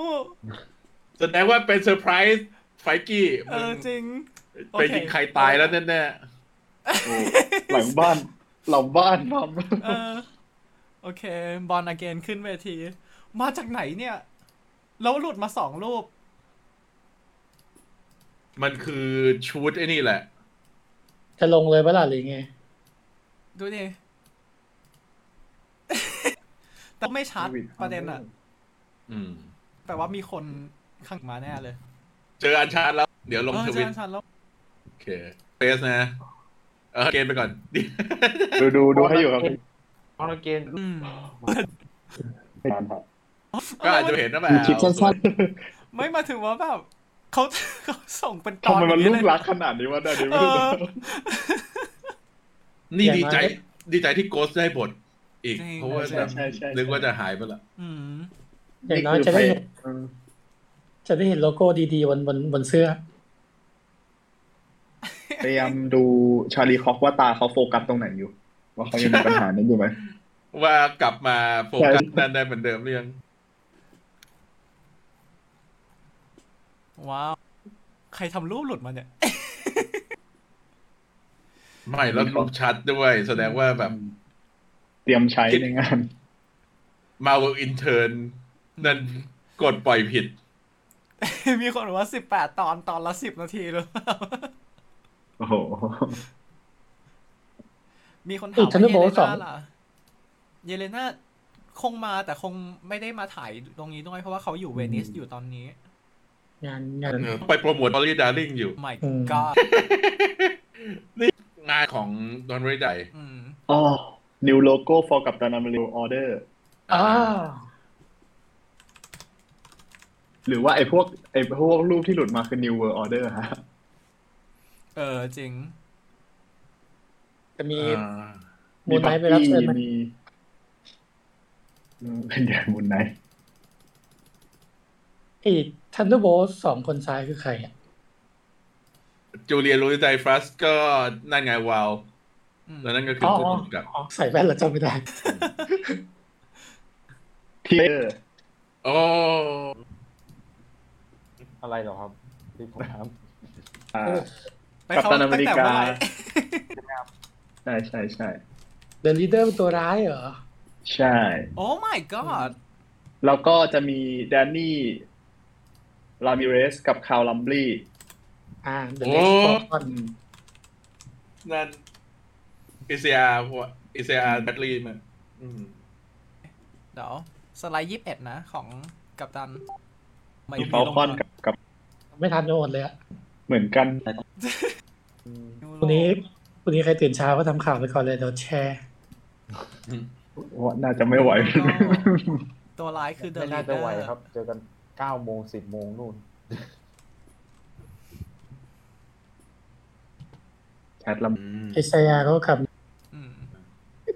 แสดงว่าเป็นเซอร์ไพรส์ไฟกี้
เออจริง โอ
ไป
เค
ยิงใครตายแล้วแน่
โอ้ *laughs* หลังบ้านหลังบ้านท
เออโอเค บอลอเกนขึ้นเวที มาจากไหนเนี่ย แล้วหลุดมาสองรูป
ๆ มันคือชูดไอ้นี่แหละ
จะลงเลยปะล่ะหรือไง
ดูดิ *laughs* แต่ไม่ชัดประเด็นอ่ะ
อืม
แปลว่ามีคนข้างมาแน่เลย
เจออันชาร์จแล้ว เดี๋ยวลง
เออ
ท
เจ
วิ
อ
ต
อันชันแล้ว
โอเคเฟสนะ เออเกมไปก่อน *laughs*
ดูดูดูให้อยู่ครับ
ออนเกน
อืม
ก็อาจจะเห็นนะแบ
มี
บ
คลิปสั้น
ไม่มาถึงว่าแบบเขา *laughs* เขาส่งเป็น
ๆ
ตอ
ทำ
น
ไมมัน
อย่าง
ลูก
เย
รักขนาดนี้วะเดี๋ยวนี้
เอ
ไม่รู้
อ
นี่ดีใจ ดีใจที่โกสได้บทอีก เพราะว่าแบบ
ใช่ใช่
นึกว่าจะหายไปละ
อืม
อย่างน้อยจะได้เห็นจะได้เห็นโลโก้ดีๆบนบนบนเสื้อ
พยายามดูชาลีคอกว่าตาเขาโฟกัสตรงไหนอยู่ ว่าเขายังมีปัญหานั้นอยู่ไหม
ว่ากลับมาโฟกัสนั่นได้เหมือนเดิมหรือยัง
ว้าว ใครทำรูปหลุดมาเนี่ย *laughs*
ไม่แล้วรูปชัดด้วย แสดงว่าแบบ
เตรียมใช้ในงาน
มาเวลอินเทอร์นั่นกดปล่อยผิด
มีคนบอกว่าสิบแปดตอนตอนละสิบนาทีหรือเปล่า
โอ้โห
มีคนถา
อี
ม
กฉันไม่บอก
ว่า
ว่าสอง
ล่ะเยเลนาคงมาแต่คงไม่ได้มาถ่ายตรงนี้ด้วยเพราะว่าเขาอยู่เวนิสอยู่ตอนนี้
งานงาน
ไปโปรโมท d อลลี่ดาร์ลิงอยู่
my
อืม
god
งานของดอนเรย์ได
อืม
อ๋อ new logo for กับตานามิโลออเดอร์
อ่า
หรือว่าไอ้พวกไอ้พวกรูปที่หลุดมาคือ new world order ฮะ
เออจริง
จะมี
อ่า
มูลไนท์ไปรับเชิญไหม
มีอืมเป็นแดนบุญไหนท์
อีกทันเดอร์โบลสองคนซ้ายคือใครอ่ะ
จูเลียรูไดฟรัสก็นั่นไงวาว
อืม
แล้วนั่นก็คือ
อ๋อ
ผู้กำกับ
อ๋อใส่แว่นแล้วจำไม่ได้
ที่เออ
โอ้
อะไรเหรอครับที่ผมถาม
อ่า
ไปเข้า
กัปตันอเมริ
ตั้ง
กา
แต่เมื่อไหร่
ใช่ใช่ใช่
เดนลีเดอร์เป็นตัวร้ายเหรอ
ใช่
โอ้ my god
แล้วก็จะมีแดนนี่ลามิเรสกับคาวลัมบลี
อ่าเดนลีเดอร์ก่อน
นั่นอิเซียพวกอิเซียแบตลีมันอืม
เดี๋ยวสไลด์ยี่สิบเอ็ดนะ ของกัปตัน
มีเฟลคอนกับกับ
ไม่ทันโนดเลยอ่ะ
เหมือนกัน
วันนี้วันนี้ใครตื่นเช้าก็ทำข่าวไปก่อนเลยเดี๋ยวแชร์
ว่าน่าจะไม่ไหว
ตัวร้ายคือเดอะ
ไม่
ลี
น่า
เด
จะ
อ
ไหว
ร์
ครับ เจอกันเก้าโมงสิบโมงนู่น
แชทลำ
อืม
ไอเซียเขาขับ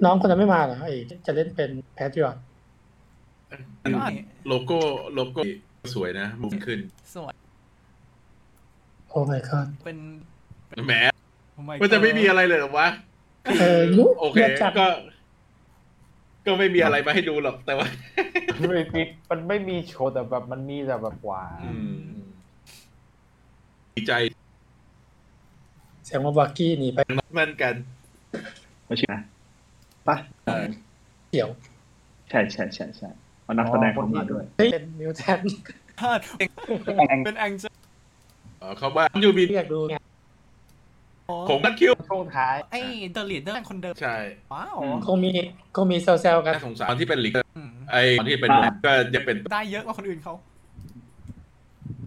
น้องคนนั้นไม่มาเหรอไอจะเล่นเป็นแพทริอต
โลโก้โลโก้สวยนะมุมขึ้น
สวย
โอ้ my god
เป็น
แหม
โอ้ my
มันจะไม่
god
มีอะไรเลยเหรอวะ
เออยุ
โอเค
ยกจัด
ก็ ก็ไม่มีอะไรมาให้ดูหรอก แต่ว่า
ไม่มีมันไม่มีโชว์แต่แบบมันมีแต่แบบกว่า
อืม ดีใจ
เสียงว่าบักกี้หนีไป
นั่นกัน
ไม่ใช่นะปะ
เออ
เดี่ยว
ใช่ใช่ใช่ใช่เอานักแสดงเข้ามาด้วย
เฮ้ยเป็นมิวแทน
พลาดเป็นแองเจล
อ๋อเขาว่ายูบี
อยากดูไง
คงนักคิว
ช่วงท้าย
ไอเดอะลีเดอร์คนเดิม
ใช่
ว้าว
อืม
คงมีคงมีแซวๆกัน
น่าสงสารตอนที่เป็นลิก
อืม
ไอตอนที่เป็นลิกก็จะเป็น
ได้เยอะกว่าคนอื่นเขา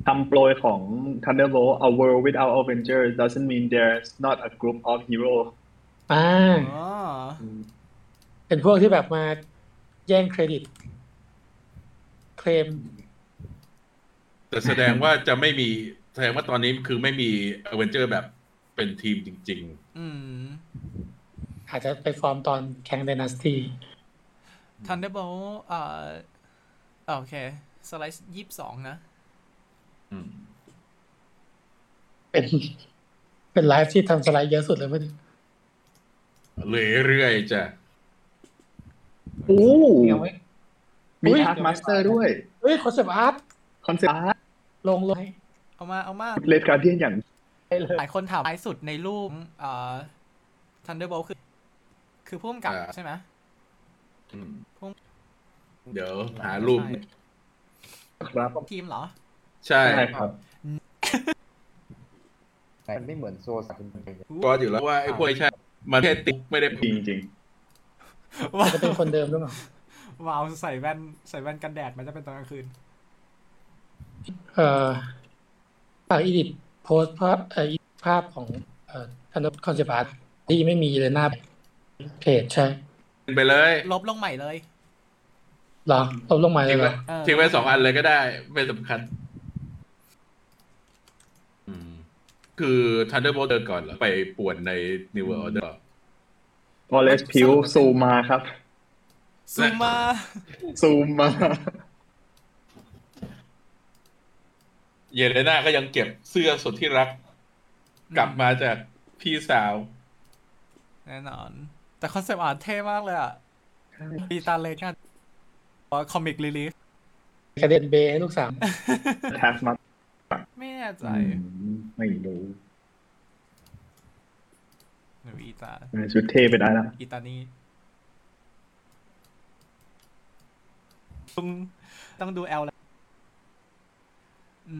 คำโปรยของ Thunderbolt a world without Avengers doesn't mean there's not a group of heroes
อ่า
อ๋อ
เป็นพวกที่แบบมาแย่งเครดิต เคลม
แต่แสดงว่าจะไม่มี แสดงว่าตอนนี้คือไม่มีอเวนเจอร์แบบเป็นทีมจริง
อืม
อาจจะไปฟอร์มตอนแข่ง Dynasty
ทันเดอร์โบลเอ่ออ่าโอเค สไลด์ยี่สิบสองนะ
ๆ อืม
เป็น เป็นไลฟ์ที่ทำสไลด์เยอะสุดเลยเมื่อกี้
เรื่อยๆจะ
โอ้
เดี๋ยวไว้
มี Art Master ด้วย
เฮ้ยคอนเซปต์อาร์ต
Concept Art
ลงลงให้
เอามา เอามา
Red Guardian อย่าง
ให้เลย
หลายคนถามท้ายสุดในรูปเอ่อทันเดอร์โบลคือ คือพุ่มกับใช่ไหม
อืม
คง
เดี๋ยวหารูป
ครับ
ทีม *laughs* เหรอ
ใช่
ใช่ครับ
มันไม่เหมือนโซสักคนเลย
ก็อยู่แล้วว่าไอ้พวกไอ้ใช่มันแค่ติ๊กไม่ได้
จริงจริง
อาจจะเป็นคนเดิมหรือเปล่า
วาวใส่แว่นใส่แว่นกันแดดมันจะเป็นตอนกลางคืน
เอ่อฝากอีดิทโพสต์ภาพเอ่อภาพของเอ่อธนบคอนเซปต์อาร์ตที่ไม่มีเลยหน้าเพจใช่
ไปเลย
ลบลงใหม่เลย
เหรอลบลงมาเล
ทิ้
ย
ง
เหร
ไว้
อ
เออ
ทิ้งไว้สองอันเลยก็ได้ ไม่สำคัญ อืม คือ Thunderbolt เดินก่อนแล้วไปป่วนใน New World Order ก่อน
วอลเลซพิวซูมมาครับ
ซูมมา
ซูม *laughs* มา
เยเลนาก็ยังเก็บเสื้อสุดที่รัก กลับมาจากพี่สาว
แน่นอน แต่คอนเซปต์อาร์ตเท่มากเลยอ่ะปีตาเลกันคอมิกรีลีฟ
กระเด็นเบให้ลูกสาว
แทสมา
ไม่แน่ใจ
ไม่รู้
หรืออีตา
ชุดเท่ไปได้นะ
อีตานี่ต้องต้องดูแอลแล้วอืม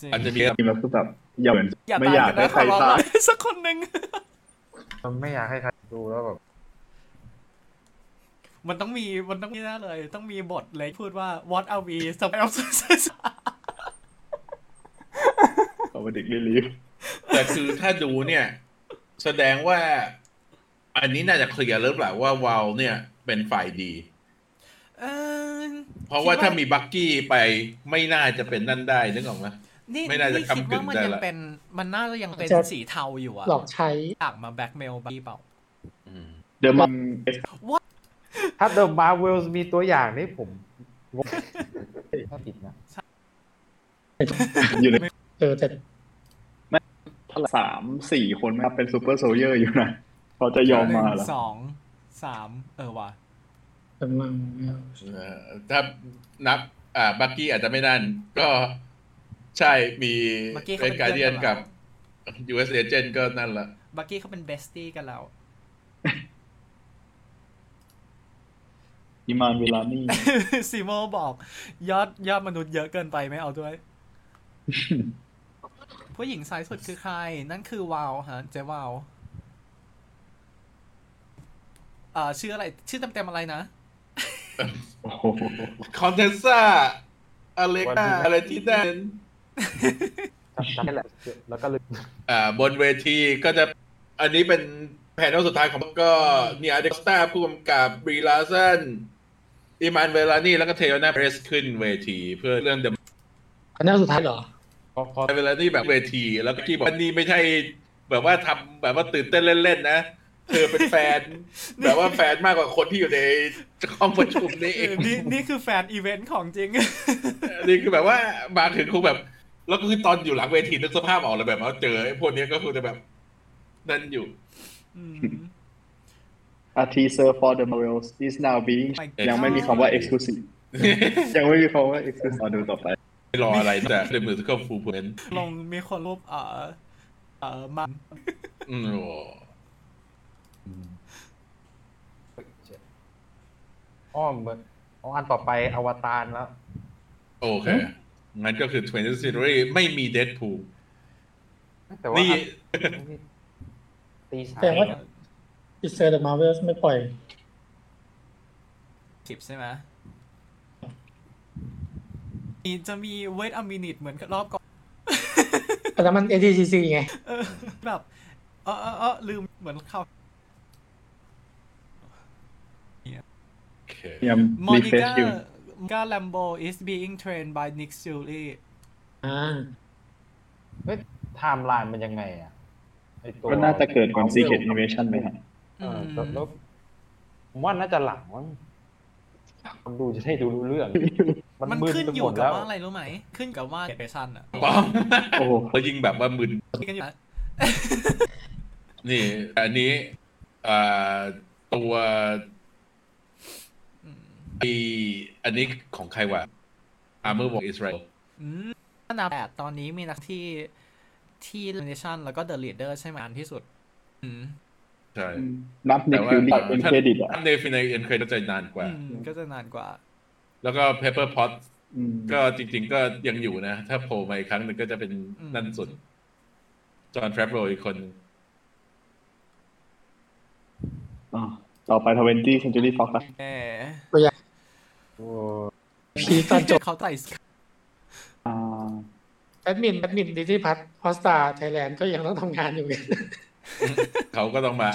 จริง
อาจจะมี
ทีมเราคือแบบอย่าเหมือน
อย่า
ไม่
ตาย
อยาก
กัน
ให้
นะข
ใคร
อร้อง
ตาย
นะ *laughs* สักคนหนึ่ง
ไม่อยากให้ใครดูแล้วแบบ
มันต้องมี มันต้องมีแน่เลย ต้องมีบทเลยพูดว่า what are we survival of success
เอาไปเด็กรีลีฟ
แต่คือถ้าดูเนี่ย แสดงว่า อันนี้น่าจะเคลียร์หรือเปล่าว่าวาลเนี่ย เป็นฝ่ายดี
*laughs* เออ
เพราะว่าถ้ามีบักกี้ไปไม่น่าจะเป็นนั่นได้นึกออกไหม
นี่
ไม่น่าจะ
นี่คิด
กำกึ่
ว่าง มัน
ได้
ยัง
ละ
เป็น มันน่าจะยังเป็นสีเทาอยู่อะ
หลอกใช้
อยากมาแบล็กเมลบีเปล่า
อืม
เดี๋ยวมัน
ถ้าเดอะมาเวลมีตัวอย่างนี่ผมงงถ้าผิดนะ
อยู่ใน
เออแต่
สามสี่คนนะครับเป็นซูเปอร์โซลเยอร์อยู่นะเขาจะยอมมาเหร
ห
อ
นึ่งสองสามเออว่ะ
กำลัง
เออถ้านับ อ่าบักกี้อาจจะไม่นั่น ก็ใช่มี
เมื่อกี้เขา
เป็น
เป็น
การเดียน
พื่อ
กับ
แล้ว
US Agent ก็นั่นละ
บักกี้เขาเป็นเบสตี้กันแล้ว *laughs*
อิมานเวลานี่
ซีโมบอก ยอดยอดมนุษย์เยอะเกินไปไม่เอาด้วย *laughs* ผู้หญิงซ้ายสุดคือใคร นั่นคือวาวฮะเจวาวอ่าชื่ออะไร ชื่อเต็มๆอะไรนะ
โอ้โห
คอนเทนซ่าอเล็กา
What?
อะไรที่นั่น
จำจำได้แหละ *laughs* แล้วก็เลย
อ่าบนเวทีก็จะ อันนี้เป็นแผนสุดท้ายของก็เนี่ยเด็กสตาร์ผู้กำกับบรีลาซันอิมานเวลานี่แล้วก็เทโอนาเพรสขึ้นเวที เพื่อเรื่องเดม
อันนั้นสุดท้ายเหรอ
พอพอ
เวลานี่แบบเวที แล้วก็กี้บอกว่านี่ไม่ใช่ แบบว่าทำแบบว่าตื่นเต้นเล่น ๆ นะ เธอเป็นแฟ *laughs* น แบบว่าแฟนมากกว่าคนที่อยู่ในห้องประชุมนี่เอง
นี่นี่คือแฟนอีเวนต์ของจริง *laughs*
นี่คือแบบว่ามาถึงคงแบบ แล้วก็คือตอนอยู่หลังเวทีนึกสภาพออกเลยแบบว่าเจอไอ้พวกเนี้ยก็คือจะแบบ นั่นอยู่
อืม
อาทีเซอร์ for the Marvels is now being
My God
ยังไม่มีคำว่า exclusive ยังไม่มีคำว่า exclusive รอดูต่อไป
ไม่รออะไรแต่เดมือก็ฟูเพน
ลงมีคนรูปเอ่อเอ่อมัน
อืมโอ้
อ้อเหมือนอ๋ออันต่อไปอวตารแล้ว
โอเค งั้นก็คือ 20th century ไม่มีเด p พู
แต่ว่า
นี่
อันนี้ตีสาย
แต่ว่า อิสเซอร์เดอะมาเวลไม่ปล่อย
สิบใช่ไหมนี่จะมีเวทอ m มินิ e เหมือนกับรอบก่อน
อันนั้นมัน ATCC ไง
เออแบบเออเออเออลืมเหมือนเขา
โอเค *laughs*
เตรียม
มอนิ
refresh
ก้า
อยู่
มอนิก้าแลมโบ is being trained by Nick Fury
อ่า
เฮ้ยไทม์ไลน์มันยังไงอ่ะไอ้ตัว
ก็น่าจะเกิดก่อน Secret Invasion ไหมครับ
เออแล้วแล้วผมว่าน่าจะหลังมั้งคนดูจะได้ดูรู้เรื่อง
*laughs*
มัน
มัน
มืด
ขึ้น
ไป
อ
หม
ยู่
ด
กับ
แล้ว
ว่าอะไรรู้ไหม ขึ้นกับว่าเปซันอะ
ป้อม
โอ้โห
แล้วยิ่งแบบว่ามึน
คุยกันอยู่นะ
นี่ อันนี้อ่าตัวไออันนี้ของใครวะ Armor War Israel
อืมอันดับแปดตอนนี้มีนักที่ที่ l ลเนชั่นแล้วก็เดอะลีดเดอร์ใช่ไหมอันที่สุด อืม
ใช่
นับใน
แต่
คื
ว่าน
ดิเป็นเครดิตอ่ะ
ถ้าในฟินในเอ็นเครดิตจะนานกว่า
อืมก็จะนานกว่า
แล้วก็เพเปอร์พอต
อืม
ก็จริง ๆ ก็ยังอยู่นะ ถ้าโผล่มาอีกครั้งหนึ่งก็จะเป็น
อืม
นั่นสุด จอห์นแฟรโรอีกคนหนึ่ง
อ๋อ ต่อไปทเวนตี้เซนจูรี่ฟ็อกซ์
แหม
โอ้
พีคตอนจบ
เขาไต่สกัด
อ่า
แอดมินแอดมินดิจิพัทฮอสตาไทยแลนด์ก็ยังต้องทำงานอยู่ไง
เขาก็ต้องมา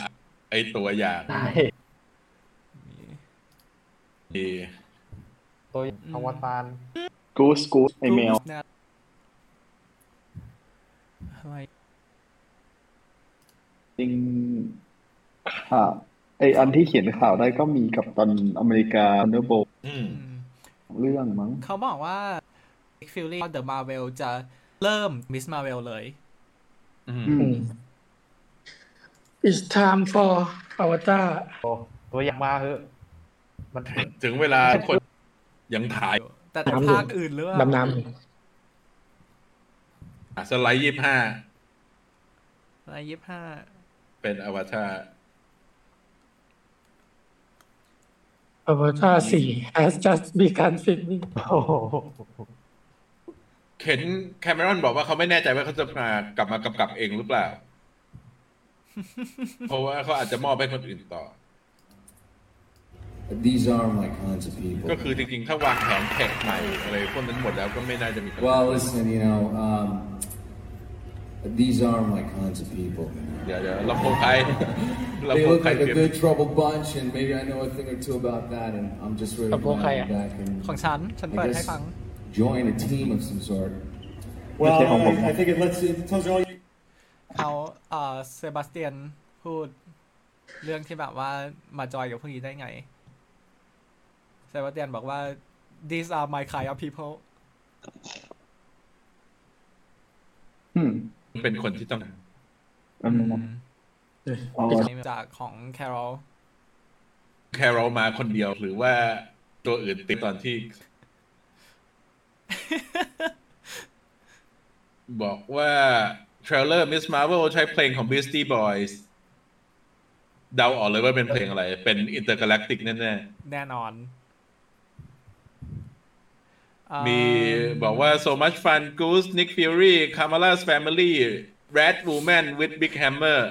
ไอตัวอย่าง
ได้
ดี
ตัวอวตาร
กูสกูสไอเมล
น่าอะไร
จริงข่าวไออันที่เขียนข่าวได้ก็มีกับตอนอเมริกาเนอร์โบ
อืม
อืม
เรื่องมั้ง
เขาบอกว่า Nick Fury เดอะมาเวลจะเริ่ม Miss Marvel เลย
อืม
อืม
อิ s time for อวตาร
โอ้ตัวอย่างมาเถอะมัน *laughs*
ถึงเวลาทุกคนยังถ่าย
แต่แต่ภาคอื่นหรือเปล่า
ดำน้ำอยู่
อ่ะสไลด์ยี่ห้า
อะไรยี่ห้า
เป็นอวตาร
อวตารสี่ has just begun filming
โอ้โห
เห็นแคมเมรอนบอกว่าเขาไม่แน่ใจว่าเขาจะมากลับมากำกับเองหรือเปล่า เพราะว่าเขาอาจจะมอบให้คนอื่นต่อ
But these are my kinds of people.
ก็คือจริงๆ ถ้าวางแผนแขกใหม่อะไรพวกนั้นหมดแล้วก็ไม่น่าจะมีปัญหา
Well, listen, you know, um, these are my kinds of people.
เดี๋ยวเดี๋ยวเราโพงใครเรา
They
โพง
look
ใคร
like
เตรีย
a
ม
good trouble bunch, and maybe I know a thing or two about that, and I'm just ready to
Of course I
dive
am.
back and
ของฉัน ฉันเปิด
I
ให้
guess
ฟัง
join a team of some sort.
Well, Okay, hold on. I- I
think it lets it tells you all you.
เขาเอ่อเซบาสเตียนพูดเรื่องที่แบบว่ามาจอยกับพวกนี้ได้ไง เซบาสเตียนบอกว่า these are my kind of people
อืม
เป็นคนที่ต้อง
อันนั้นนะอ๋อ
จากของแคโรล
แค่เรามาคนเดียวหรือว่าตัวอื่นติดตอน
*laughs*
ที่ บอกว่าเทรลเลอร์ Miss Marvel ใช้เพลงของ Beastie Boys เดาออกเลยว่าเป็นเพลงอะไร เป็น Intergalactic แน่
แน่นอนเอ่อ
ๆ มีบอกว่า so much fun Goose Nick Fury Kamala's Family Red Woman with Big Hammer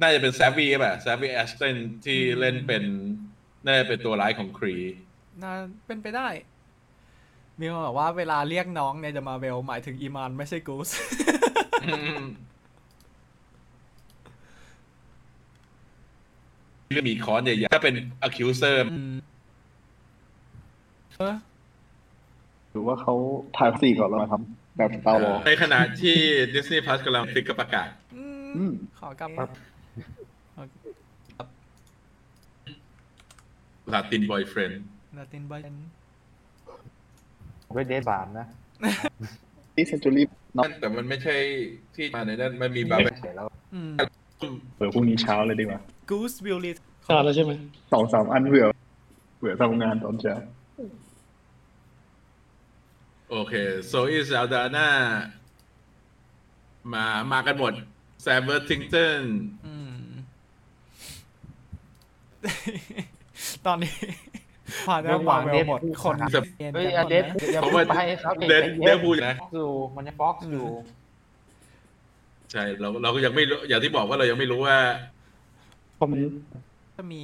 น่าจะเป็น Savvy ป่ะ Savvy Ashton ที่เล่นเป็น น่าจะเป็นตัวร้ายของ Kree
น่าเป็นไปได้ มีคนบอกว่าเวลาเรียกน้องในเดอะมาเวลหมายถึงอีมานไม่ใช่กูส
อืมเรื่องมีคอนใหญ่ๆถ้าเป็น accuser
อืมเออ
หรือว่าเขาถ่ายสี่ก่อนแล้วมาทำแบบตาหลอ
ในขณะที่ Disney Plus กำลังติดกับประกาศ
อืม
อืม
ขอกลับ
ลาตินบอยเฟรนด์
ลาตินบอยเอ็น
ผมก็เดทบานนะ
ที่เซนจูรี่เนาะ
แต่มันไม่ใช่ที่มาในนั้นมันมีแบบ
เฉยแล้ว
อืม
เผื่อพรุ่งนี้เช้าเลยดีกว่า
กูสวิลลี่
อ่าแล้วใช่ไหม
สองสามอันเผื่อเผื่อทำงานตอนเช้า
โอเค โซอีซ a ลดาน่ามามากันหมด แซมเวอร์ทิงตัน
อืม *laughs* ตอนนี้ผ่านแล้วมาเวลหมดคน
เฮ้ยอะเดทอย่า
ผม
เพู
ว่า
ดไปครับ
เดดเด
เด
ดพูดนะ
อยู่มันยังฟ็อกอยู่
ใช่ เราเราก็ยังไม่รู้อย่างที่บอกว่าเรายังไม่รู้ว่า
ผม
จะมี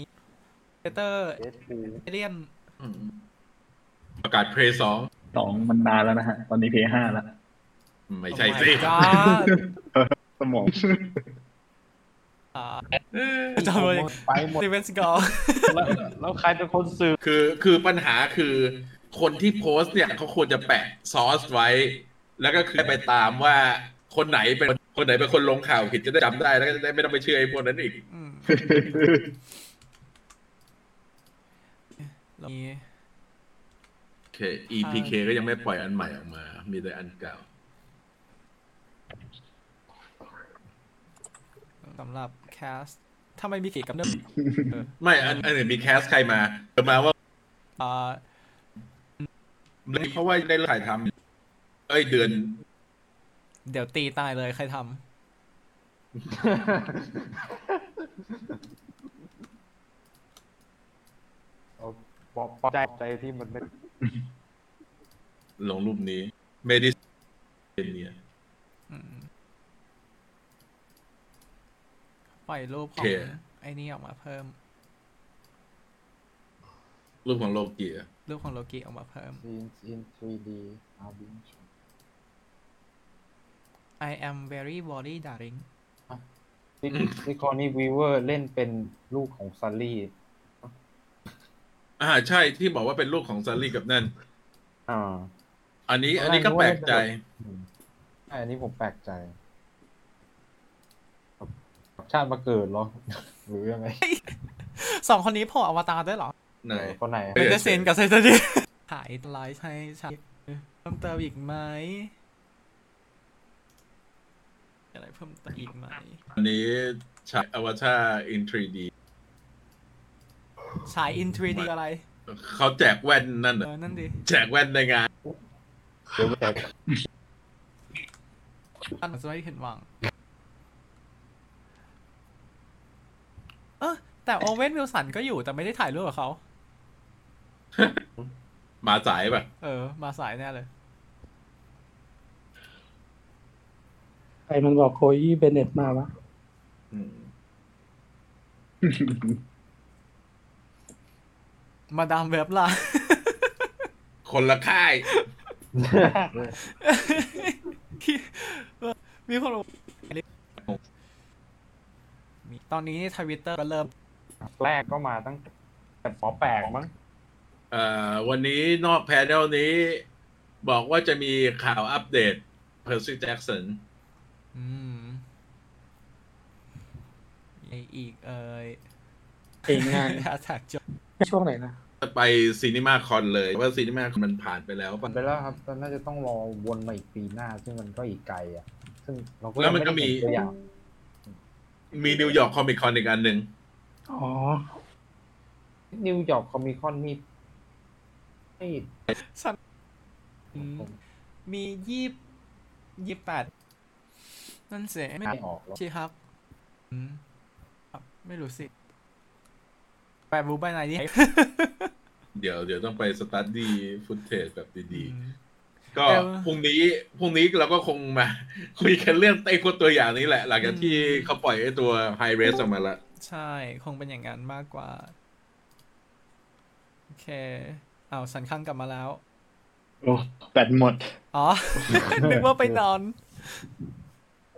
เตอร์เอเลียน
อืมประกาศเพลย์สอง
สองมันนานแล้วนะฮะ ตอนนี้เพย์ห้าแล้ว
ไม่ใช่สิ
จ้า
สมอง
*laughs*
จอม
ไปหมด
เซเวนสกอร์
แล้วแล้วใครเป็นคนสืบ
คือคือปัญหาคือคนที่โพสต์เนี่ยเขาควรจะแปะซอสไว้ แล้วก็คือไปตามว่าคนไหนเป็นคนไหนเป็นคนลงข่าวผิดจะได้จำได้แล้วก็จะได้ไม่ต้องไปเชื่อไอ้พวกนั้นอีก
มี
โอเค EPK ก็ยังไม่ปล่อยอันใหม่ออกมา มีแต่อันเก่า
สำหรับแคสถ้าไม่มีกิจกับเนื้อ เออ
ไม่อันอันอื่นมีแคสใครมาเดี๋ยวมาว่า
เอ่อ
เพราะว่าได้ถ่ายทำเอ้ยเดือน
เดี๋ยวตีตายเลยใครท
เอาปลอบปลอบใจใจที่มันไม่
ลงรูปนี้เมดิเนีย
ำอืมปล่อยรูปข
โอ
อง
เค
ไอ้นี่ออกมาเพิ่ม
รูปของโลกีอะ
รูปของโลกิออกมาเพิ่ม
in in 3D are being shown
I am very worry darling
นี่นี่คอนี่วีเวอร์เล่นเป็นลูกของซัลลี่
อ่าใช่ที่บอกว่าเป็นลูกของซัลลี่กับนั่น
อ่า
อันนี้ อันนี้ก็แปลกใจ
ใช่อันนี้ผมแปลกใจกับชาติมาเกิดเหรอ หรือยังไง
สองคนนี้โผล่อวตารด้วยเหรอ
ไหน
คนไหนอะ
เออ
เดเซนกับไซเตอร์ดี *laughs* ขายไลฟ์ให้ฉันเพิ่มเติมอีกไหมอะไรเพิ่มเติมอีกไหม
อันนี้ฉายอวตารอิน 3D
ฉายอินทรีดีอะไร
เขาแจกแว่นนั่น
เอ
น่ะ
อ นั่นดิ
แจกแว่นในงาน
เดี๋ยวแปลก
อันจะไม่เห็นหวัง เออแต่โอเว่นวิลสันก็อยู่แต่ไม่ได้ถ่ายรูปกับเขา
มาสายป่ะ
เออ มาสายแน่เลย
ใครมันบอกโคยี่เบนเน็ตมาวะ
อืม
มาดามเว็บล่ะ *laughs*
คนละค่าย
มีคนบอกมีตอนนี้ทวิตเตอร์ก็เริ่ม
แรกก็มาตั้งแต่ปอแปลกมั้ง
เอ่อวันนี้นอกแพนเนลนี้ บอกว่าจะมีข่าวอัปเดต Percy Jackson
อืมไออีกเอ่ย
เองงาน
แฮชแท็กจบ
ช่วงไหนนะ
จะไปซีนีมาคอนเลยว่าซีนีมาคอนมันผ่านไปแล้วป่ะ
ไปแล้วครับตอนน่าจะต้องรอวนมาอีกปีหน้า ซึ่งมันก็อีกไกลอ่ะ ซึ่งเราก็
แล้วมันก็
ยังไได้
มี
เห็ตัวอย่าง
มีนิวยอร์กคอมิคอนอีกอันหนึ่ง
อ๋อ
นิวยอร์กคอมมิคอนนี่ไม่
สันอืมมียี่ยี่แปดนั่นเสียไม่
ไม่ออกหรอก
ใช่ครับอืมครับ ไม่รู้สิแปดบูบายไหนนี่ *laughs*
เดี๋ยวเดี๋ยวต้องไปสตัดดี้ฟุตเทจแบบดี
อืม
ๆ ก็
แต่ว่า
พรุ่งนี้พรุ่งนี้เราก็คงมา *laughs* คุยกันเรื่องไอ้พวกตัวอย่างนี้แหละ หลังจากที่
อืม
เขาปล่อยไอ้ตัวไฮเรสออกมาละ
ใช่ คงเป็นอย่างนั้นมากกว่า โอเคเอาวสันข้างกลับมาแล้ว
โอ้แบตหมด
อ๋อ *laughs* นึกว่าไปนอน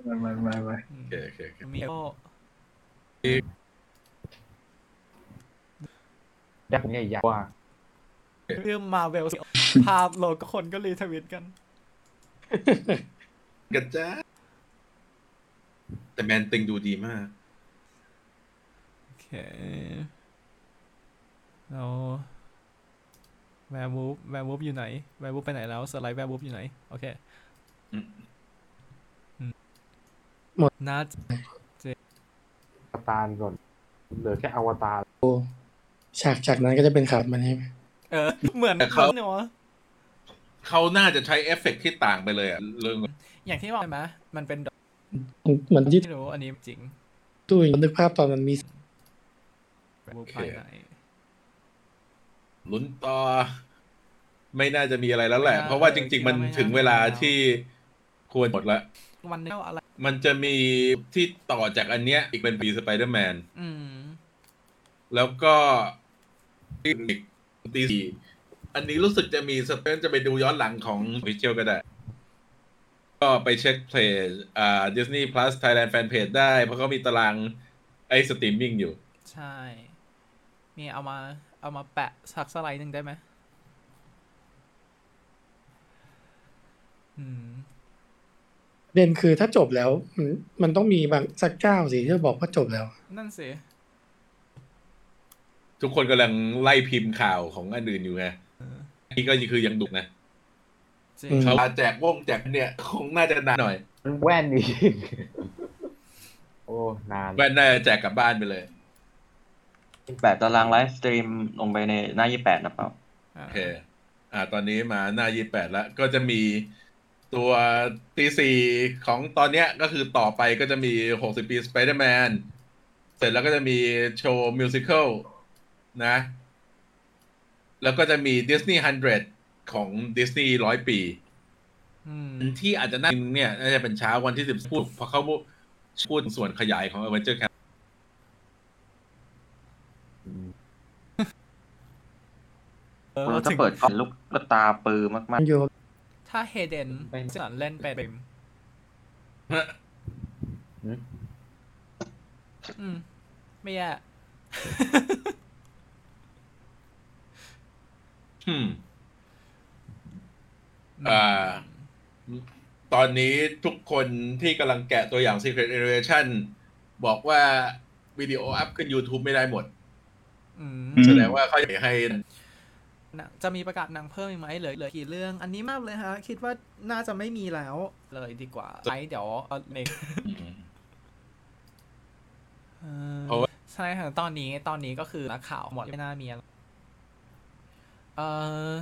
มามามามา
อืม
โอเคโอเคโอเค
มีโอ
ยักษ์ใหญ่ๆกว่า
เรื่องมาเวลภาพโลกคนก็รีทวิตกัน
กันจ้าแต่แมนติงดูดีมาก
โอเค เราแวร์วูฟแวร์วูฟอยู่ไหน แวร์วูฟไปไหนแล้ว สไลด์แวร์วูฟอยู่ไหน โอเค
อืม
อืม
หมด
นัด
อวตารก่อน เหลือแค่อวตาร
ฉากจากนั้นก็จะเป็นขับมันใช่ไหม
เออ เหมือน
แต่เขา
เนาะ
เขาน่าจะใช้เอฟเฟกต์ที่ต่างไปเลยอะเรื่อง
อย่างที่บอกใช่ไหมมันเป็นดอก
เหมือนที่
ไม่รู้อันนี้จริง
ตู้ยนึกภาพตอนมันมี
แวร์วูฟ
โอเค
ไปไหน
ลุ้นต่อ ไม่น่าจะมีอะไรแล้วแหละ เพราะว่าจริง ๆ มันถึงเวลาที่ควรหมดละ
วันนี้เอาอะไร
มันจะมีที่ต่อจากอันเนี้ย อีกเป็นปีสไปเดอร์แมน
อืม
แล้วก็อีกตีสี่อันนี้รู้สึกจะมีสเปนจะไปดูย้อนหลังของวิเชียลก็ได้ ก็ไปเช็คเพลย์อ่า Disney Plus Thailand Fan Page ได้ เพราะเขามีตารางไอ้สตรีมมิ่งอยู่
ใช่มีเอามาเอามาแปะสักสไลด์หนึ่งได้ไหมอืม
เด่นคือถ้าจบแล้ว มันมันต้องมีบางสักเจ้าสิที่บอกว่าจบแล้ว
นั่นสิ
ทุกคนกำลังไล่พิมพ์ข่าวของอันอื่นอยู่ไงอันนี่ก็คือยังดุนะ
จริง
อืม
เขาแจกวงแจกเนี่ย คงน่าจะนานหน่อย
แว่นอีก โอ้ นาน
แว่นน่าจะแจกกลับบ้านไปเลย
แบบตารางไลฟ์สตรีมลงไปในหน้ายี่แปดนะเปล่า
อ่า
โอเค อ่า ตอนนี้มาหน้ายี่แปดแล้ว ก็จะมีตัวตีสี่ของตอนเนี้ยก็คือต่อไปก็จะมีหกสิบปีสไปเดอร์แมน เสร็จแล้วก็จะมีโชว์มิวสิควลนะ แล้วก็จะมีดิสนีย์ฮันเดรของดิสนีย์ร้อยปี
อืม
ที่อาจจะน่ากินเนี่ยน่าจะเป็นเช้าวันที่สิบพูดเพราะเขาพูดส่วนขยายของ a v e n g e r Camp
คุณต้องเปิดกล้องลูกลูกตาปือมาก
มันอยู่
ถ้าเฮเดนสันเล่นเป็นอืม ไม่แย่
อืมอ่า ตอนนี้ทุกคนที่กำลังแกะตัวอย่าง Secret Innovation บอกว่าวิดีโออัพขึ้น YouTube ไม่ได้หมด
อืม
แสดงว่าเขาอยากให้
หนังจะมีประกาศหนังเพิ่มอีกไหมเหลือเหลือกี่เรื่องอันนี้มากเลยฮะ คิดว่าน่าจะไม่มีแล้วเลยดีกว่าไอเดี๋ยวเอาเมกเออ
เพราะว่า
ใช่ค่ะตอนนี้ตอนนี้ก็คือนักข่าวหมดไม่น่ามีอะไรเออ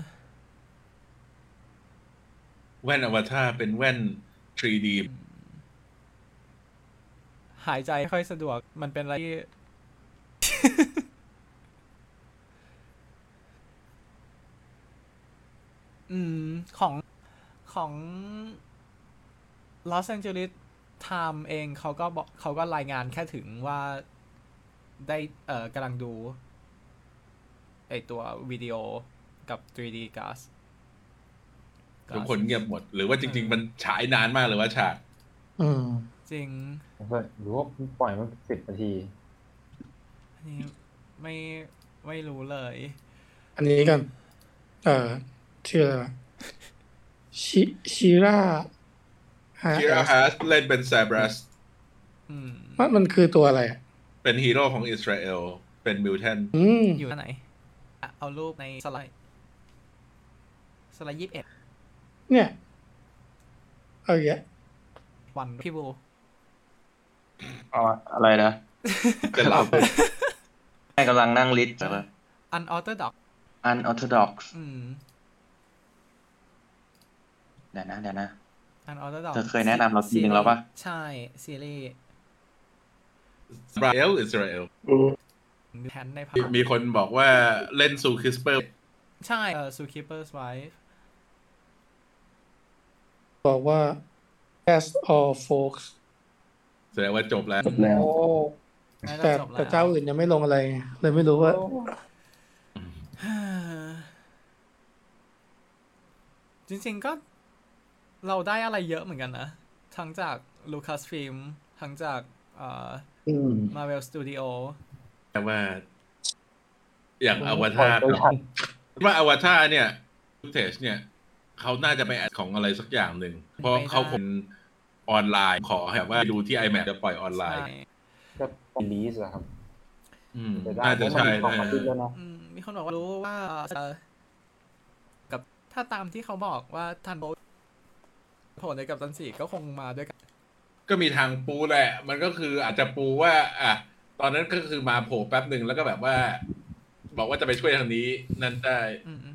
แว่นอวตารเป็นแว่น 3D
หายใจไม่ค่อยสะดวกมันเป็นอะไรที่ *laughs* อืม ของของลอสแองเจลิสไทม์เองเขาก็บอกเขาก็รายงานแค่ถึงว่าได้เอ่อกำลังดู ไอตัววิดีโอกับ 3D glass
ทุกคนเงียบหมด หรือว่าจริง ๆ มันฉายนานมากหรือว่าฉาก
อืม
จริง
หรือว่าปล่อยมันสิบนาที
อันนี้ไม่ไม่รู้เลย
อันนี้กัน เอ่อชื่ออะไรวะชิชิราฮะ
คิราฮัสเล่นเป็นแซบรัส
อืม
มันมันคือตัวอะไรอ่ะ
เป็นฮีโร่ของอิสราเอล เป็นมิวแทน
อืม
อยู่ที่ไหนอ่ะเอารูปในสไลด์สไลด์ยี่สิบเอ็ด
เนี่ย เอาอย่างเงี้ย
วันพี่บู
ๆอ๋ออะไรนะ
จะหลับ
ให้กำลังนั่งลิสต์แล้ว
อันออเตอร์ดอก
unorthodox
อืม
เดี๋ยวนะเดี๋ยวนะ
อันออเตอร์ดอก
เธอเคยแนะนำเราทีหนึ่งแล้วปะ
ใช่ ซีรีส์
อิสราเอลอิสราเอล
แทนในภา
มี
พ
มีคนบอกว่าเล่นซูคิสเปอร์
ใช่เออซูคิเปอร์สไวฟ์
บอกว่า as all folks
แสดงว่าจบแล้ว
จบแล้ว
โอ้
น่าจะ
แต่
จบแล้ว
แต่เจ้าอื่นยังไม่ลงอะไร เลยไม่รู้ว่า
ฮ่าจริงๆก็เราได้อะไรเยอะเหมือนกันนะ ทั้งจากลูคัสฟิล์มทั้งจากเอ่อ
อืม
มาเวลสตูดิโอ
แต่ว่า อย่างอวตารว่าอวตารเนี่ยฟุตเทจเนี่ย เขาน่าจะไปแอดของอะไรสักอย่างหนึ่ง เพราะเขาคงออนไลน์ขอแบบว่าดูที่ iMac จะปล่อยออนไลน์
ก็เป็นลีสอะครับ
อืม
แต่ได้
น่าจะใช่
เพราะมันมีของมา
นะ
ขึ้นแล้วนะ
อืมมีคนบอกว่ารู้ว่าเอ่อกับถ้าตามที่เขาบอกว่าทันโบโผล่ในกับตันสี่ก็คงมาด้วยกัน
ก็มีทางปูแหละ มันก็คืออาจจะปูว่า อ่ะ ตอนนั้นก็คือมาโผล่แป๊บหนึ่งแล้วก็แบบว่า บอกว่าจะไปช่วยทางนี้ นั่นได้
อืมอืม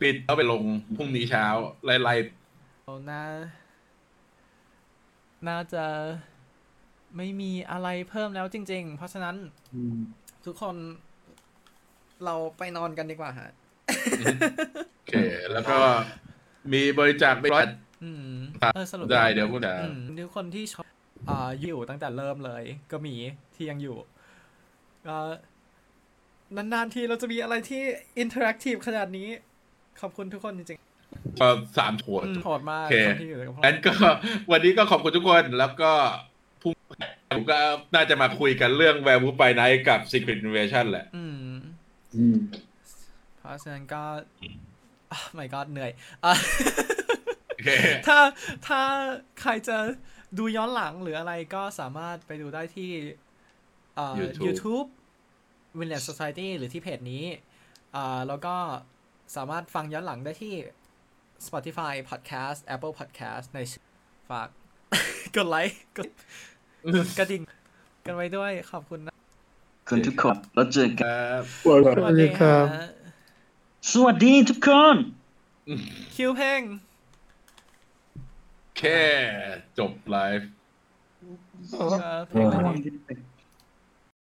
ปิดแล้วไปลงพรุ่งนี้เช้า ไล่
เราน่า น่าจะไม่มีอะไรเพิ่มแล้วจริง ๆ เพราะฉะนั้นทุกคนเราไปนอนกันดีกว่าฮะ
ๆโอเค แล้วก็มีบริจาคไปร้อย
อืม
ครับ
เออสรุป
ได้เดี๋ยวพูดนะ
อืมทุกคนที่ชอบอ่าอยู่ตั้งแต่เริ่มเลย ก็มีที่ยังอยู่ก็นานๆทีเราจะมีอะไรที่อินเทอร์แอคทีฟขนาดนี้ ขอบคุณทุกคนจริง
ก็สามขวด
ๆอืมโหดมาก
โอเค
คนที่อยู่กับพวกเรา
งั้นก็ วันนี้ก็ขอบคุณทุกคนแล้วก็พรุ่งนี้ผมก็น่าจะมาคุยกันเรื่องแวร์วูไปไนกับ Secret Invasion แหละ
อืม
อืม
เพราะฉะนั้นก็อ้าว my god เหนื่อย *laughs* อ่ะ
โอเค
ถ้าถ้าใครจะดูย้อนหลังหรืออะไรก็สามารถไปดูได้ที่เอ่อ
YouTube
YouTube Village Society หรือที่เพจนี้อ่าแล้วก็สามารถฟังย้อนหลังได้ที่ Spotify Podcast Apple Podcast ในชื่อฝาก *laughs* กดไลค์กดกระดิ่งกันไว้ด้วยขอบคุณนะ
คนทุกคนแล้วเจอกัน
ครับ
สวัสดีครับ
สวัสดีฮะ
สวัสดีทุกคน
คิวเพลง
แค่จบไลฟ์
เออเพลงอะไรดี